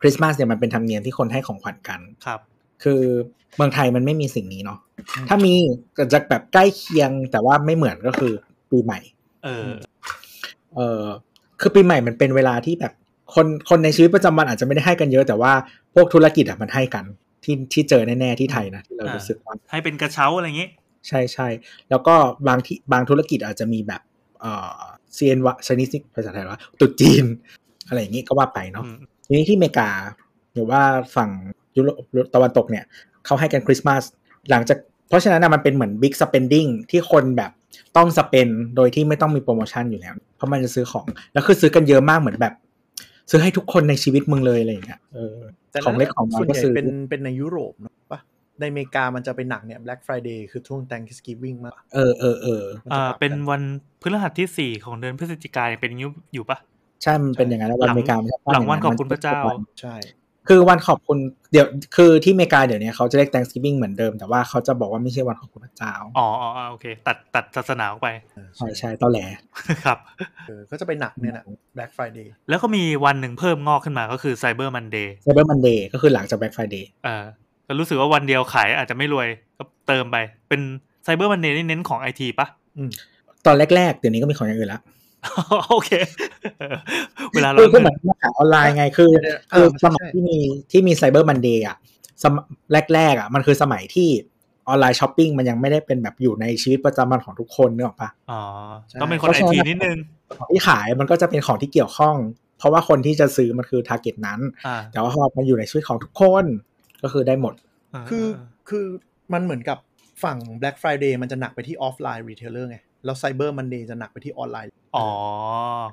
คริสต์มาสเนี่ยมันเป็นธรรมเนียมที่คนให้ของขวัญกัน ครับ คือเมืองไทยมันไม่มีสิ่งนี้เนาะถ้ามีก็จะแบบใกล้เคียงแต่ว่าไม่เหมือนก็คือปีใหม่ เอออ เออคือปีใหม่มันเป็นเวลาที่แบบคนคนในชีวิตประจำวันอาจจะไม่ได้ให้กันเยอะ แต่ว่าพวกธุรกิจอะมันให้กันที่ที่เจอแน่ๆที่ไทยนะที่เรา อ่า รู้สึกว่า ให้เป็นกระเช้าอะไรอย่างงี้ ใช่ใช่แล้วก็บางที่บางธุรกิจอาจจะมีแบบเออเซียนวะชนิดภาษาไทยวะตรุษจีน อะไรอย่างนี้ก็ว่าไปเนาะ อืม ทีนี้ที่อเมริกาหรือว่าฝั่งยุโรปตะวันตกเนี่ยเขาให้กันคริสต์มาสหลังจากเพราะฉะนั้นนะมันเป็นเหมือน big spending ที่คนแบบต้องสเปนโดยที่ไม่ต้องมีโปรโมชั่นอยู่แล้ว เพราะมันจะซื้อของ แล้วคือซื้อกันเยอะมากเหมือนแบบ ซื้อให้ทุกคนในชีวิตมึงเลยอะไรอย่างเงี้ยเออ แต่ ของเล็กของน้อยส่วน ก็ ใหญ่ ซื้อ เป็นเป็นในยุโรปเนอะปะในอเมริกามันจะเป็นหนักเนี่ย Black Friday คือช่วง Thanksgiving มาก เออเออเออ มันจะ อ่า ปรับกั เป็นวันพฤหัสที่สี่ของเดือนพฤศจิกายนเป็นอยุอยู่ปะ ใช่มันเป็นอย่างนั้นนะวันอเมริกามันจะเป็ หลัง ย่า วันขอบคุณพระเจ้า มันป็นวัน ใช่ คือวันขอบคุณเดี๋ยวคือที่อเมริกาเดี๋ยวนี้เขาจะเรียก Thanksgiving เหมือนเดิม แต่ว่าเขาจะบอกว่าไม่ใช่วันขอบคุณพระเจ้า อ๋ออ๋ออ๋อโอเค ตัดตัดศาสนาออกไป ใช่ใช่ตอนแหล ครับ เออก็จะไปหนักเนี่ยนะ Black Friday แล้วก็มีวันหนึ่งเพิ่มงอกขึ้นมาก็คือไซเบอร์มันเดย์ ไซเบอร์มันเดย์ก็คือหลังจาก Black Friday เออก็รู้สึกว่าวันเดียวขายอาจจะไม่รวยก็เติมไปเป็นไซเบอร์มันเดย์นี่เน้นของไอทีปะ ตอนแรก ๆ เดี๋ยวนี้ก็มีของอย่างอื่นละ โอเคเออเวลาเรา คือก็ เงิน เหมือนมาขายออนไลน์ไงคือ เดี๋ยวๆ คือ เออใช่ สมัย ใช่ ที่มีที่มีไซเบอร์มันเดย์อ่ะสมแรกๆอ่ะมันคือสมัยที่ออนไลน์ช้อปปิ้งมันยังไม่ได้เป็นแบบอยู่ในชีวิตประจำวันของทุกคนนึกออกปะ อ๋อ ใช่ ต้องเป็นคน เพ ไอ ราะฉะนั้ ที น นิดนึง ของที่ขายมันก็จะเป็นของที่เกี่ยวข้อง เพราะว่าคนที่จะซื้อมันคือทาร์เก็ตนั้น อ่า แต่ว่าพอมันอยู่ในชีวิตของทุกคนก็คือได้หมด คือคือมันเหมือนกับฝั่ง Black Friday มันจะหนักไปที่ออฟไลน์รีเทลเลอร์ไง แล้ว Cyber Monday จะหนักไปที่ออนไลน์ อ๋อ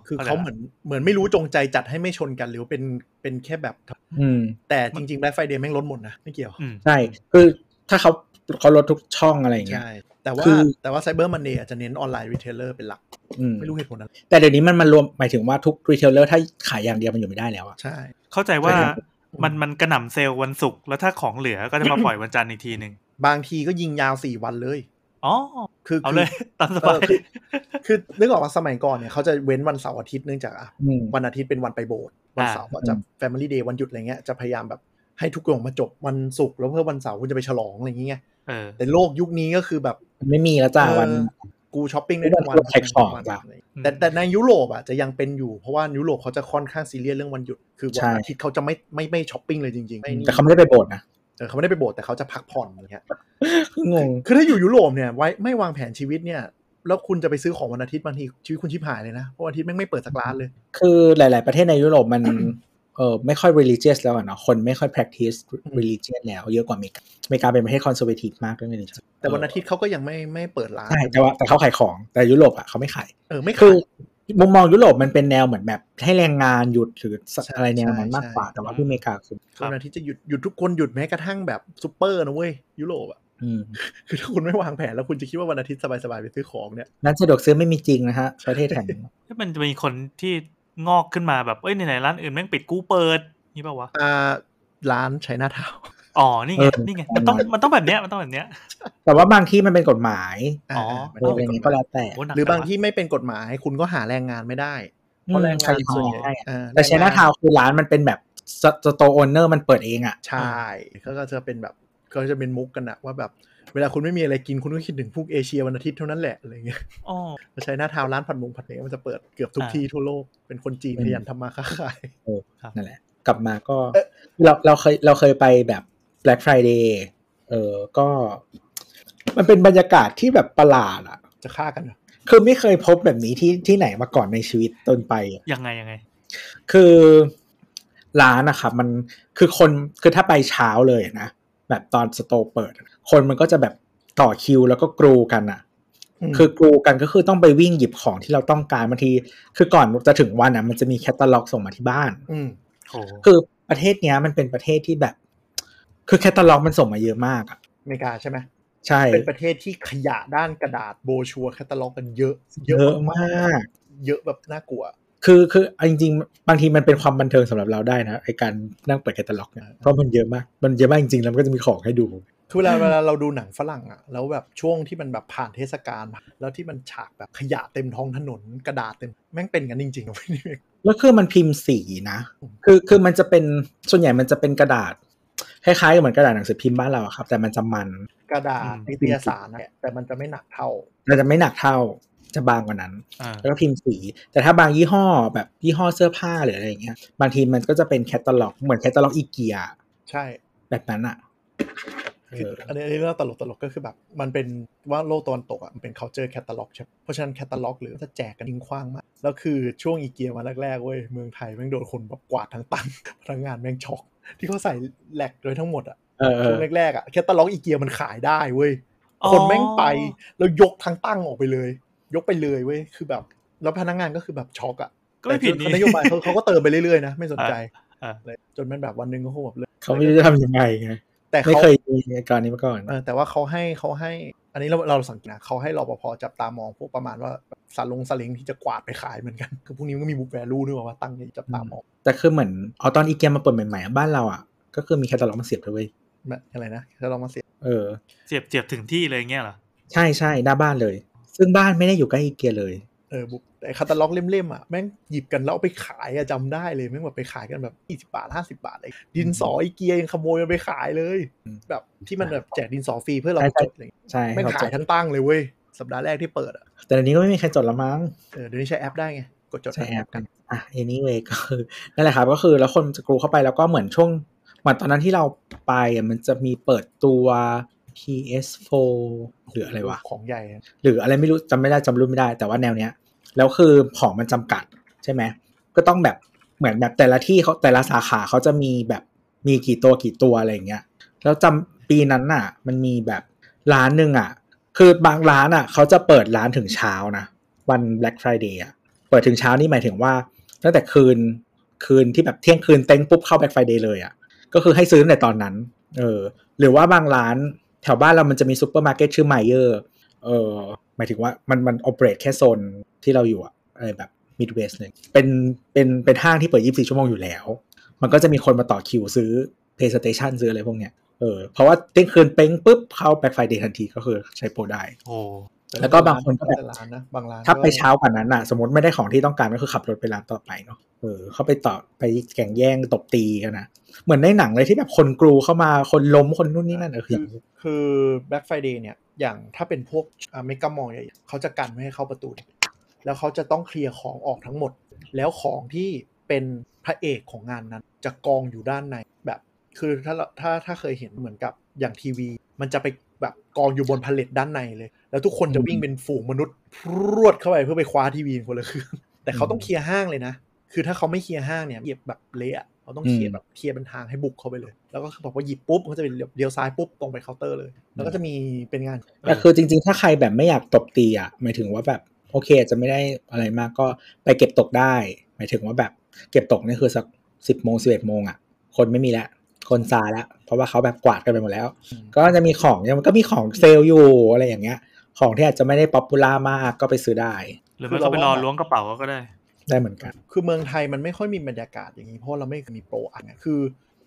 คือเขาเหมือนเหมือนไม่รู้จงใจจัดให้ไม่ชนกัน หรือเป็นเป็นแค่แบบ อืม แต่จริง ๆ Black Friday แม่งลดหมดนะ ไม่เกี่ยว อืม ใช่ คือถ้าเขาเขาลดทุกช่องอะไรอย่างเงี้ย ใช่ แต่ว่า คือ แต่ว่า Cyber Monday อาจจะเน้นออนไลน์รีเทลเลอร์เป็นหลัก อืม ไม่รู้เหตุผลอะไร แต่เดี๋ยวนี้มันมารวมหมายถึงว่าทุกรีเทลเลอร์ถ้าขายอย่างเดียวมันอยู่ไม่ได้แล้วอะ ใช่ เข้าใจว่า ใช่ครับ มันมันกระหน่ำเซลล์วันศุกร์แล้วถ้าของเหลือก็จะมา ปล่อยวันจันทร์อีกทีหนึ่ง บางทีก็ยิงยาวสี่วันเลย อ๋อ คือ เอา คื เล อย ตามสบาย เออคือคือนึกออกว่าสมัยก่อนเนี่ยเขาจะเว้นวันเสาร์อาทิตย์เนื่องจากอ่ะ อืม วันอาทิตย์เป็นวันไปโบสถ์วันเสาร์ก็จะ Family Day วันหยุดอะไรเงี้ยจะพยายามแบบให้ทุกอย่างมาจบวันศุกร์แล้วเพื่อวันเสาร์คุณจะไปฉลองอะไรอย่างเงี้ย เออ แต่โลกยุคนี้ก็คือแบบ มันไม่มีแล้วจ้า เออ วัน กูช้อปปิ้งได้ทุกวัวันนเราขายของ วัน จ้ะ อะไร อืม แต่แต่ในยุโรปอ่ะจะยังเป็นอยู่เพราะว่ายุโรปเขาจะค่อนข้างซีเรียสเรื่องวันหยุดคือวั ใช่ นอาทิตย์เขาจะไม่ไม่ไม่ช้อปปิ้งเลยจริงๆไม่นี่ แต่เขาไม่ได้ไปโบสถ์นะ เออเขาไม่ได้ไปโบสถ์แต่เขาจะพักผ่อนอะไรเงี้ย งง คือถ้าอยู่ยุโรปเนี่ยไว้ไม่วางแผนชีวิตเนี่ย แล้วคุณจะไปซื้อของวันอาทิตย์บางทีชีวิตคุณชิบหายเลยนะเพราะวันอาทิตย์แม่งไม่เปิดสักร้านเลย คือหลาย ๆ ประเทศในยุโรปมัน เออไม่ค่อย religious แล้วอะเนาะ คนไม่ค่อย practice religion แล้วเยอะกว่าอเมริกา อเมริกาเป็นประเทศ conservative มากเรื่อง religion แต่วันอาทิตย์เขาก็ยังไม่ไม่เปิดร้าน ใช่ แต่ว่าแต่เขาขายของ แต่ยุโรปอะเขาไม่ขาย เออไม่ คื ขาย อมุมมองยุโรปมันเป็นแนวเหมือนแบบให้แรงงานหยุดหรือ ใช่ อะไรแนวนั้น ใช่ มากกว่า ใช่ แต่ว่าที่อเมริกาคือ ครับ วันอาทิตย์จะหยุดหยุดทุกคนหยุดแม้กระทั่งแบบซูเปอร์นะเว้ย ยุโรปอ่ะ อืม คือถ้าคุณไม่วางแผนแล้วคุณจะคิดว่าวันอาทิตย์สบายๆไปซื้อของเนี่ย นั้นสะดวกซื้อไม่มีจริงนะฮะประเทศแห่ง มันจะมีคนที่งอกขึ้นมาแบบเอ้ยไหนๆร้านอื่นแม่งปิดกูเปิดนี่ป่าวะ อ่าร้านไชน่าทาวน์ อ๋อนี่ไง เออ นี่ไง ใช่ มันต้องมันต้องแบบเนี้ยมันต้องแบบเนี้ย แต่ว่าบางที่มันเป็นกฎหมาย า อ๋อ เอ ไม่ อ ต้ง อะไร เป็น อย่าง กนี้ฎห ก็ มาย แล้วแต่ โหนัก หรือบาง จัวะ ที่ไม่เป็นกฎหมายคุณก็หาแรงงานไม่ได้ เพราะแรงงาน อืม ส่วนใหญ่ ใช่ อ่ แต่ แรงง ใช้หน้าทาวคือร้านมันเป็นแบบสโตโอนเนอร์มันเปิดเองอ่ะ ใช่เขาก็จะเป็นแบบเขาจะเป็นมุกกันอะว่าแบบ เวลาคุณไม่มีอะไรกินคุณก็คิดถึงพวกเอเชียวันอาทิตย์เท่านั้นแหละอะไรเงี้ย อ๋อ ใช้หน้าทาวน์ร้านผัดหมงผัดเนื้อมันจะเปิดเกือบทุก อ่า ที่ทั่วโลกเป็นคนจีนขยันทำมาค้าขาย นั่นแหละ กลับมาก็ เอ๊ะ เราเราเคยเราเคยไปแบบ Black Friday เออก็ มันเป็นบรรยากาศที่แบบประหลาดอ่ะ จะฆ่ากันเหรอ คือไม่เคยพบแบบนี้ที่ที่ไหนมาก่อนในชีวิตตนไปอะ ยังไงยังไง คือร้านนะครับมันคือคนคือถ้าไปเช้าเลยนะแบบตอนสโตร์เปิด คนมันก็จะแบบต่อคิวแล้วก็กรูกันอะคือกรูกันก็คือต้องไปวิ่งหยิบของที่เราต้องการบางที คือก่อนจะถึงวันอะมันจะมีแคตตาล็อกส่งมาที่บ้าน ม โอ้ คือประเทศเนี้ยมันเป็นประเทศที่แบบ คือแคตตาล็อกมันส่งมาเยอะมากอะ อเมริกาใช่ไหม ใช่ เป็นประเทศที่ขยะด้านกระดาษโบรชัวร์แคตตาล็อกกันเยอะ เยอะมาก เยอะแบบน่ากลัว คือคือเอาจริงๆ บางทีมันเป็นความบันเทิงสำหรับเราได้นะไอการนั่งเปิดแคตตาล็อกเนี่ยเพราะมันเยอะมากมันเยอะมากจริงๆแล้วมันก็จะมีของให้ดู คือเวลาเวลาเราดูหนังฝรั่งอะแล้วแบบช่วงที่มันแบบผ่านเทศกาลมาแล้วที่มันฉากแบบขยะเต็มท้องถนนกระดาษเต็มแม่งเป็นกันจริงๆอะเว้ย นี่ แล้วคือมันพิมพ์สีนะ คือคือมันจะเป็นส่วนใหญ่มันจะเป็นกระดาษคล้ายๆกับเหมือนกระดาษหนังสือพิมพ์บ้านเราอะครับ แต่มันจะมัน กระดาษนิตยสารอะแต่มันจะไม่หนักเท่า มันจะไม่หนักเท่าจะบางกว่านั้น อ่า แล้วก็พิมพ์สี แต่ถ้าบางยี่ห้อแบบยี่ห้อเสื้อผ้าหรืออะไรอย่างเงี้ยบางทีมันก็จะเป็นแคตตาล็อกเหมือนแคตตาล็อกอีเกีย ใช่ แบบนั้นอะเอ คือ อ อันนี้อันนี้เรื่องตลกตลกๆก็คือแบบ มันเป็นว่าโลกตะวันตกอะมันเป็น culture catalog ใช่ปะเพราะฉะนั้นแคตตาล็อกหรือจะแจกกันทิ้งขว้างมากแล้วคือช่วงอีเกียมาแรกๆเว้ยเมืองไทยแม่งโดนคนแบบกวาดทั้งตัน พนักงานแม่งช็อกที่เขาใส่แหลกเลยทั้งหมดอะ เออเอ ช่ อ วงแรกๆอะแคตตาล็อกอีเกียมันขายได้เว้ย คนแม่งไปแล้วยกทั้งตั้งออกไปเลย ยกไปเลยเว้ยคือแบบ แล้วพนักงานก็คือแบบช็อกอะ ก็ไม่ผิดนี่ แต่คือนโยบายเขาเขาก็เติมไปเรื่อยๆนะไม่สนใจ อ่ะ เลยจนมันแบบวันหนึ่งก็โหแบบเลย เขาไม่รู้จะทำยังไงไง แต่ ไม่ เขา เคยมีเหตุการณ์นี้มาก่อน เออแต่ว่าเขาให้เขาให้ อันนี้เราเราสังเกตนะเขาให้รปภจับตามองพวกประมาณว่าสาลงสลิงที่จะกวาดไปขายเหมือนกัน คือพวกนี้มันก็มีบุ๊กแวลูด้วยว่าตั้งใจจับตามอง แต่คือเหมือนเอาตอนอีเกียมาเปิดใหม่ๆอะบ้านเราอะก็คือมีแคตตาล็อกมาเสียบด้วยเวย แบบอะไรนะแล้วเรามาเสีย เออ เจ็บเจ็บถึงที่เลยอย่างเงี้ยเหรอ ใช่ใช่หน้าบ้านเลย ซึ่งบ้านไม่ได้อยู่ใกล้อีเกียเลย เออบุ๊กแต่คาตาล็อกเล่มๆอ่ะแม่งหยิบกันแล้วเอาไปขายอะจำได้เลยแม่งแบบไปขายกันแบบ20บาท50บาทเลยดินสออีเกียยังขโมยมันไปขายเลย แบบที่มันแบบแจกดินสอฟรีเพื่อเราไป ใช่ จดอะไรอย่างเงี้ย ใช่ แม่ง เขา ขา จ ย ด ทั้งตั้งเลยเว้ย สัปดาห์แรกที่เปิดอ่ะ แต่เดี๋ยวนี้ก็ไม่มีใครจดละมั้ง เออเดี๋ยวนี้ใช้แอปได้ไง กดจด ใช่แอป กั กัน นอ่ะ anyway ก็คือนั่นแหละครับก็คือแล้วคนจะกรูเข้าไปแล้วก็เหมือนช่วงเหมือนตอนนั้นที่เราไปอ่ะมันจะมีเปิดตัว PS4 หรืออะไรวะ ของใหญ่อะ หรืออะไรไม่รู้จำไม่ได้จำรุ่นไม่ได้แต่ว่าแนวเนี้ยแล้วคือของมันจำกัดใช่ไหมก็ต้องแบบเหมือนแบบแต่ละที่เขาแต่ละสาขาเขาจะมีแบบมีกี่ตัวกี่ตัวอะไรอย่างเงี้ยแล้วจำปีนั้นน่ะ มันมีแบบร้านหนึ่งอ่ะ คือบางร้านอ่ะเขาจะเปิดร้านถึงเช้านะ วัน Black Friday อ่ะเปิดถึงเช้านี่หมายถึงว่า ตั้งแต่คืนคืนที่แบบเที่ยงคืนเต็งปุ๊บเข้า Black Friday เลยอ่ะ ก็คือให้ซื้อตั้งแต่ตอนนั้น เออ หรือว่าบางร้านแถวบ้านเรามันจะมีซูเปอร์มาร์เก็ตชื่อไมเยอร์ เออหมายถึงว่ามันมันโอเปรตแค่โซนที่เราอยู่อะอะไรแบบมิดเวสเลยเป็นเป็นเป็นห้างที่เปิด 24 ชั่วโมงอยู่แล้ว มันก็จะมีคนมาต่อคิวซื้อ PlayStation ซื้ออะไรพวกเนี้ย เออ เพราะว่าเที่ยงคืนเป้งปุ๊บเข้า Black Friday ทันทีก็คือใช้โปรได้ โอ้ แล้วก็บางคนก็แบบ แต่ร้านนะบางร้านก็ ถ้าไปเช้ากว่านั้นอะสมมติไม่ได้ของที่ต้องการก็คือขับรถไปร้านต่อไปเนาะเออเข้าไปต่อไปแข่งแย่งตบตีกันนะเหมือนในหนังเลยที่แบบคนกรูเข้ามาคนล้มคนนู่นนี่นั่นเออคืออย่างนี้ คือ Black Friday เนี่ย อย่างถ้าเป็นพวกเมกะมองใหญ่ๆเขาจะกันไม่ให้เข้าประตู แล้วเขาจะต้องเคลียร์ของออกทั้งหมด แล้วของที่เป็นพระเอกของงานนั้น จะกองอยู่ด้านในแบบ คือถ้าเราถ้าถ้าเคยเห็นเหมือนกับอย่างทีวี มันจะไปแบบกองอยู่บนพาเลตด้านในเลย แล้วทุกคนจะวิ่งเป็นฝูงมนุษย์พรวดเข้าไปเพื่อไปคว้าทีวีคนละเครื่องแต่เขาต้องเคลียร์ห้างเลยนะ คือถ้าเขาไม่เคลียร์ห้างเนี่ยเหยียบแบบเละอะเขาต้องเคลียร์แบบเคลียร์เป็นทางให้บุกเข้าไปเลย แล้วก็คือบอกว่าหยิบปุ๊บเขาจะเป็นเลี้ยวซ้ายปุ๊บตรงไปเคาน์เตอร์เลย แล้วก็จะมีเป็นงาน แต่คือจริงๆ ถ้าใครแบบไม่อยากตบตีอะหมายถึงว่าแบบโอเคอาจจะไม่ได้อะไรมากก็ไปเก็บตกได้ หมายถึงว่าแบบเก็บตกนี่คือสักสิบโมงสิบเอ็ดโมงอะคนไม่มีแล้วคนซาแล้วเพราะว่าเขาแบบกวาดกันไปหมดแล้ว ก็จะมีของยังมันก็มีของเซลล์อยู่อะไรอย่างเงี้ย ของที่อาจจะไม่ได้ป๊อปปูล่ามากก็ไปซื้อได้ หรือไม่ก็ไปรอล้วงกระเป๋าก็ได้ ได้เหมือนกัน คือเมืองไทยมันไม่ค่อยมีบรรยากาศอย่างนี้เพราะเราไม่มีโปรอันไงคือ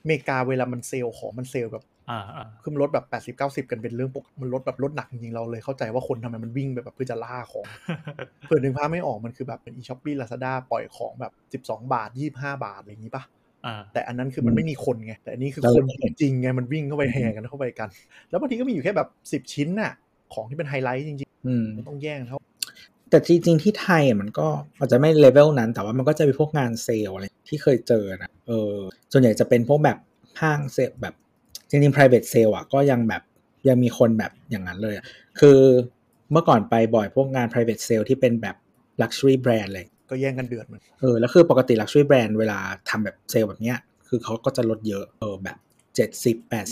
อเมริกาเวลามันเซลล์ของมันเซลล์แบบ อ่าอ่า คือมันลดแบบแปดสิบเก้าสิบกันเป็นเรื่องปกมันลดแบบลดหนักจริงๆเราเลยเข้าใจว่าคนทำไมมันวิ่งไปแบบเพื่อจะล่าของ เผื่อนึกภาพไม่ออกมันคือแบบเป็นอีช้อปปี้ลาซาด้าปล่อยของแบบสิบสองบาทยี่บห้าบาทอะไรอย่างนี้ปะ อ่า แต่อันนั้นคือมันไม่มีคนไงแต่อันนี้คือคนจริงๆไงมันวิ่งเข้าไปแห่กันเข้าไปกัน แล้วบางทีก็มีอยู่แค่แบบสิบชิ้นน่ะของที่เป็นไฮไลท์จริง อืม ๆมันต้องแย่งเท่า แต่จริงๆที่ไทยอ่ะมันก็อาจจะไม่เลเวลนั้น แต่ว่ามันก็จะมีพวกงานเซลล์อะไรที่เคยเจอนะเออส่วนใหญ่จะเป็นพวกแบบห้างเซลล์แบบจริงๆ private sale อ่ะก็ยังแบบยังมีคนแบบอย่างนั้นเลยอะคือเมื่อก่อนไปบ่อยพวกงาน private sale ที่เป็นแบบ luxury brand เลย ก็แย่งกันเดือดเหมือน เออแล้วคือปกติ luxury brand เวลาทำแบบเซลล์แบบเนี้ยคือเขาก็จะลดเยอะเออแบบ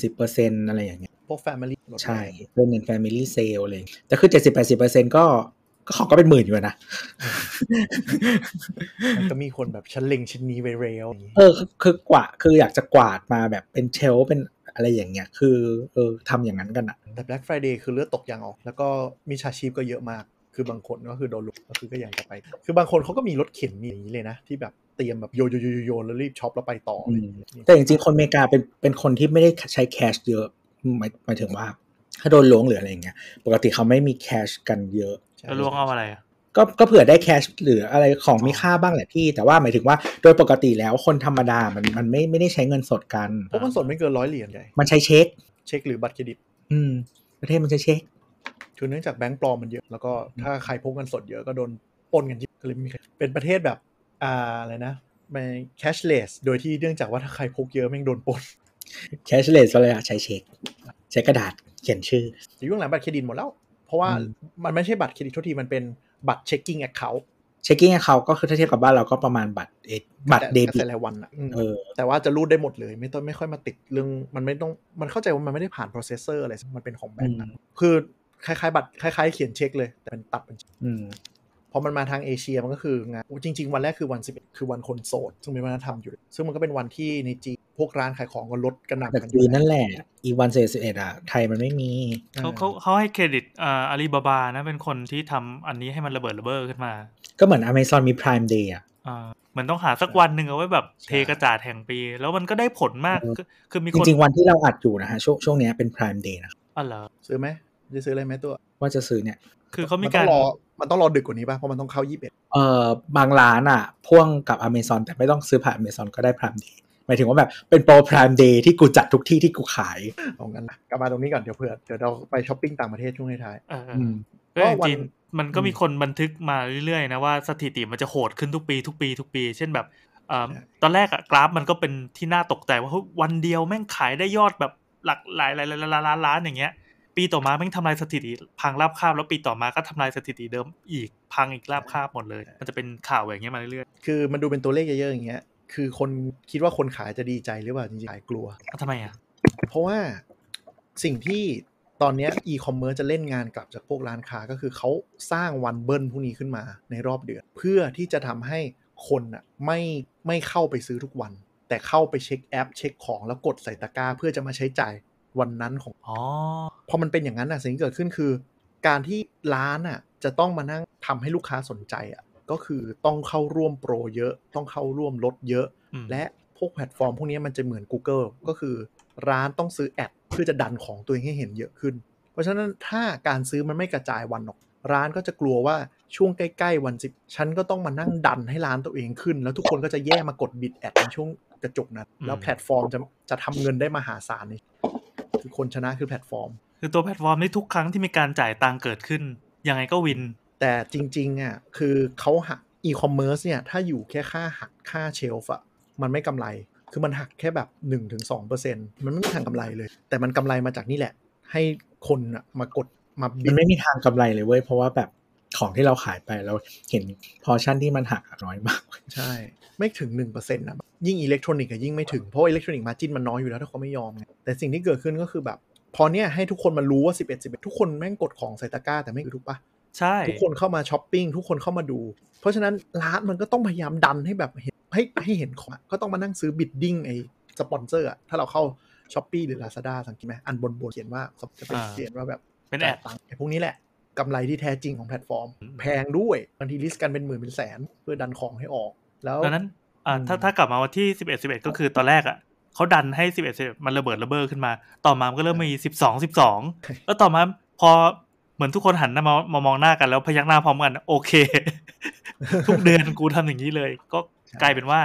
70-80%อะไรอย่างเงี้ย พวกแฟมิลี่ ใช่เป็นเงิน Family Sale อะไรอย่างเงี้ยแต่คือเจ็ดสิบแปดสิบเปอร์เซ็นก็ก็ของก็เป็นหมื่นอยู่นะ มันก็มีคนแบบชั้นเล็งชิ้นนี้ไว้เร็วอย่างงี้ เออคือคือกว่าคืออยากจะกวาดมาแบบเป็นเชลฟ์เป็นอะไรอย่างเงี้ย คือเออทำอย่างนั้นกันอ่ะ แต่ Black Friday คือเลือดตกยางออก แล้วก็มิชาชีพก็เยอะมาก คือบางคนก็คือโดนลุกก็คือก็ยังจะไป คือบางคนเขาก็มีรถเข็นมีอย่างนี้เลยนะ ที่แบบเตรียมแบบโยนโยนโยนโยนโยนแล้วรีบช็อปแล้วไปต่ออะไรอย่างเงี้ย แต่จริงๆ คนอเมริกาเป็นเป็นคนที่ไม่ได้ใช้แคชเยอะหมายหมายถึงว่าถ้าโดนล้วงหรืออะไรอย่างเงี้ยปกติเขาไม่มีแคชกันเยอะ แล้วล้วงเอาอะไรอ่ะ ก็ก็เผื่อได้แคชหรืออะไรของมีค่าบ้างแหละพี่แต่ว่าหมายถึงว่าโดยปกติแล้วคนธรรมดามันมันไม่ไม่ได้ใช้เงินสดกัน เพราะมันสดไม่เกินร้อยเหรียญไง มันใช้เช็ค เช็คหรือบัตรเครดิต อืม ประเทศมันใช้เช็ค คือเนื่องจากแบงก์ปลอมมันเยอะ แล้วก็ถ้าใครพกเงินสดเยอะก็โดนปล้นกันที่ก็เลยไม่มีใครเป็นประเทศแบบอ่าอะไรนะไม่ cashless โดยที่เนื่องจากว่าถ้าใครพกเยอะแม่งโดนปล้น แคชเลสก็เลยอะใช้เช็ค ใช้กระดาษเขียนชื่อ แต่ยุ่งหลังบัตรเครดิตหมดแล้ว เพราะว่า อืม มันไม่ใช่บัตรเครดิตทุกทีมันเป็นบัตร checking account เช็คกิ้งเขาก็คือถ้าเทียบกับบ้านเราก็ประมาณบัตรเอบัตร แต่ เดบิต แต่รายวันอะอืม เออ แต่ว่าจะรูดได้หมดเลย ไม่ต้องไม่ค่อยมาติดเรื่องมันไม่ต้องมันเข้าใจว่ามันไม่ได้ผ่าน processor อะไรมันเป็นของแบ อื ง ม ก์อะคือคล้ายๆ บัตรคล้าย ๆ เขียนเช็คเลยแต่มันตัดเป็น อืม พอมันมาทางเอเชียมันก็คืองานโอ้จริง ๆ วันแรกคือวัน11คือวันคนโสด ซึ่งเป็นวัฒนธรรมอยู่ ซึ่งมันก็เป็นวันที่ในจีนพวกร้านขายของก็ลดกระหน่ำ แต่ กันอ จี ยู่ นนั่นแหละ อีวันเซสเอ็ดอะไทยมันไม่มี เขาเขาเขาให้เครดิตอ่าอาลีบาบานะเป็นคนที่ทำอันนี้ให้มันระเบิดระเบ้อขึ้นมา ก็เหมือนอเมซอนมี Prime Day อะ อ่าเหมือนต้องหาสักวันหนึ่งเอาไว้แบบเทกระจาดแห่งปี แล้วมันก็ได้ผลมาก เออ คือคือมี จ คน ริง ๆ วันที่เราอัดอยู่นะฮะ ช่วงช่วงเนี้ยเป็น Prime Day นะ อ๋อเหรอ ซื้อไหมจะซื้ออะไรไหมตัว ว่าจะซื้อเนี่ย คือเขามี มันต้ กา อ ร งรอมันต้องรอดึกกว่านี้ป่ะเพราะมันต้องเข้า 21 เอ่อบางร้านอะพ่วงกับ Amazon แต่ไม่ต้องซื้อผ่าน Amazon ก็ได้ Prime Day หมายถึงว่าแบบเป็นโปร Prime Day ที่กูจัดทุกที่ที่กูขาย เอางั้นนะกลับมาตรงนี้ก่อนเดี๋ยวเผื่อเดี๋ยวเราไปช้อปปิ้งต่างประเทศช่วงท้าย เออเออ อืม ก็จ ก็วัน ริงๆมันก็มีคนบันทึกมาเรื่อยๆนะว่าสถิติมันจะโหดขึ้นทุกปีทุกปี ทุกปี เช่นแบบเอ่อตอนแรกอะกราฟมันก็เป็นที่น่าตกใจว่าเฮ้ยวันเดียวแม่งขายได้ยอดแบบหลักหลายหลายหลายล้านล้านล้านอย่างเงี้ย ปีต่อมาแม่งทำลายสถิติพังราบคาบแล้วปีต่อมาก็ทำลายสถิติเดิมอีกพังอีกราบคาบหมดเลย มันจะเป็นข่าวอย่างเงี้ยมาเรื่อย ๆ คือมันดูเป็นตัวเลขเยอะๆอย่างเงี้ยคือคนคิดว่าคนขายจะดีใจหรือเปล่าจริงๆขายกลัว ๆอ้าวทำไมอะ เพราะว่าสิ่งที่ตอนเนี้อีคอมเมิร์ซจะเล่นงานกลับจากพวกร้านค้าก็คือเขาสร้างวันเบิ้ลพวกนี้ขึ้นมาในรอบเดือน เพื่อที่จะทำให้คนอ่ะไม่ไม่เข้าไปซื้อทุกวัน แต่เข้าไปเช็คแอป เช็คของแล้วกดใส่ตะกร้า เพื่อจะมาใช้จ่ายวันนั้นของ อ๋อ พอมันเป็นอย่างนั้นอ่ะสิ่งที่เกิดขึ้นคือ การที่ร้านอ่ะจะต้องมานั่งทำให้ลูกค้าสนใจอ่ะก็คือต้องเข้าร่วมโปรเยอะ ต้องเข้าร่วมลดเยอะ อืม และพวกแพลตฟอร์มพวกนี้มันจะเหมือน Google ก็คือร้านต้องซื้อแอดเพื่อจะดันของตัวเองให้เห็นเยอะขึ้น เพราะฉะนั้นถ้าการซื้อมันไม่กระจายวันออก ร้านก็จะกลัวว่าช่วงใกล้ ๆ วันสิบฉันก็ต้องมานั่งดันให้ร้านตัวเองขึ้น แล้วทุกคนก็จะแย่มากดบิดแอดในช่วงกระจกนั้นแล้วแพลตฟอร์มจะจะทำเงินได้มหาศาลนี่คือคนชนะคือแพลตฟอร์ม คือตัวแพลตฟอร์มนี่ทุกครั้งที่มีการจ่ายตังค์เกิดขึ้นยังไงก็วิน แต่จริงๆอ่ะคือเขาหักอีคอมเมิร์ซเนี่ย ถ้าอยู่แค่ค่าหักค่าเชลฟ์อ่ะมันไม่กำไร คือมันหักแค่แบบ 1-2%มันไม่มีทางกำไรเลย แต่มันกำไรมาจากนี่แหละ ให้คนอ่ะมากดมาบิ มัน น ไม่มีทางกำไรเลยเว้ย เพราะว่าแบบของที่เราขายไปเราเห็นพอร์ชั่นที่มันหักอะน้อยมาก ใช่ ไม่ถึง 1%นะยิ่งอิเล็กทรอนิกส์อะยิ่งไม่ถึง เพราะว่าอิเล็กทรอนิกส์มาจินมันน้อยอยู่แล้วถ้าเขาไม่ยอมไงแต่สิ่งที่เกิดขึ้นก็คือแบบ พอเนี่ยให้ทุกคนมันรู้ว่า 11 11 ทุกคนแม่งกดของใส่ตะกร้าแต่ไม่รู้ปะ ใช่ ทุกคนเข้ามาช้อปปิ้งทุกคนเข้ามาดู เพราะฉะนั้นร้านมันก็ต้องพยายามดันให้แบบเห็นให้ให้เห็นของอะก็ต้องมานั่งซื้อบิดดิ้งไอ้สปอนเซอร์อะถ้าเราเข้าช้อปปีหรือ Lazada สังเกตไหมอันบนบนๆเขียนว่าจะเป็นเขียนว่าแบบ เป็นแอด ตังค์ไอ้พวกนี้แหละกำไรที่แท้จริงของแพลตฟอร์ม แพงด้วยบางทีลิสต์กันเป็นหมื่นเป็นแสน เพื่อดันของให้ออกแล้ว ดังนั้นอ่าถ้า อืม ถ้ากลับมาวันที่สิบเอ็ดสิบเอ็ดก็คือตอนแรกอะ เขาดันให้สิบเอ็ดมันระเบิดระเบ้อขึ้นมา ต่อมามันก็เริ่มมีสิบสองสิบสองแล้วต่อมาพอเหมือนทุกคนหันหน้ามามามองหน้ากันแล้วพยักหน้าพร้อมกัน โอเค ทุกเดือนกูทำอย่างนี้เลย ก็กลายเป็นว่า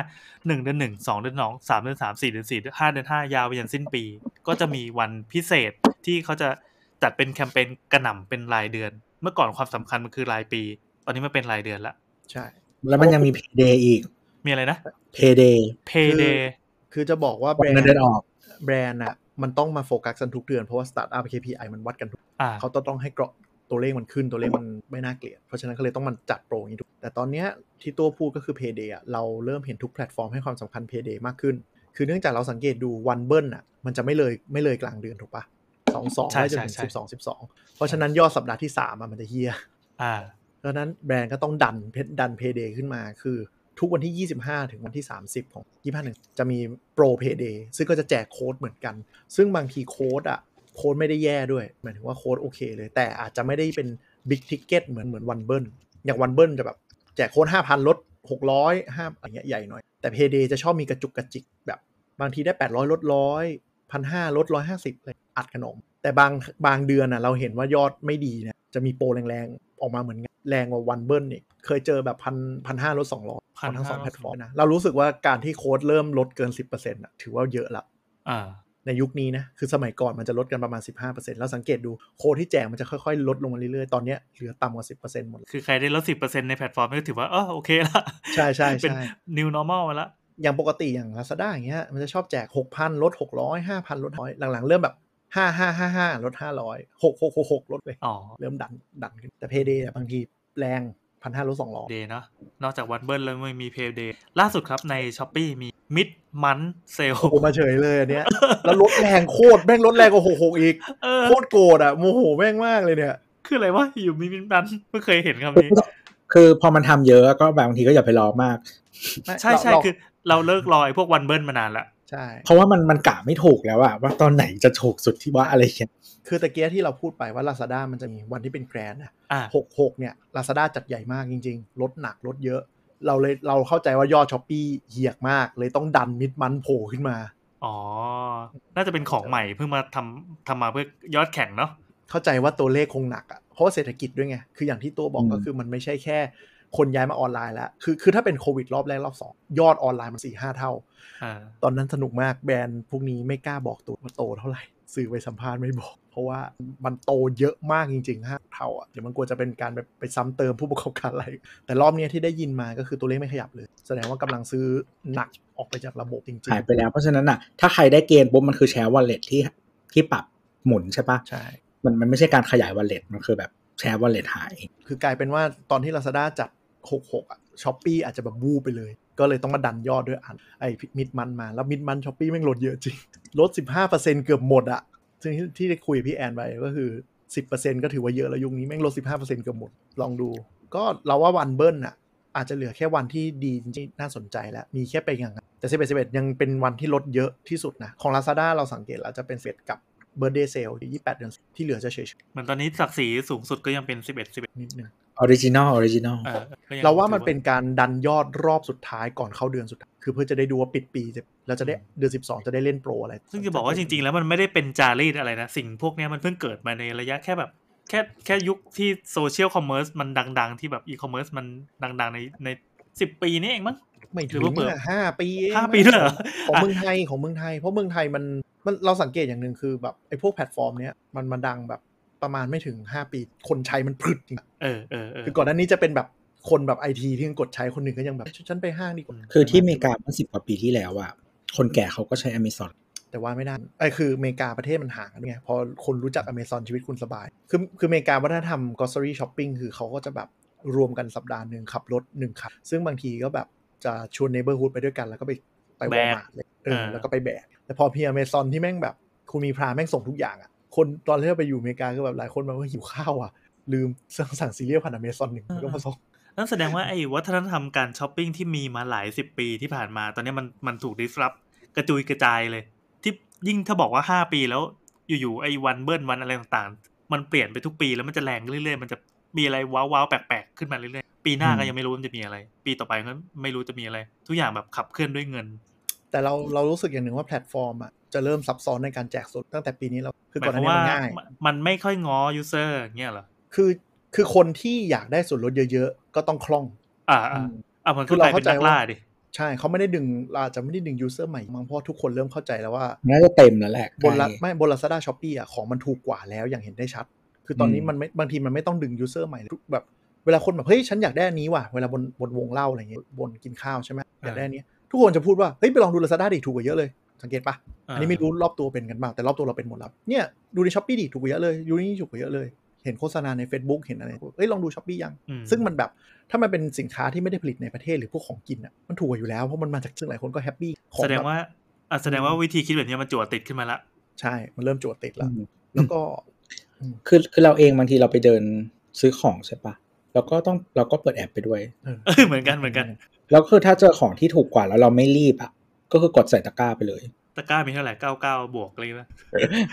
หนึ่งเดือนหนึ่งสองเดือนสองสามเดือนสามสี่เดือนสี่เดือนห้าเดือนห้ายาวไปยันสิ้นปี ก็จะมีวันพิเศษที่เขาจะจัดเป็นแคมเปญกระหน่ำเป็นรายเดือน เมื่อก่อนความสำคัญมันคือรายปี ตอนนี้มันเป็นรายเดือนละ ใช่ แล้วมันยังมีเพย์เดย์อีก มีอะไรนะ เพย์เดย์ เพย์เดย์ คือจะบอกว่าแบรน เงิน ด์ เดือนออก แบรนด์อ่ะมันต้องมาโฟกัสกันทุกเดือนเพราะว่าสตาร์ทอัพ KPI มันวัดกันทุก อ่า เขาต้องให้กรอบตัวเลขมันขึ้นตัวเลขมันไม่น่าเกลียด เพราะฉะนั้นก็เลยต้องมันจัดโปรอย่างนี้ทุกแต่ตอนเนี้ยที่ตัวพูดก็คือ Payday อะเราเริ่มเห็นทุกแพลตฟอร์มให้ความสำคัญ Payday มากขึ้น คือเนื่องจากเราสังเกตดูวันเบิ้ลอ่ะมันจะไม่เลยไม่เลยกลางเดือนถูกปะสองสอง ใช่ ได้จนถึง ใช่ สิบ ใช่ สองสิบสองเพราะฉะนั้นยอดสัปดาห์ที่สามอะมันจะเฮีย อ่า ดังนั้นแบรนด์ก็ต้องดันเพดัน Payday ขึ้นมาคือทุกวันที่ 25 ถึงวันที่ 30 ของ 25ถึงจะมีโปร Payday ซึ่งก็จะแจกโค้ดเหมือนกัน ซึ่งบางทีโค้ดอ่ะ โค้ดไม่ได้แย่ด้วยหมายถึงว่าโค้ดโอเคเลย แต่อาจจะไม่ได้เป็นบิ๊กทิกเก็ตเหมือนเหมือนวันเบิ้ลอย่างวันเบิ้ลจะแบบแจกโค้ด 5,000 ลด 600ห้าอะไรเงี้ยใหญ่หน่อย แต่เพเดจะชอบมีกระจุกกระจิกแบบ บางทีได้ 800 ลดร้อยพันห้าลดร้อยห้าสิบเลยอัดขนม แต่บางบางเดือนน่ะเราเห็นว่ายอดไม่ดีนะจะมีโปรแรงๆ ออกมาเหมือนกันแรงกว่าวันเบิ้ลอีกเคยเจอแบบพันพันห้าลดสองร้อยของทั้งสอง 1,500 แพลตฟอร์มนะเรารู้สึกว่าการที่โค้ดเริ่มลดเกิน 10%อ่ะถือว่าเยอะละ อ่า ในยุคนี้นะ คือสมัยก่อนมันจะลดกันประมาณ 15%แล้วสังเกตดูโค้ดที่แจกมันจะค่อยๆ ลดลงมาเรื่อยๆ ตอนเนี้ยเหลือต่ำกว่า 10%หมดเลย คือใครได้ลดสิบเปอร์เซ็นในแพลตฟอร์มก็ถือว่าเออโอเคละ ใช่ใช่ เป็น ใช่ new normal มาละ อย่างปกติอย่าง Lazada อย่างเงี้ยมันจะชอบแจก 6,000 ลด 600 5,000 ลด100หลังๆ เริ่มแบบ 5555 ลด 500 6666 ลดไป อ๋อ เริ่มดันดันขึ้นแต่เพเดย์บางทีแรง1,500ลด200 เดย์เนาะนอกจากวันเบิร์แล้วมันมีเพย์เดย์ล่าสุดครับในช้อปปีมีมิดมันเซล โอ้มาเฉยเลยอันเนี้ยแล้วลดแรงโคตรแม่งลดแรงกว่า66อีก เออ โคตรโกรธอ่ะโมโหแม่งมากเลยเนี่ย คืออะไรวะอยู่มีมิดมันไม่เคยเห็นคำนี้ คือพอมันทำเยอะก็บางทีก็อย่าไปรอมาก ใช่ใช่คือเราเลิกรอไอ้พวกวันเบิร์มานานละ ใช่ เพราะว่ามันมันกะไม่ถูกแล้วอะว่าตอนไหนจะถูกสุดที่ว่าอะไรอย่างเงี้ย คือตะเกียที่เราพูดไปว่า Lazada มันจะมีวันที่เป็นแกรนด์นะ อ่า หกหกเนี่ย Lazada จัดใหญ่มากจริงๆ ลดหนักลดเยอะ เราเลยเราเข้าใจว่ายอดช้อปปี้เหียกมาก เลยต้องดันมิดมันโผล่ขึ้นมา อ๋อ น่าจะเป็นของใหม่เพิ่งมาทำทำมาเพื่อยอดแข่งเนาะ เข้าใจว่าตัวเลขคงหนักอะ่ะ เพราะว่าเศรษฐกิจด้วยไง คืออย่างที่ตัวบอกก็คือมันไม่ใช่แค่ คนย้ายมาออนไลน์แล้ว คือคือถ้าเป็นโควิดรอบแรกรอบสองยอดออนไลน์มันสี่ห้าเท่า อ่า ตอนนั้นสนุกมากแบรนด์พวกนี้ไม่กล้าบอกตัวว่าโตเท่าไห ร่สื่อไปสัมภาษณ์ไม่บอก เพราะว่ามันโตเยอะมากจริงๆห้าเท่าอ่ะเดี๋ยวมันกลัวจะเป็นการไปไปซ้ำเติมผู้ประกอบการอะไร แต่รอบเนี้ยที่ได้ยินมาก็คือตัวเลขไม่ขยับเลย แสดงว่ากำลังซื้อหนักออกไปจากระบบจริง หายไปแล้วเพราะฉะนั้นอะถ้าใครได้เกณฑ์ปุ๊บมันคือแชร์วอลเล็ตที่ที่ปรับหมุนใช่ปะ ๆ ใช่ มันมันไม่ใช่การขยายวอลเล็ตมันคือแบบแชร์วอลเล็ตหาย คือกลายเป็นว่าตอนที่ Lazada จัด 66 อ่ะช้อปปีอาจจะแบบบูบไปเลย ก็เลยต้องมาดันยอดด้วยอันไอ้มิดมันมา แล้วมิดมันช้อปปีแม่งลดเยอะจริง ลด 15%เกือบหมดอ่ะ ซึ่งที่ที่ได้คุยกับพี่แอนไปก็คือ 10%ก็ถือว่าเยอะแล้วยุคนี้แม่งลด 15%เกือบหมด ลองดู ก็เราว่าวันเบิ้ลอ่ะ อาจจะเหลือแค่วันที่ดีจริงๆน่าสนใจแล้ว มีแค่ไปอย่างนั้นแต่ 11 11 ยังเป็นวันที่ลดเยอะที่สุดนะของ Lazada เราสังเกตแล้วจะเป็นเฟดกับเบอร์เดย์เซล28เดือนที่เหลือจะเฉย เหมือนตอนนี้ศักดิ์ศรีสูงสุดก็ยังเป็นสิบเอ็ดสิบเอ็ด ๆนิดนึง ออริจินอลออริจินอล เราว่ามันเป็นการดันยอดรอบสุดท้ายก่อนเข้าเดือนสุดท้ายคือเพื่อจะได้ดูว่าปิดปีจะแล้วจะได้เดือน 12 จะได้เล่นโปรอะไร ซึ่งจะบอกว่าจริง ๆ แล้วมันไม่ได้เป็นจารีตอะไรนะ สิ่งพวกเนี้ยมันเพิ่งเกิดมาในระยะแค่แบบ แค่แค่ยุคที่โซเชียลคอมเมอร์สมันดัง ๆ ที่แบบอีคอมเมิร์ซมันดัง ๆ ในในสิบปีนี้เองมั้ง ๆไม่ถึง หรือว่าเปิด ห้าปีเอง ห้าปีด้วยเหรอ ของเมืองไทยของเมืองไทย เพราะเมืองไทยมันมันเราสังเกตอย่างหนึ่งคือแบบไอ้พวกแพลตฟอร์มเนี้ยมันมันดังแบบประมาณไม่ถึง 5 ปีคนใช้มันพรึดจริง เออเออเออ คือก่อนหน้านี้จะเป็นแบบคนแบบไอทีที่ยังกดใช้คนหนึ่งก็ยังแบบฉันไปห้างดีกว่า คือที่อเมริกาเมื่อสิบกว่าปีที่แล้วอะคนแก่เขาก็ใช้ Amazon แต่ว่าไม่ได้ไอ้ยคืออเมริกาประเทศมันห่างกันไงพอคนรู้จักอเมซอนชีวิตคุณสบาย คือคืออเมริกาวัฒนธรรม grocery shopping คือเขาก็จะแบบรวมกันสัปดาห์หนึ่งขับรถหนึ่งคันซึ่งบางทีก็แบบจะชวน neighborhood ไปด้วยกัน แล้วก็ไปไปว แบ อก ร์มาเลยเออ เออ แล้วก็ไปแบก แต่พอพี่อเมซอนที่แม่งแบบ คุณมีพราแม่งส่งทุกอย่างอ่ะ คนตอนที่เราไปอยู่อเมริกาก็แบบหลายคนมาว่าหิวข้าวอ่ะ ลืมสั่งสั่งซีเรียลผ่านอเมซอนหนึ่งมันก็มาส่ง นั่นแสดงว่าไอ้วัฒนธรรมการช้อปปิ้งที่มีมาหลายสิบปีที่ผ่านมา ตอนนี้มันมันถูกดิสรับกระจุยกระจายเลย ที่ยิ่งถ้าบอกว่าห้าปีแล้วอยู่ๆไอ้วันเบิ้ลวันอะไรต่างๆ มันเปลี่ยนไปทุกปีแล้วมันจะแรงขึ้นเรื่อยๆ มันจะมีอะไรว้าวๆแปลกๆขึ้นมาเรื่อยๆ ปีหน้าก็ยังไม่รู้มันจะมีอะไร ปีต่อไปก็ไม่รู้จะมีอะไร ทุกอย่างแบบขับเคลื่อนด้วยเงิน แต่เราเรารู้สึกอย่างหนึ่งว่าแพลตฟอร์มอะจะเริ่มซับซ้อนในการแจกสดตั้งแต่ปีนี้แล้วคือ หมา ก่อย นหน้าวคามว่านี้มันง่าย มันไม่ค่อยง้อยูเซอร์เงี้ยเหรอ คือคือคนที่อยากได้ส่วนลดเยอะๆ ก็ต้องคล่อง อ่าอ่าอ่ามันก็กลายเป็นนักล่าดิ ใช่เขาไม่ได้ดึงเราอาจจะไม่ได้ดึงยูเซอร์ใหม่มั้งเพราะทุกคนเริ่มเข้าใจแล้วว่า น่าจะเต็มแล้วแหละ บนละ ใกล้ ไม่บนลาซาด้าช้อปปี้อ่ะของมันถูกกว่าแล้วอย่างเห็นได้ชัด คือตอนนี้ อืม มันไม่บางทีมันไม่ต้องดึงยูเซอร์ใหม่ทุกแบบเวลาคนแบบ เฮ้ย ฉันอยากได้อันนี้ว่ะ เวลาบนบนวงเล่าอะไรเงี้ยบนกินข้าวใช่ไหมอยากได้อันนี้ ทุกคนจะพูดว่า เฮ้ย ไปลองดูลาซาด้าดิถูกกว่าเยอะเลย สังเกตปะอันนี้ไม่รู้รอบตัวเป็นกันบ้างแต่รอบตัวเราเป็นหมดแล้วเนี่ยดูในช้อปปี้ดิถูกกว่าเยอะเลยยูนี่ถูกกว่าเยอะเลยเห็นโฆษณาใน Facebook เห็นอะไรเอ้ยลองดูช้อปปี้ยัง อืม ซึ่งมันแบบถ้ามันเป็นสินค้าที่ไม่ได้ผลิตในประเทศหรือพวกของกินอ่ะมันถูกกว่าอยู่แล้วเพราะมันมาจากซึ่งหลายคนก็แฮปปี้ของ แสดง บบ ว่าอ่ะแสดงว่าวิธีคิดแบบเนี้ยมันจั่วติดขึ้นมาละ ใช่ มันเริ่มโจทย์ติด อื แล้ว ม แล้วก็ คือคือเราเองบางทีเราไปเดินซื้อของใช่ปะเราก็ต้องเราก็เปิดแอปไปด้วย เหมือนกันเหมือนกัน แล้วคือถ้าเจอของที่ถูกกว่าแล้วเราไม่รีบอ่ะก็คือกดใส่ตะกร้าไปเลย ตะกร้ามีเท่าไหร่เก้าเก้าบวกอะไรนะ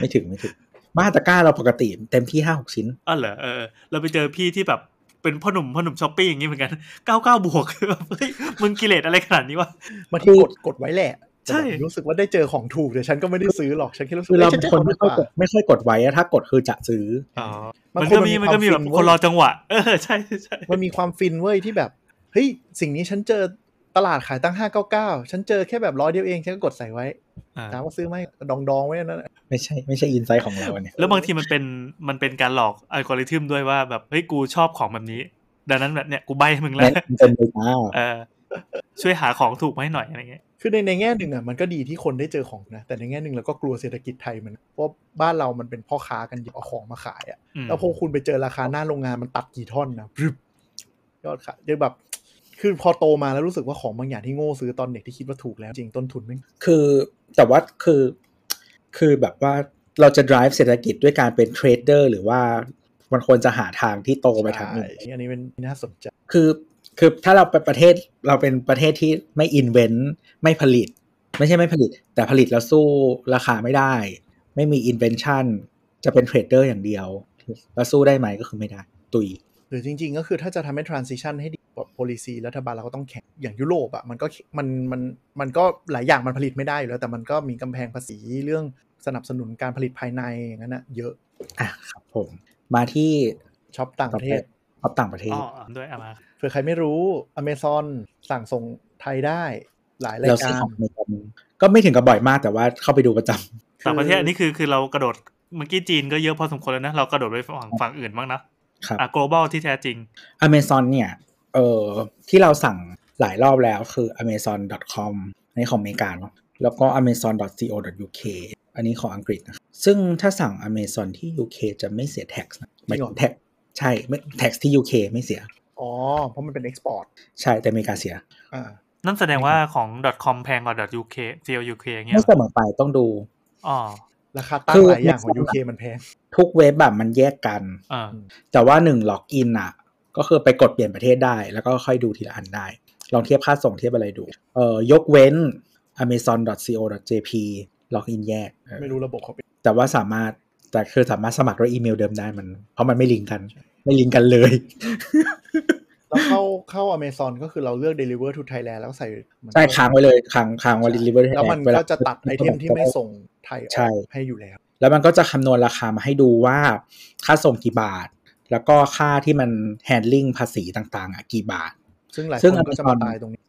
ไม่ถึงไม่ถึงบ้านตะกร้าเราปกติเต็มที่ห้าหกชิ้น อ๋อเหรอเออเออเราไปเจอพี่ที่แบบเป็นพ่อหนุ่มพ่อหนุ่มช้อปปี้อย่างนี้เหมือนกัน เก้าเก้าบวกแบบเฮ้ยมึงกิเลสอะไรขนาดนี้วะ บางทีกดกดไว้แหละ ใช่ แต่แบบรู้สึกว่าได้เจอของถูกแต่ฉันก็ไม่ได้ซื้อหรอก ฉันแค่รู้สึก คือเรา อ้ยฉั เป็น จะ คนไม่ ข ค่อย ง กดดีว่า ไม่ค่อยกดไว้อะถ้ากดคือจะซื้อ อ๋อ มัน มัน ค ก็ นมัน มี มี มันก็มี ค แบ วาบมฟินคเว้ยนรอจังหวะ เออใช่ใช่ มันมีความฟินเว้ยที่แบบ เฮ้ย สิ่งนี้ฉันเจอตลาดขายตั้ง 599 ฉันเจอแค่แบบร้อยเดียวเอง ฉันก็กดใส่ไว้ อ่า ถามว่าซื้อไหมดองดองๆไว้นั่นแหละ ไม่ใช่ไม่ใช่อินไซต์ของเราเนี่ย แล้วบางทีมันเป็นมันเป็นการหลอกอัลกอริทึมด้วยว่าแบบเฮ้ยกูชอบของแบบนี้ ดังนั้นแบบเนี้ยกูใบให้มึงแล้ว แม่นเต็มเลยจ้า เออช่วยหาของถูกมาให้หน่อยอะไรเงี้ย คือในในแง่หนึ่งอ่ะ มันก็ดีที่คนได้เจอของนะ แต่ในแง่หนึ่งเราก็กลัวเศรษฐกิจไทยมันเพราะบ้านเรามันเป็นพ่อค้ากันเยอะเอาของมาขายอ่ะ อืม แล้วพอคุณไปเจอราคาหน้าโรงงานมันตัดกี่ท่อนนะพรึบยอดขายเดี๋ยวแบบ คือพอโตมาแล้วรู้สึกว่าของบางอย่างที่โง่ซื้อตอนเด็กที่คิดว่าถูกแล้ว จริงต้นทุนไม่ง คือแต่ว่าคือคือแบบว่าเราจะ drive เศรษฐกิจด้วยการเป็นเทรดเดอร์หรือว่ามันควรจะหาทางที่โตไปทางหนึ่ง ใช่อันนี้เป็นน่าสนใจ คือคือถ้าเราเป็นประเทศเราเป็นประเทศที่ไม่อินเวนต์ไม่ผลิต ไม่ใช่ไม่ผลิต แต่ผลิตแล้วสู้ราคาไม่ได้ ไม่มีอินเวนชั่นจะเป็นเทรดเดอร์อย่างเดียว แล้วสู้ได้ไหมก็คือไม่ได้ ตุย หรือจริง ๆ ก็คือถ้าจะทำให้ transition ให้ดีกว่า policy รัฐบาลเราก็ต้องแข่งอย่างยุโรปอะมันก็มันมันมันก็หลายอย่างมันผลิตไม่ได้อยู่แล้ว แต่มันก็มีกำแพงภาษีเรื่องสนับสนุนการผลิตภายในอย่างนั้นนะเยอะ อ่ะครับผม มาที่ ช็อปต่างประเทศ ขอบต่างประเทศ อ๋ออ่ะด้วยเอามา เผื่อใครไม่รู้ Amazon สั่งส่งไทยได้หลายราย เรา กา ซื้อ ร ของในกันก็ไม่ถึงกับบ่อยมากแต่ว่าเข้าไปดูประจำ ต่างประเทศอันนี้คือคือเรากระโดดเมื่อกี้จีนก็เยอะพอสมควรแล้วนะเรากระโดดไปฝั่งฝั่งอื่นบ้างนะครับ อ่ะ global ที่แท้จริง Amazon เนี่ยเออที่เราสั่งหลายรอบแล้วคือ amazon.com อันนี้ของอเมริกาเนาะแล้วก็ amazon.co.uk อันนี้ของอังกฤษนะซึ่งถ้าสั่ง Amazon ที่ UK จะไม่เสีย tax นะหมาย จริงเหร ถึ อ ง tax ใช่ไม่ tax ที่ UK ไม่เสีย อ๋อเพราะมันเป็น export ใช่แต่อเมริกาเสีย อ่า นั่นแสดงว่าของ .com แพงกว่า .uk .co .uk เงี้ย ไม่เสมอไปต้องดู อ๋อ ราคาตั้งหลายอย่างของ UK มันแพง ทุกเว็บแบบมันแยกกัน อ่า แต่ว่าหนึ่งล็อกอินอ่ะ ก็คือไปกดเปลี่ยนประเทศได้ แล้วก็ค่อยดูทีละอันได้ ลองเทียบค่าส่งเทียบอะไรดูเอ่อยกเว้น amazon.co.jp ล็อกอินแยกเออ ไม่รู้ระบบเขาเป็น แต่ว่าสามารถแต่คือสามารถสมัครด้วยอีเมลเดิมได้มัน เพราะมันไม่ลิงก์กัน ไม่ลิงก์กันเลย แล้วเข้าเข้า Amazon ก็คือเราเลือก deliver to Thailand แล้วก็ใส่มัน ใช่ค้างไว้เลยค้างค้างไว้ deliver ให้ แล้วมัน วลา ก็จะตัดไอเทมที่ไม่ส่งไทยอ ใช่ อกให้อยู่แล้ว แล้วมันก็จะคำนวณราคามาให้ดูว่าค่าส่งกี่บาท แล้วก็ค่าที่มัน handling ภาษีต่างๆอ่ะกี่บาท ซึ่งหลายค ซึ่ง นก็จะมาตายตรงนี้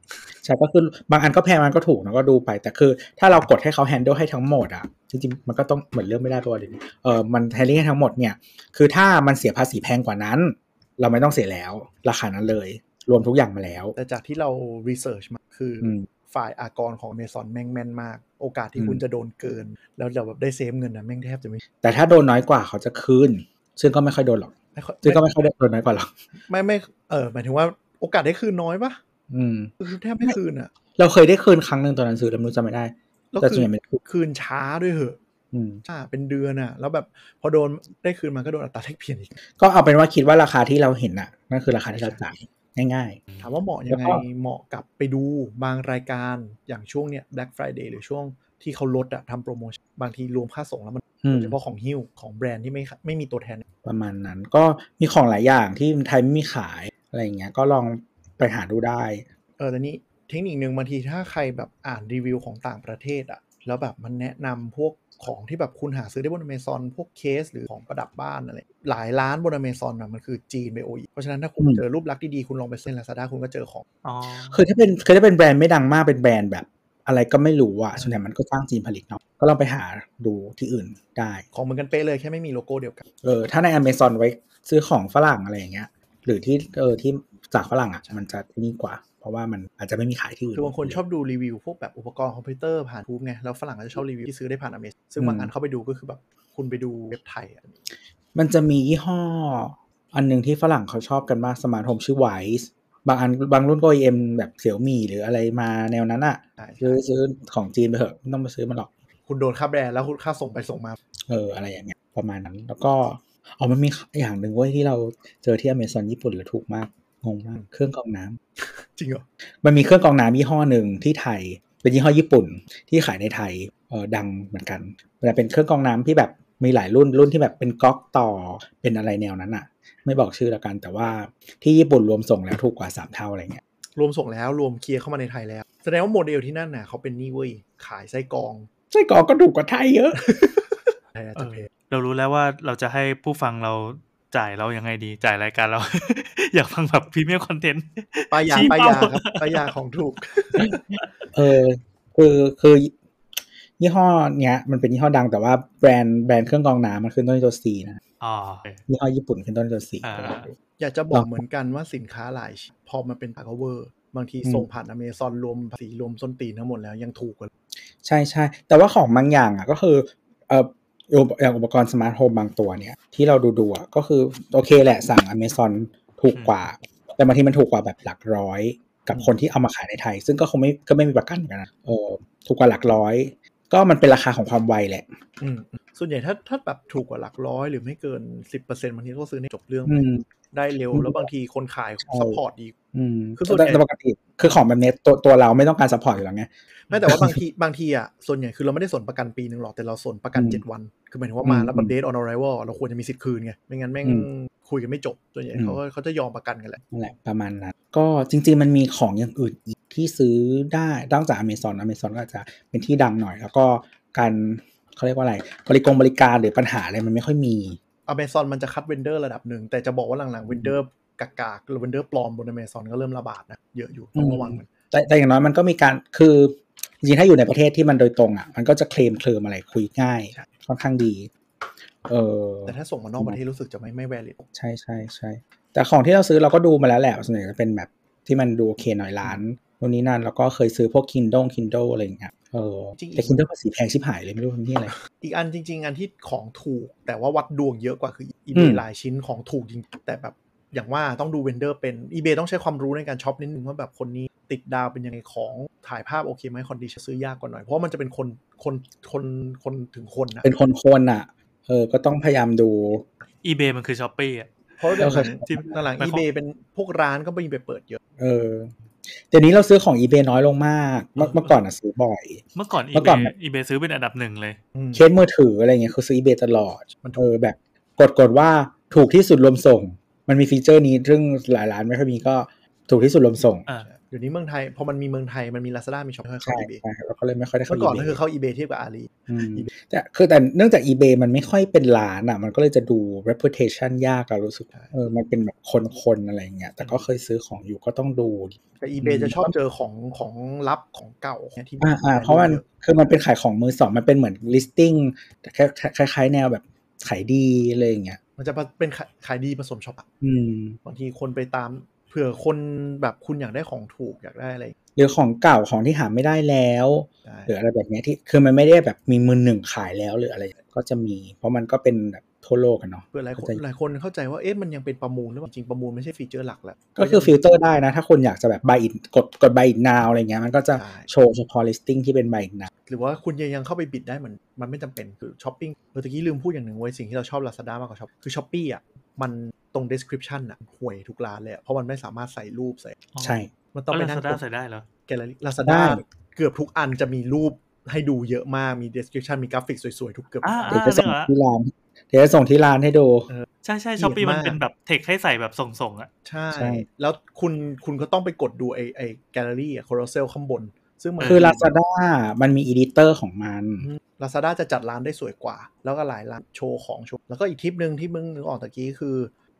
ใช่ก็คือบางอันก็แพงบางอันก็ถูกนะก็ดูไป แต่คือถ้าเรากดให้เขา handle ให้ทั้งหมดอ่ะจริงๆมันก็ต้องเหมือนเรื่องไม่ได้ตัวเดี๋ยวนี้เออมัน handling ให้ทั้งหมดเนี่ย คือถ้ามันเสียภาษีแพงกว่านั้น เราไม่ต้องเสียแล้ว ราคานั้นเลย รวมทุกอย่างมาแล้ว แต่จากที่เรา research มาคืออ ม ฝ่ายอากรของ Amazon แม่งแม่นมาก โอกาส อื ที่ ม คุณจะโดนเกิน แล้วเราแบบได้เซฟเงินนะแม่งแทบจะไม่ แต่ถ้าโดนน้อยกว่าเขาจะคืนซึ่งก็ไม่ค่อยโดนหรอก ไม่ค่อย ซึ่งก็ไม่ค่อยโดนน้อยกว่าหรอก ไม่ไม่เออหมายถึงว่าโอกาสได้คืนน้อยปะ อืม คือแทบไม่คืนอ่ะ เราเคยได้คืนครั้งหนึ่งตอนนั้นซื้อแล้วไม่รู้จำไม่ได้ แล้ว แต่ คื ส่วน น ใหญ่ไม่ได้คืน คืนช้าด้วยเหอะ อืม ช้าเป็นเดือนอ่ะ แล้วแบบพอโดนได้คืนมาก็โดนอัตราแลกเปลี่ยนอีก ก็เอาเป็นว่าคิดว่าราคาที่เราเห็นน่ะนั่นคือราคาที่เราจ่ายง่าย ถามว่าเหมาะยังไง แล้วก็ เหมาะกับไปดูบางรายการอย่างช่วงเนี้ย Black Friday หรือช่วงที่เขาลดอะทำโปรโมชั่น บางทีรวมค่าส่งแล้วมัน ๆอืม เฉพาะของฮิ้วของแบรนด์ที่ไม่ไม่มีตัวแทน ประมาณนั้นก็มีของหลายอย่างที่ไทยไม่มีขายอะไรอย่างเงี้ยก็ลองไปหาดูได้ เออแต่นี้ เทคนิคหนึ่งบางทีถ้าใครแบบอ่านรีวิวของต่างประเทศอะแล้วแบบมันแนะนำพวกของที่แบบคุณหาซื้อได้บนอเมซอนพวกเคสหรือของประดับบ้านอะไรหลายร้านบนอเมซอนอะมันคือจีนไปโออีเพราะฉะนั้นถ้าคุณ อืม เจอรูปลักษณ์ดีๆคุณลองไปเซ็นลาซาด้าคุณก็เจอของ อ๋อ คือถ้าเป็นคือถ้าเป็นแบรนด์ไม่ดังมากเป็นแบรนด์แบบ อะไรก็ไม่รู้อะส่วนใหญ่มันก็สร้างจีนผลิตเนาะก็ลองไปหาดูที่อื่นได้ ของเหมือนกันเป๊ะเลยแค่ไม่มีโลโก้เดียวกัน เออถ้าใน Amazon ไว้ซื้อของฝรั่งอะไรอย่างเงี้ย หรือที่เออที่จากฝรั่งอ่ะมันจะนี่กว่า เพราะว่ามันอาจจะไม่มีขายที่อื่น คือบางคนชอบดูรีวิวพวกแบบอุปกรณ์คอมพิวเตอร์ผ่านทูบไงแล้วฝรั่งก็จะชอบรีวิวที่ซื้อได้ผ่านอเมซซึ่งบาง อืม อันเข้าไปดูก็คือแบบคุณไปดูเว็บไทยอะ มันจะมียี่ห้อ อันหนึ่งที่ฝรั่งเขาชอบกันมากสมาร์ทโฮมชื่อ Wise บางอันบางรุ่นก็ OEM แบบเสี่ยวมีหรืออะไรมาแนวนั้นอ่ะ ใช่ ซื้อซื้อของจีนไปเถอะไม่ต้องไปซื้อมันหรอก คุณโดนค่าแบรนด์แล้วคุณค่าส่งไปส่งมา เอออะไรอย่างเงี้ยประมาณนั้น แล้วก็อ๋อมันมีอย่างหนึ่งเว้ยที่เราเจอที่ Amazon ญี่ปุ่นแล้วถูกมากงงมากเครื่องกรองน้ำ จริงเหรอ มันมีเครื่องกรองน้ำยี่ห้อหนึ่งที่ไทย เป็นยี่ห้อญี่ปุ่นที่ขายในไทยเออดังเหมือนกันแต่เป็นเครื่องกรองน้ำที่แบบมีหลายรุ่นรุ่นที่แบบเป็นก๊อกต่อเป็นอะไรแนวนั้นอะไม่บอกชื่อแล้วกัน แต่ว่าที่ญี่ปุ่นรวมส่งแล้วถูกกว่าสามเท่าอะไรเงี้ย รวมส่งแล้วรวมเคลียร์เข้ามาในไทยแล้วแสดงว่าโมเดลที่นั่นน่ะเขาเป็นนี่เว้ยขายไส้กรอง ไส้กรอกก็ถูกกว่าไทยเยอะ ไทยอาจ เอ จะ อ เพจ เรารู้แล้วว่าเราจะให้ผู้ฟังเราจ่ายเรายังไงดีจ่ายรายการเรา อยากฟังแบบพรีเมียมคอนเทนต์ ปลายยา ชี้ ปลาย เป้า ยาครับปลายยาของถูก เออคือคือยี่ห้อเนี้ยมันเป็นยี่ห้อดังแต่ว่าแบรนด์แบรนด์เครื่องกรองน้ำมันขึ้นต้นด้วยตัว C นะ อ๋อ ยี่ห้อญี่ปุ่นขึ้นต้นด้วยตัว C อ่า อยากจะบอกเหมือนกันว่าสินค้าหลายชิ้นพอมันเป็นพาเวอร์บางทีส่งผ่านอเมซอนรวมภาษีรวมส้นตีนทั้งหมดแล้วยังถูกกว่า ใช่ใช่แต่ว่าของบางอย่างอ่ะก็คือเอออุปอย่างอุปกรณ์สมาร์ทโฮมบางตัวเนี่ย ที่เราดูดูๆอ่ะก็คือโอเคแหละสั่ง Amazon ถูกกว่า แต่บางทีมันถูกกว่าแบบหลักร้อย กับคนที่เอามาขายในไทย ซึ่งก็คงไม่ก็ไม่มีประกันเหมือนกันนะเออถูกกว่าหลักร้อย ก็มันเป็นราคาของความไวแหละ อืมส่วนใหญ่ถ้าถ้าแบบถูกกว่าหลักร้อยหรือไม่เกินสิบเปอร์เซ็นต์บางทีก็ซื้อในจบเรื่อง อืม ได้เร็ว อืม แล้วบางทีคนขาย ใช่ ซัพพอร์ตดี อืม คือส่วนใหญ่ แต่ปกติคือของแบบเนี้ยตัวตัวเราไม่ต้องการซัพพอร์ตอยู่แล้วไง แม้แต่ว่าบางทีบางทีอ่ะส่วนใหญ่คือเราไม่ได้สนประกันปีหนึ่งหรอกแต่เราสนประกัน อืม เจ็ดวัน คือหมายถึงว่า อืม มาแล้วแบบเดทออนไรวอเราควรจะมีสิทธิ์คืนไงไม่งั้นแม่ง อื คุยกันไม่จบส่วนใหญ่ อืม เขาก็เขาจะยอมประกันกันแหละ นั่นแหละประมาณนั้น ก็จริงๆมันมีของอย่างอื่นอีกที่ซื้อได้นอกจาก Amazon Amazon ก็อาจจะเป็นที่ดังหน่อย แล้วก็การเขาเรียกว่าอะไร บริกรงบริการหรือปัญหาอะไรมันไม่ค่อยมี อเมซอนมันจะคัดเวนเดอร์ระดับหนึ่งแต่จะบอกว่าหลังๆเวนเดอร์กากๆหรือเวนเดอร์ปลอมบนอเมซอนก็เริ่มระบาดนะเยอะอยู่ต้องระวังมัน แต่แต่อย่างน้อยมันก็มีการคือจริงๆถ้าอยู่ในประเทศที่มันโดยตรงอ่ะมันก็จะเคลมเคลมอะไรคุยง่าย ค่อนข้างดี เออ แต่ถ้าส่งมานอกประเทศรู้สึกจะไม่ไม่แวลิด ใช่ใช่ใช่แต่ของที่เราซื้อเราก็ดูมาแล้วแหละส่วนใหญ่จะเป็นแบบที่มันดูโอเคหน่อยร้านนู่นนี่นั่นแล้วก็เคยซื้อพวก Kindle Kindle อะไรอย่างเงี้ยเออแต่ Kindle ภาษีแพงชิบหายเลยไม่รู้ทำที่อะไร อีกอันจริง ๆ อันที่ของถูก แต่ว่าวัดดวงเยอะกว่าคืออี อื เบ ม หลายชิ้นของถูกจริงแต่แบบอย่างว่าต้องดูเวนเดอร์เป็นอีเบต้องใช้ความรู้ในการช็อปนิดนึงว่าแบบคนนี้ติดดาวเป็นยังไงของถ่ายภาพโอเคไหมคอนดิชซื้อยากกว่าหน่อย เพราะมันจะเป็นคนคนคนคนถึงคนนะ เป็นคนคนอ่ะ เออ ก็ต้องพยายามดู อีเบมันคือช้อปปี้อ่ะ เพราะเดี๋ยวหลัง ที่ หลัง หมาย อี ความ เบเป็นพวกร้านก็ไปไปเปิดเยอะ เออ เดี๋ยวนี้เราซื้อของ eBay น้อยลงมาก เมื่อเมื่อก่อนอ่ะซื้อบ่อย เมื่อก่อนอี เมื่ เบ อก่อน อีเบซื้อเป็นอันดับหนึ่งเลย อืม เคสมือถืออะไรเงี้ยคือซื้อ eBay ตลอด มันถู เอก อแบบกดกดว่าถูกที่สุดรวมส่ง มันมีฟีเจอร์นี้ซึ่งหลายร้านไม่ค่อยมีก็ถูกที่สุดรวมส่ง อ่า เดี๋ยวนี้เมืองไทยพอมันมีเมืองไทยมันมีลาซาด้ามีช็อปให้เข้า ใช่ อีเบ ใช่แล้วก็เลยไม่ค่อยได้เข้า เมื่อก่อน eBay ก็คือเข้าอีเบเทียบกับอาลี มแต่คือแต่เนื่องจาก eBay มันไม่ค่อยเป็นร้านอ่ะ มันก็เลยจะดู reputation ยากเรารู้สึกว่าเออมันเป็นแบบคนๆอะไรเงี้ยแต่ก็เคยซื้อของอยู่ก็ต้องดู แต่ eBay จะชอบเจอของของลับของเก่าเนี่ยที่ อ่าอ่าเพราะมันคือมันเป็นขายของมือสองมันเป็นเหมือน listing แต่คล้ายคล้ายๆแนวแบบขายดีอะไรอย่างเงี้ย มันจะเป็นขายขายดีผสมช็อปอะ อืม บางทีคนไปตามเผื่อคนแบบคุณอยากได้ของถูกอยากได้อะไร หรือของเก่าของที่หาไม่ได้แล้ว ได้ หรืออะไรแบบเนี้ยที่คือมันไม่ได้แบบมีมือหนึ่งขายแล้วหรืออะไรก็จะมี เพราะมันก็เป็นแบบทั่วโลกกันเนาะ เผื่อหลายคน เข้าใจ หลายคนเข้าใจว่าเอ๊ะมันยังเป็นประมูลหรือเปล่าจริงประมูลไม่ใช่ฟีเจอร์หลักแหละ ก็คือฟิลเตอร์ได้นะ ถ้าคนอยากจะแบบ buy it กดกด buy it now อะไรเงี้ยมันก็จะ ใช่ โชว์เฉพาะ listing ที่เป็น buy it now หรือว่าคุณยังยังเข้าไปบิดได้เหมือนมันไม่จำเป็นคือช้อปปิ้งเมื่อตะกี้ลืมพูดอย่างหนึ่งไว้ยสิ่งที่เราชอบ Lazada มากกว่าช้อปคือช้อปปี้อ่ะมันตรง description อ่ะห่วยทุกร้านเลยอะเพราะมันไม่สามารถใส่รูปใส่ ใช่ มันต้ ต้ อ อง ง ไป ไป นั่ นั่งงกด ใส่ได้เหรอ แกลเลอรี่ลาซา ได้ ด้าเกือบทุกอันจะมีรูปให้ดูเยอะมาก มี description มีกราฟิกสวยๆ ทุกเกือบทุก อ่า อัน เดี๋ยวจะส่งที่ร้าน เดี๋ยวจะส่งที่ร้านให้ดู ใช่ใช่ เกลียด ช้อปปี้มัน มาก เป็นแบบเทคให้ใส่แบบส่งๆอ่ะ ใช่ ใช่ แล้วคุณคุณก็ต้องไปกดดูไอไอแกลเลอรี่อะคอร์เซลข้างบน ซึ่งมัน คือ Lazada มันมีอีดิเตอร์ของมัน ลาซาด้าจะจัดร้านได้สวยกว่า แล้วก็หลายร้านโชว์ของโชว์แล้วก็อีกทิปหนึ่งที่มึงนึกออกตะกี้คือ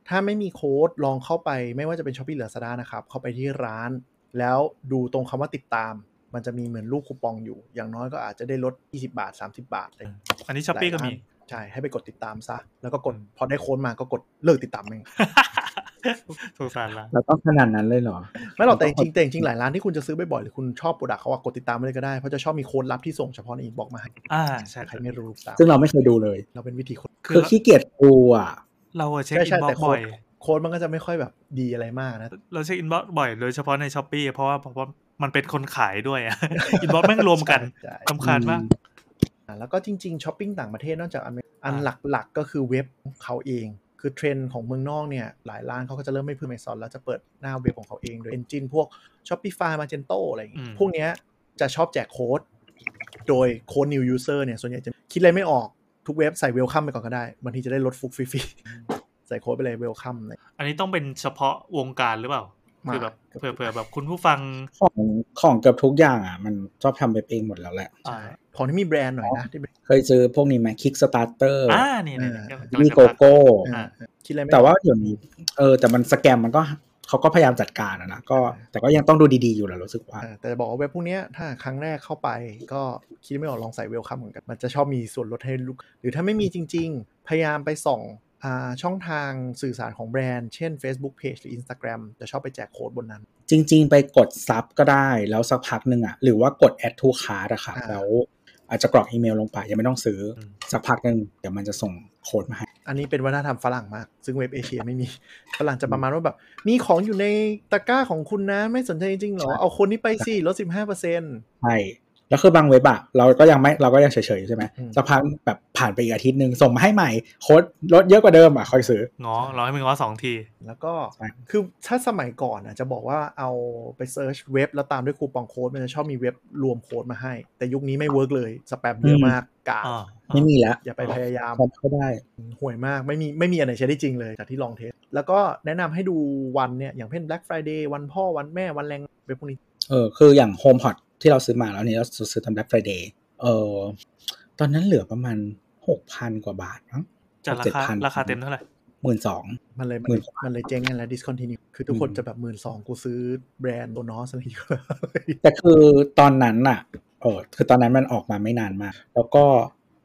ถ้าไม่มีโค้ดลองเข้าไปไม่ว่าจะเป็นช้อปปี้หรือลาซาด้านะครับ เข้าไปที่ร้าน แล้วดูตรงคำว่าติดตาม มันจะมีเหมือนลูกคูปองอยู่ อย่างน้อยก็อาจจะได้ลด 20 บาท 30 บาทอะไรอย่างเงี้ย อันนี้ช้อปปี้ก็มี ใช่ให้ไปกดติดตามซะ แล้วก็กดพอได้โค้ดมาก็กดเลิกติดตามเอง สงสารละ เราต้องขนาดนั้นเลยเหรอ ไม่หรอกแต่จริงๆแต่จริงๆหลายร้านที่คุณจะซื้อบ่อยๆหรือคุณชอบโปรดักต์เขาว่ากดติดตามไว้เลยก็ได้ เพราะจะชอบมีโค้ดลับที่ส่งเฉพาะในอินบ็อกซ์มาให้ อ่าใช่ ใค ค ร รับ ไม่รู้ตาม ซึ่งเราไม่เคยดูเลย เราเป็นวิธีคน คื คืออขี้เกียจดูอ่ะ เราอะเช็ค ใช่ อิ ใช่ นบ็อ แต่ ก โค้ บ่ ด อย โค้ดมันก็จะไม่ค่อยแบบดีอะไรมากนะ เราเช็คอินบ็อกบ่อยโดยเฉพาะในช้อปปี้เพราะว่าเพราะว่ามันเป็นคนขายด้วยอะ อินบ็อกแม่งรวม กัน ใช่ สำคัญมาก อ่ะแล้วก็จริงๆช้อปปิ้งต่างประเทศนอกจากอเมริกอันหลักๆก็คือเว็บของเขาเอง คือเทรนด์ของเมืองนอกเนี่ย หลายร้านเขาก็จะเริ่มไม่พึ่ง Amazon แล้วจะเปิดหน้าเว็บของเขาเอง โดยเอนจินพวก Shopify Magento อะไรอย่างเงี้ย อืม พวกเนี้ยจะชอบแจกโค้ด โดยโค้ด new user เนี่ย ส่วนใหญ่จะคิดอะไรไม่ออกทุกเว็บใส่ welcome ไปก่อนก็ได้บางทีจะได้ลดฟุกฟรีๆ ใส่โค้ดไปเลย welcome เนี่ย อันนี้ต้องเป็นเฉพาะวงการหรือเปล่า มา คือแบบเผื่อเผื่อแบบคุณผู้ฟัง ของของเกือบทุกอย่างอ่ะ มันชอบทำเว็บเองหมดแล้วแหละ ใช่ของที่มีแบรนด์หน่อยนะที่เป็น เคยซื้อพวกนี้ไหม Kickstarter อ่านี่นี่นี่ำลังำลัง มี จะ โกโก้ อ่าคิดอะไรไม่ออก แต่ว่าเดี๋ยวนี้เออ แต่มันสแกมมันก็เขาก็พยายามจัดการอะนะก็ แต่ก็ยังต้องดูดีๆอยู่แหละรู้สึกว่า เออแต่จะบอกว่าเว็บพวกเนี้ยถ้าครั้งแรกเข้าไปก็คิดไม่ออกลองใส่เวลคัมเหมือนกัน มันจะชอบมีส่วนลดให้ลูก หรือถ้าไม่มีจริง ๆ พยายามไปส่องอ่าช่องทางสื่อสารของแบรนด์ เช่น Facebook Page หรือ Instagram จะชอบไปแจกโค้ดบนนั้น จริง ๆ ไปกดซับก็ได้แล้วสักพักหนึ่งอ่ะ หรือว่ากด add to cart อะค่ะ อ่า แล้วอาจจะกรอกอีเมลลงไป ยังไม่ต้องซื้ออ ม สักพักหนึ่งเดี๋ยวมันจะส่งโค้ดมาให้ อันนี้เป็นวัฒนธรรมฝรั่งมาก ซึ่งเว็บเอเชียไม่มี ฝรั่งจะประมาณว่าแบบ มีของอยู่ในตะกร้าของคุณนะไม่สนใจจริงๆเหรอ ใช่ เอาคนนี้ไปสิลด15%อ ใช่แล้วคือบางเว็บอะเราก็ยังไม่เราก็ยังเฉยๆใช่ไหม อืม สักพักแบบผ่านไปอีกอาทิตย์หนึ่งส่งมาให้ใหม่โค้ดลดเยอะกว่าเดิมอะค่อยซื้อ ง้อร้อยมึงง้อสองที แล้วก็ ใช่ คือถ้าสมัยก่อนอ่ะจะบอกว่าเอาไปเซิร์ชเว็บแล้วตามด้วยคูปองโค้ดมันจะชอบมีเว็บรวมโค้ดมาให้ แต่ยุคนี้ไม่เวิร์กเลยสแปมเยอะมากกาด อ่า ไม่มีแล้ว อย่าไปพยายาม ทำก็ได้ ห่วยมากไม่มีไม่มีอันไหนใช้ได้จริงเลยจากที่ลองเทส แล้วก็แนะนำให้ดูวันเนี่ย อย่างเช่น Black Friday วันพ่อวันแม่วันแรงเว็บพวกนี้ เออคืออย่าง HomePod ที่เราซื้อมาแล้วเนี่ยเราซื้อทำ Black Friday เออตอนนั้นเหลือประมาณ 6,000 กว่าบาทมั้ง จะราคา 7,000 ราคาเต็มเท่าไหร่ หมื่นสอง มันเลย หมื่นกว่า มันเลยเจ๊งกันแล้ว discontinue คือทุกคน อืม จะแบบหมื่นสองกูซื้อแบรนด์โดนอสอะไรอย่างเงี้ย แต่คือตอนนั้นน่ะเออคือตอนนั้นมันออกมาไม่นานมาก แล้วก็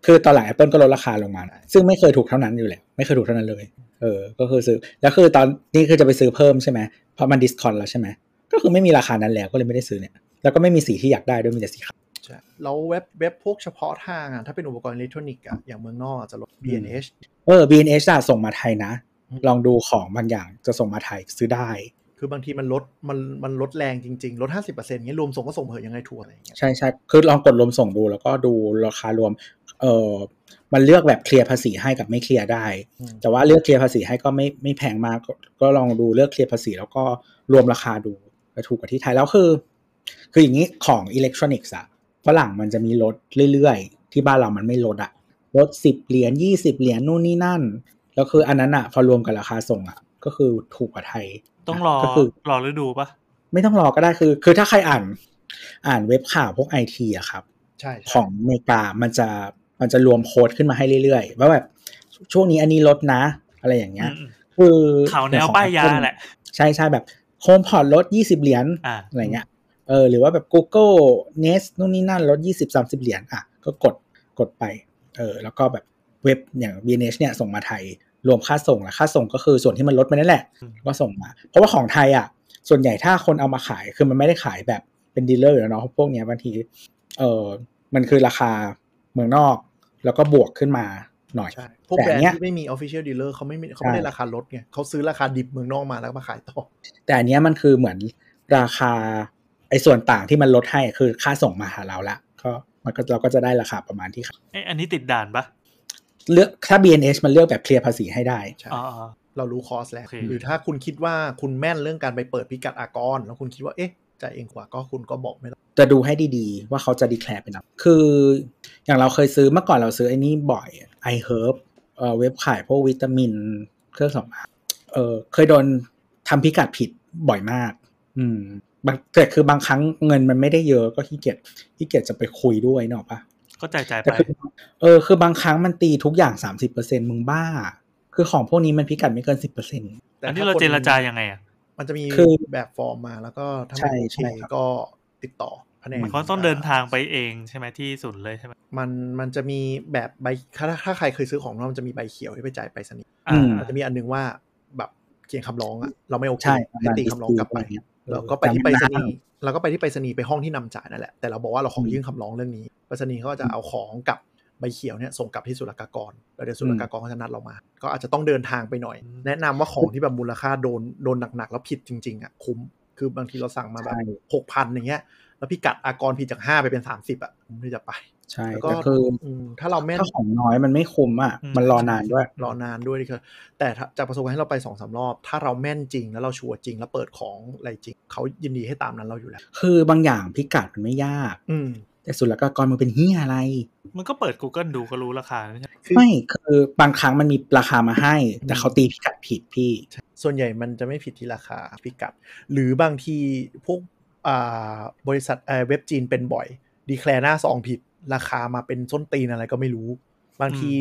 คือตอนหลัง Apple ก็ลดราคาลงมา ซึ่งไม่เคยถูกเท่านั้นอยู่แล้วไม่เคยถูกเท่านั้นเลย เออ ก็คือซื้อ แล้วคือตอนนี่คือจะไปซื้อเพิ่มใช่ไหมเพราะมันดิสคอนแล้วใช่ไหมก็คือไม่มีราคานั้นแล้วก็เลยไม่ได้ซื้อเนี่ย แล้วก็ไม่มีสีที่อยากได้ด้วยมีแต่สีขาว ใช่แล้วเว็บเว็บพวกเฉพาะทางอ่ะถ้าเป็นอุปกรณ์อิเล็กทรอนิกส์อ่ะอย่างเมืองนอกอะจะลด อืม B&H เออ BNH อะส่งมาไทยนะ อืม ลองดูของบางอย่างจะส่งมาไทยซื้อได้ คือบางทีมันลดมันมันลดแรงจริง ๆ ลด 50%เงี้ยรวมส่งก็ส่งเหอะยังไงทัวร์อะไรอย่างเงี้ย ใช่ใช่คือลองกดรวมส่งดูแล้วก็ดูราคารวม เออมันเลือกแบบเคลียร์ภาษีให้กับไม่เคลียร์ได้ อืม แต่ว่าเลือกเคลียร์ภาษีให้ก็ไม่ไม่แพงมากก็ก็ลองดูเลือกเคลียร์ภาษีแล้วก็รวมราคาดูจะถูกกว่าที่ไทยแล้วคือ คืออย่างนี้ของอิเล็กทรอนิกส์อะฝรั่งมันจะมีลดเรื่อยๆ ที่บ้านเรามันไม่ลดอะลดสิบเหรียญยี่สิบเหรียญนู่นนี่นั่น แล้วคืออันนั้นอะพอรวมกับราคาส่งอะก็คือถูกกว่าไทย ต้องรอ ก็คือ รอฤดูปะ ไม่ต้องรอก็ได้คือ คือถ้าใครอ่านอ่านเว็บข่าวพวกไอทีอะครับ ใช่ ของอเมริกามันจะมันจะรวมโค้ดขึ้นมาให้เรื่อยๆว่าแบบช่วงนี้อันนี้ลดนะ อะไรอย่างเงี้ย อืม คือ อืมข่าวแนวป้ายยาแหละ ใช่ใช่แบบโฮมพอดลด 20 เหรียญ อ่า อะไรเงี้ยเออหรือว่าแบบ Google Nest นู่นนี่นั่นลด 20 30 เหรียญอ่ะก็กดกดไปเออแล้วก็แบบเว็บอย่าง BNH เนี่ยส่งมาไทย รวมค่าส่งและค่าส่งก็คือส่วนที่มันลดไปนั่นแหละ อืม ก็ส่งมา เพราะว่าของไทยอ่ะส่วนใหญ่ถ้าคนเอามาขายคือมันไม่ได้ขายแบบเป็นดีลเลอร์อยู่แล้วเนาะพวกเนี้ยบางทีเออมันคือราคาเมืองนอก แล้วก็บวกขึ้นมาหน่อย ใช่พวก แต่ แบรนด์ เนี้ย ที่ไม่มี official dealer เขาไม่มีเขาไม่ ใช่ ได้ราคาลดไงเขาซื้อราคาดิบเมืองนอกมาแล้วมาขายต่อ แต่อันเนี้ยมันคือเหมือนราคาไอ้ส่วนต่างที่มันลดให้คือค่าส่งมาหาเราละก็มันก็เราก็จะได้ราคาประมาณที่ เอ้ยอันนี้ติดด่านปะ เลือกถ้า BNH มันเลือกแบบเคลียร์ภาษีให้ได้ ใช่ อ๋ออ๋อ เรารู้คอสแล้ว โอเค หรือถ้าคุณคิดว่าคุณแม่นเรื่องการไปเปิดพิกัดอากร แล้วคุณคิดว่าเอ๊ะจ่ายเองกว่าก็คุณก็บอกไม่ได้ จะดูให้ดีๆ ว่าเขาจะดีแคลร์เป็นอะไรคืออย่างเราเคยซื้อเมื่อก่อนเราซื้อไอ้นี่บ่อย iHerb เอ่อเว็บขายพวกวิตามินเครื่องสำอางเออเคยโดนทำพิกัดผิดบ่อยมาก อืมบางแต่คือบางครั้งเงินมันไม่ได้เยอะก็ขี้เกียจขี้เกียจจะไปคุยด้วยเนกอะปะ ก็จ่ายจ่ายๆไป แต่คือเออคือบางครั้งมันตีทุกอย่าง 30%มึงบ้า คือของพวกนี้มันพิกัดไม่เกิน 10% แต่ อันนี้ ถ้ เรา คน เจรจายังไงอ่ะ มันจะมี คือ แบบฟอร์มมาแล้วก็ถ้า ใช่ ไม่โอเค ใช่ครับ ก็ติดต่อแผนก เหมือนเขาต้องเดินทางไปเองใช่ไหมที่ศูนย์เลยใช่ไหม มันมันจะมีแบบใบถ้าถ้าใครเคยซื้อของนอกมันจะมีใบเขียวที่ไปจ่ายไปสนิท อื อ่าม มันจะมีอันหนึงว่าแบบเขียนคำร้องอะเราไม่โอเค ใช่ ให้ตีคำร้องกลับไป เราก็ไปที่ไปรษณีย์เราก็ไปที่ไปรษณีย์ไปห้องที่นำจ่ายนั่นแหละ แต่เราบอกว่าเราขอยื่นคำร้องเรื่องนี้ไปรษณีย์เขาก็จะเอาของกับใบเขียวเนี่ยส่งกลับที่ศุลกากรแล้วเดี๋ยวศุลกากรก็จะนัดเรามา ก็อาจจะต้องเดินทางไปหน่อย แนะนำว่าของที่แบบมูลค่าโดนโดนหนักๆแล้วผิดจริงๆอ่ะคุ้ม คือบางทีเราสั่งมาแบบ ใช่ หกพันอย่างเงี้ย แล้วพี่กัดอากรผิดจากห้าไปเป็นสามสิบอ่ะคุ้มที่จะไป ใช่ แล้วก็ แต่คือ อืมถ้าเราไม่ ถ้าของน้อยมันไม่คุ้มอ่ะ มันรอนานด้วย รอนานด้วยดิคือแต่ถ้าจากประสบการณ์ที่เราไปสองสารอบ ถ้าเราแม่นจริงแล้วเราชัวร์จริงแล้วเปิดของอะไรจริงเขายินดีให้ตามนั้นเราอยู่แล้ว คือบางอย่างพิกัดมันไม่ยาก อืม แต่สุลกากรมันเป็นเฮียอะไร มันก็เปิด Google ดูก็รู้ราคาไม่ใช่ไหม คือ ไม่ คือบางครั้งมันมีราคามาให้ แต่เขาตีพิกัดผิดพี่ ส่วนใหญ่มันจะไม่ผิดที่ราคาพิกัด หรือบางทีพวกอ่าบริษัทเอ่อเว็บจีนเป็นบ่อย ดีแคลร์หน้าซองผิด ราคามาเป็นส้นตีนอะไรก็ไม่รู้ บางที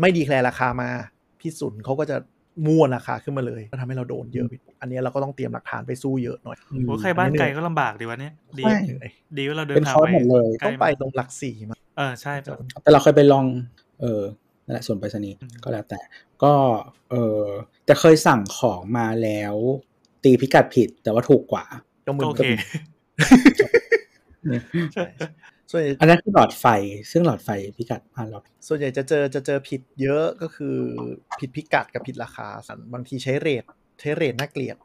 ไม่ดีแคลร์ราคามาพี่สุนเขาก็จะมั่วราคาขึ้นมาเลยก็ทำให้เราโดนเยอะผิดอันเนี้ยเราก็ต้องเตรียมหลักฐานไปสู้เยอะหน่อย โอ้ใครบ้านไกลก็ลำบากดีวะเนี่ยดี ใช่ เหนื่อย ดีว่าเราเดิ เป็น น ทาง เขา ไป หมดเลย ใกล้ต้อง มาก ไปตรงหลักสี่มา เออใช่ แต่เราเคยไปลอง เออนั่นแหละส่วนไปรษณีย์ อืม ก็แล้วแต่ ก็เออแต่เคยสั่งของมาแล้ว ตีพิกัดผิดแต่ว่าถูกกว่า ก็มึ ก็ น โอ ก็ เค มีใช่ส่วนใหญ่ อันนั้นคือหลอดไฟ ซึ่งหลอดไฟพิกัดผ่านหลอด ส่วนใหญ่จะเจอจะเจอผิดเยอะก็คือผิดพิกัดกับผิดราคาสันบางทีใช้เรทใช้เรทน่าเกลียด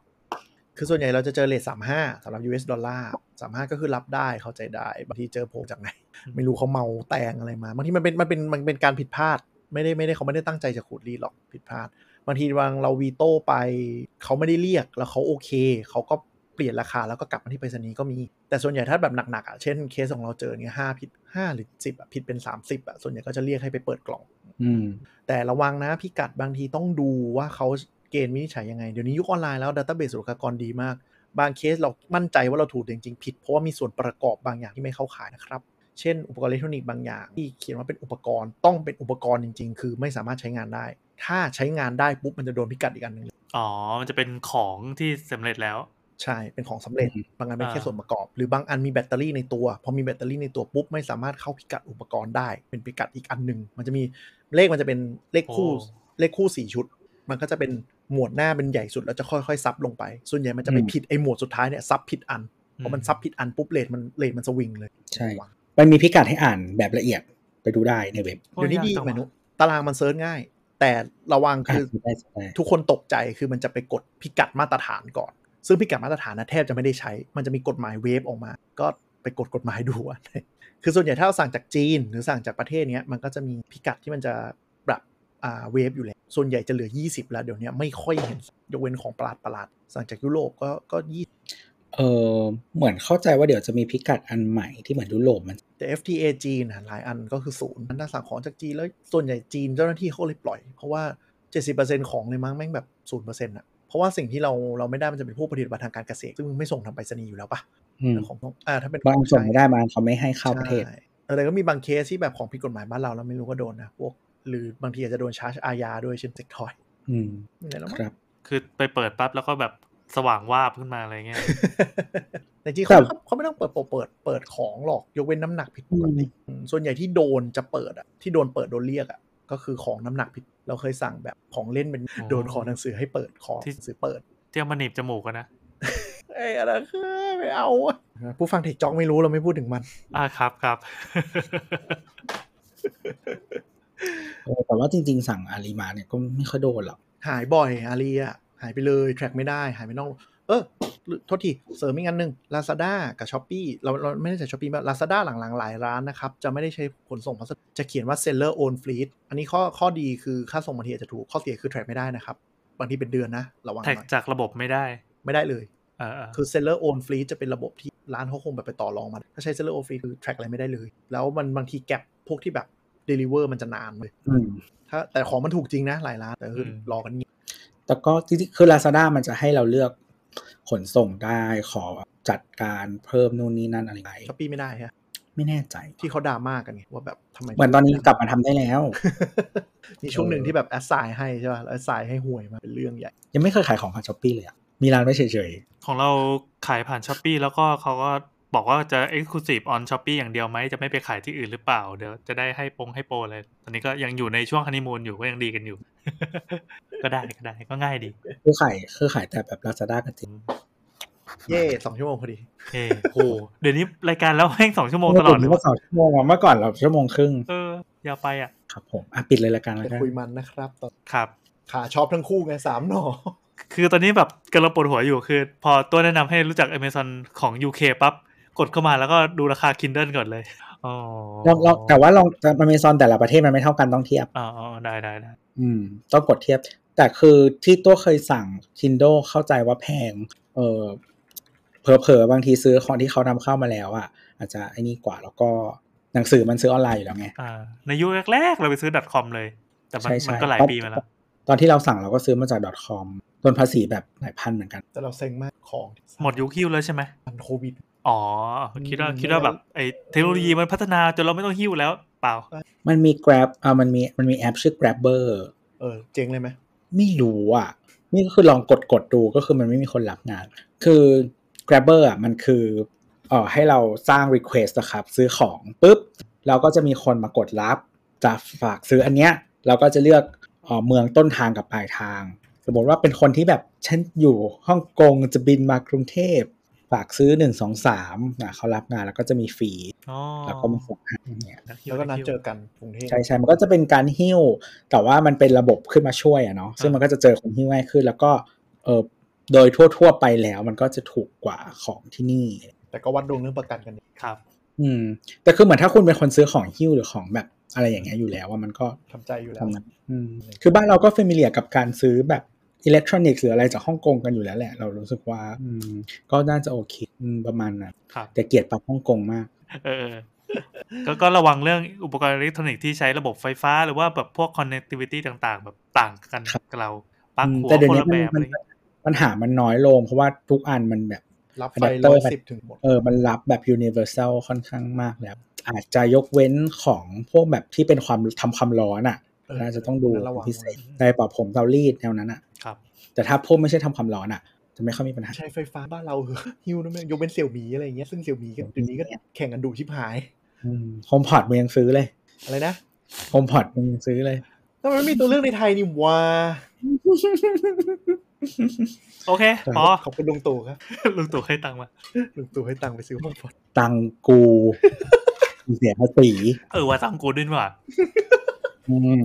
คือส่วนใหญ่เราจะเจอเรทสามห้าสำหรับ US ดอลลาร์สามห้าก็คือรับได้เข้าใจได้ บางทีเจอโผล่จากไหน ไม่รู้เขาเมาแตงอะไรมา บางทีมันเป็นมันเป็นมันเป็นการผิดพลาด ไม่ได้ไม่ได้เขาไม่ได้ตั้งใจจะขูดรีดหรอกผิดพลาด บางทีวางเราวีโต้ไปเขาไม่ได้เรียกแล้วเขาโอเค เขาก็เปลี่ยนราคาแล้วก็กลับมาที่ไปรษณีย์ก็มี แต่ส่วนใหญ่ถ้าแบบหนักๆอ่ะเช่นเคสของเราเจอเนี่ยห้าผิดห้าหรือสิบอ่ะผิดเป็นสามสิบอ่ะส่วนใหญ่ก็จะเรียกให้ไปเปิดกล่อง อืม แต่ระวังนะพิกัดบางทีต้องดูว่าเขาเกณฑ์วินิจฉัยยังไง เดี๋ยวนี้ยุคออนไลน์แล้วดัตต้าเบสสุลกากรดีมาก บางเคสเรามั่นใจว่าเราถูกแต่จริงๆผิด เพราะว่ามีส่วนประกอบบางอย่างที่ไม่เข้าขายนะครับ เช่น อุปกรณ์อิเล็กทรอนิกส์บางอย่างที่เขียนว่าเป็นอุปกรณ์ต้องเป็นอุปกรณ์จริง ๆ คือไม่สามารถใช้งานได้ ถ้าใช้งานได้ปุ๊บมันจะโดนพิกัดอีกอันหนึ่ง อ๋อ มันจะเป็นของที่สำเร็จแล้ว ใช่เป็นของสำเร็จ อืม บางอันเป็นแค่ อ่า ส่วนประกอบ หรือบางอันมีแบตเตอรี่ในตัวพอมีแบตเตอรี่ในตัวปุ๊บไม่สามารถเข้าพิกัดอุปกรณ์ได้ เป็นพิกัดอีกอันหนึ่งมันจะมีเลขมันจะเป็นเลขคู่ โอ้ เลขคู่สี่ชุด มันก็จะเป็นหมวดหน้าเป็นใหญ่สุดแล้วจะค่อยๆซับลงไป ส่วนใหญ่มันจะไป อืม ผิดไอ้หมวดสุดท้ายเนี่ยซับผิดอันเพราะมันซับผิดอันปุ๊บเลทมันเลทมันสวิงเลย ใช่ มันมีพิกัดให้อ่านแบบละเอียดไปดูได้ในเว็บ โอ้ เดี๋ยวนี้ดี ากจัง ไหมนุ วะ ตารางมันเซิร์ชง่าย แต่ระวัง อ่า คือ นได้สนใจ ทุกคนตกใจคือมันจะไปกดพิกัดมาตรฐานก่อน ซึ่งพิกัดมาตรฐานนะแทบจะไม่ได้ใช้ มันจะมีกฎหมายเวฟออกมา ก็ไปกดกฎหมายดูว่า คือส่วนใหญ่ถ้าเราสั่งจากจีน หรือสั่งจากประเทศเนี้ยมันก็จะมีพิกัดที่มันจะปรับอ่าเวฟอยู่แล้ว ส่วนใหญ่จะเหลือ 20 แล้วเดี๋ยวเนี้ยไม่ค่อยเห็นยกเว้นของประหลาดประหลาดๆสั่งจากยุโรปก็ก็ยี่ เออเหมือนเข้าใจว่าเดี๋ยวจะมีพิกัดอันใหม่ที่เหมือนยุโรปมัน แต่ FTA จีนนะหลายอันก็คือศูนย์ถ้าสั่งของจากจีนแล้วส่วนใหญ่จีนเจ้าหน้าที่เขาเลยปล่อย เพราะว่า 70%ของเลยมั้งแม่งแบบ0%อะเพราะว่าสิ่งที่เราเราไม่ได้มันจะเป็นพวกผลิตภัณฑ์ทางการเกษตรซึ่งมึงไม่ส่งทางไปรษณีย์อยู่แล้วปะ อืม เรื่องของพวกอ่าถ้าเป็น บางส่งไม่ได้บางเขาไม่ให้เข้าประเทศ ใช่อะไรก็มีบางเคสที่แบบของผิดกฎหมายบ้านเราแล้วไม่รู้ว่าโดนนะพวกหรือบางทีอาจจะโดนชาร์จอาญาด้วยเช่นเซ็กทอย อืม นี่แหละแล้วคมั้ง รับ คือไปเปิดปั๊บแล้วก็แบบสว่างวาบขึ้นมาอะไรเงี้ย แต่จริงๆ ครั เขา บ เขาไม่ต้องเปิดโปรเปิดเปิดของหรอกยกเว้นน้ำหนักผิดปกติอืมส่วนใหญ่ที่โดนจะเปิดอ่ะที่โดนเปิดโดนเรียกอ่ะก็คือของน้ำหนักผิดเราเคยสั่งแบบของเล่นเป็น อ๋อ โดนขอหนังสือให้เปิดขอ ที่ หนังสือเปิด เที่ยวมาหนีบจมูกกันนะ เอ้ยอะไรคือไม่เอาอะผู้ฟังเทคจ็อกไม่รู้เราไม่พูดถึงมัน อ่าครับครับ เออแต่ว่าจริง ๆ สั่งอาลีมาเนี่ยก็ไม่ค่อยโดนหรอก หายบ่อยอารีอะหายไปเลยแทร็กไม่ได้ หายไปนอกเออโทษทีเสริมอีกอันหนึ่ง Lazada กับ s h อ p e e เราเราไม่ได้ใช้ s h อ p e e แบบ Lazada หลังๆ หลายร้านนะครับ จะไม่ได้ใช้ขนส่งพัสดุจะเขียนว่า seller own fleet อันนี้ข้อข้อดีคือค่าส่งบางทีอาจจะถูก ข้อเสียคือแทร็กไม่ได้นะครับ บางทีเป็นเดือนนะ ระวังห แท็ก น่อย จากระบบไม่ได้ ไม่ได้เลย เออเออ คือ seller own fleet จะเป็นระบบที่ร้านเขาคงแบบไปต่อรองมา ถ้าใช้ seller own fleet คือ track อะไรไม่ได้เลย แล้วมันบางทีแก็บพวกที่แบบ deliver มันจะนานเลย อืม ถ้าแต่ของมันถูกจริงนะหลายร้านแต่คืออ ม รอกันเงียบ แต่ก็จริงๆคือ Lazada มันจะให้เราเลือกขนส่งได้ขอจัดการเพิ่มนู่นนี่นั่นอะไรไป ช้อปปี้ไม่ได้ฮะ ไม่แน่ใจ ที่เขาดราม่ากันไงว่าแบบทำไม เหมือนตอนนี้กลับมาทำได้แล้ว มีช่วงหนึ่งที่แบบแอสไซน์ให้ใช่ป่ะแล้วแอสไซน์ให้ห่วยมาเป็นเรื่องใหญ่ ยังไม่เคยขายของผ่านช้อปปี้เลยอะมีร้านไว้เฉย ของเราขายผ่านช้อปปีแล้วก็เขาก็บอกว่าจะ Exclusive on s h o p e e อย่างเดียวไหมจะไม่ไปขายที่อื่นหรือเปล่าเดี๋ยวจะได้ให้ปงให้โปรเลยตอนนี้ก็ยังอยู่ในช่วงฮันนีมูนอยู่ก็ยังดีกันอยู่ ก็ได้ก็ได้ก็ง่ายดี ๆคือขายคือขายแต่แบบ Lazada กันจริง เย่สองชั่วโมงพอดี เอ้โหเดี๋ยวนี้รายการเราแม่งสองชั่วโมงตลอดเลย เมื่อก่อนชั่วโมงอะเมื่อก่อนเราชั่วโมงครึ่ง เออยาวไปอ่ะ ครับผมอ่ะปิดเลยละกันแล้วจะกัน คุยมันนะครับตอน ครับ ขาช็อปทั้งคู่ไงสามหน่อ คือตอนนี้แบบกำลังปวดหัวอยู่คือ พอตัวแนะนำให้รู้จัก Amazon ของ UK ปั๊บกดเข้ามาแล้วก็ดูราคา Kindle ก่อนเลยอ๋อ เราเราแต่ว่าลองแต่อเมซอนแต่ละประเทศมันไม่เท่ากันต้องเทียบ อ๋ออ๋อได้ได้ได้ อืมต้องกดเทียบ แต่คือที่ตัวเคยสั่ง Kindle เข้าใจว่าแพง เออเผลอๆบางทีซื้อของที่เขานำเข้ามาแล้วอะอาจจะไอ้นี่กว่าแล้วก็หนังสือมันซื้อออนไลน์อยู่แล้วไง อ่าในยุคแรกๆ เราไปซื้อ .com เลย แต่มัน ใช่ใช่ มันก็หลายปีมาแล้ว ตอนที่เราสั่งเราก็ซื้อมาจาก .com โดนภาษีแบบหลายพันเหมือนกัน แต่เราเซ็งมากของ หมดยุคฮิ้วแล้วใช่ไหม มันโควิด อ๋อ คิดว่าคิดว่าแบบไอ้เทคโนโลยีมันพัฒนาจนเราไม่ต้องฮิ้วแล้วเปล่า มันมี Grab อ่ามันมีมันมีแอปชื่อ Grabber เออ เจ๊งเลยไหม ไม่รู้อ่ะ นี่ก็คือลองกดกดดูก็คือมันไม่มีคนรับงาน คือ Grabber อ่ะมันคือเอ่อให้เราสร้าง Request นะครับ ซื้อของปุ๊บ เราก็จะมีคนมากดรับ จะฝากซื้ออันเนี้ย เราก็จะเลือกเอ่อเมืองต้นทางกับปลายทาง สมมติว่าเป็นคนที่แบบฉันอยู่ฮ่องกงจะบินมากรุงเทพ ฝากซื้อ 1 2 3นะเขารับงานแล้วก็จะมีฟรี อ๋อ แล้วก็มาส่งให้เนี่ย ฮิ้ แล้วก็นัด ฮิ้ เจอกันกรุงเทพ ใช่ใช่มันก็จะเป็นการหิ้ว แต่ว่ามันเป็นระบบขึ้นมาช่วยอะเนาะ ซึ่งมันก็จะเจอคนหิ้วง่ายขึ้น แล้วก็เออโดยทั่ว ๆ ไปแล้ว มันก็จะถูกกว่าของที่นี่ แต่ก็วัดดวงเรื่องประกันกันดิ ครับ อืม แต่คือเหมือนถ้าคุณเป็นคนซื้อของหิ้วหรือของแบบอะไรอย่างเงี้ยอยู่แล้วว่ามันก็ ทำใจอยู่แล้ว ทำนั้นอืม คือบ้านเราก็เฟมิเลียกับการซื้อแบบอิเล็กทรอนิกส์หรืออะไรจากฮ่องกงกันอยู่แล้วแหละ เรารู้สึกว่า อืม ก็น่าจะโอเคอืมประมาณนั้น ครับ แต่เกลียดปรับฮ่องกงมาก เออเอ อก็ก็ระวังเรื่องอุปกรณ์อิเล็กทรอนิกส์ที่ใช้ระบบไฟฟ้า หรือว่าแบบพวก connectivity ต่างๆ แบบต่างกัน ครับ กับเราปลั๊ก อืม หัว แต่เดี๋ยว คน นี้ ละ มันแบมับอะไร น เงี้ย ปัญหามันน้อยลง เพราะว่าทุกอันมันแบบ รับไฟ Adapter ร้อยสิบถึงหมด เออ มันรับแบบ universal ค่อนข้างมากแล้ว อาจจะยกเว้นของพวกแบบที่เป็นความทำความร้อนอะ เออ น่าจะต้องดู นั่นระวัง พิเศษในปอบผมเตารีดแนวนั้นอะ ครับ แต่ถ้าพวกไม่ใช่ทำความร้อนอะจะไม่ค่อยมีปัญหา ใช้ไฟฟ้าบ้านเราเหอะ ฮิวนะแม่งยกเป็นเสี่ยวหมีอะไรอย่างเงี้ยซึ่งเสี่ยวหมีก็เดี๋ยวนี้ก็แข่งกันดูชิบหาย โฮมพอดมันยังซื้อเลย อะไรนะ โฮมพอดมันยังซื้อ เลย ทำไมไม่มีตัวเลือกในไทยนี่วะ โอเคพอ ขอบคุณลุงตู่ครับ ลุงตู่ให้ตังค์มา ลุงตู่ให้ตังค์ไปซื้อห้องพอด ตังกูเสียภาษี เออว่าตังค์กูด้วยนี่หว่ะ อืม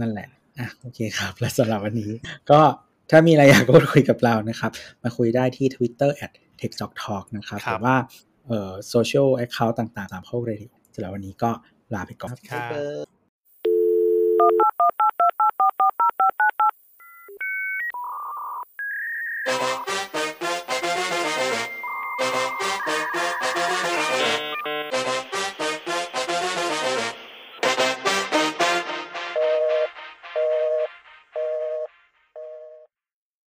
นั่นแหละอ่ะโอเคครับ และสำหรับวันนี้ ก็ถ้ามีอะไรอยากพูดคุยกับเรานะครับ มาคุยได้ที่ Twitter at t e c h t a l k t a l k นะครับหรือว่าเอ่อโซเชียลแอคเคาท์ต่างๆตามพวกเรดิโอสำหรับวันนี้ก็ลาไปก่อน ครับ เ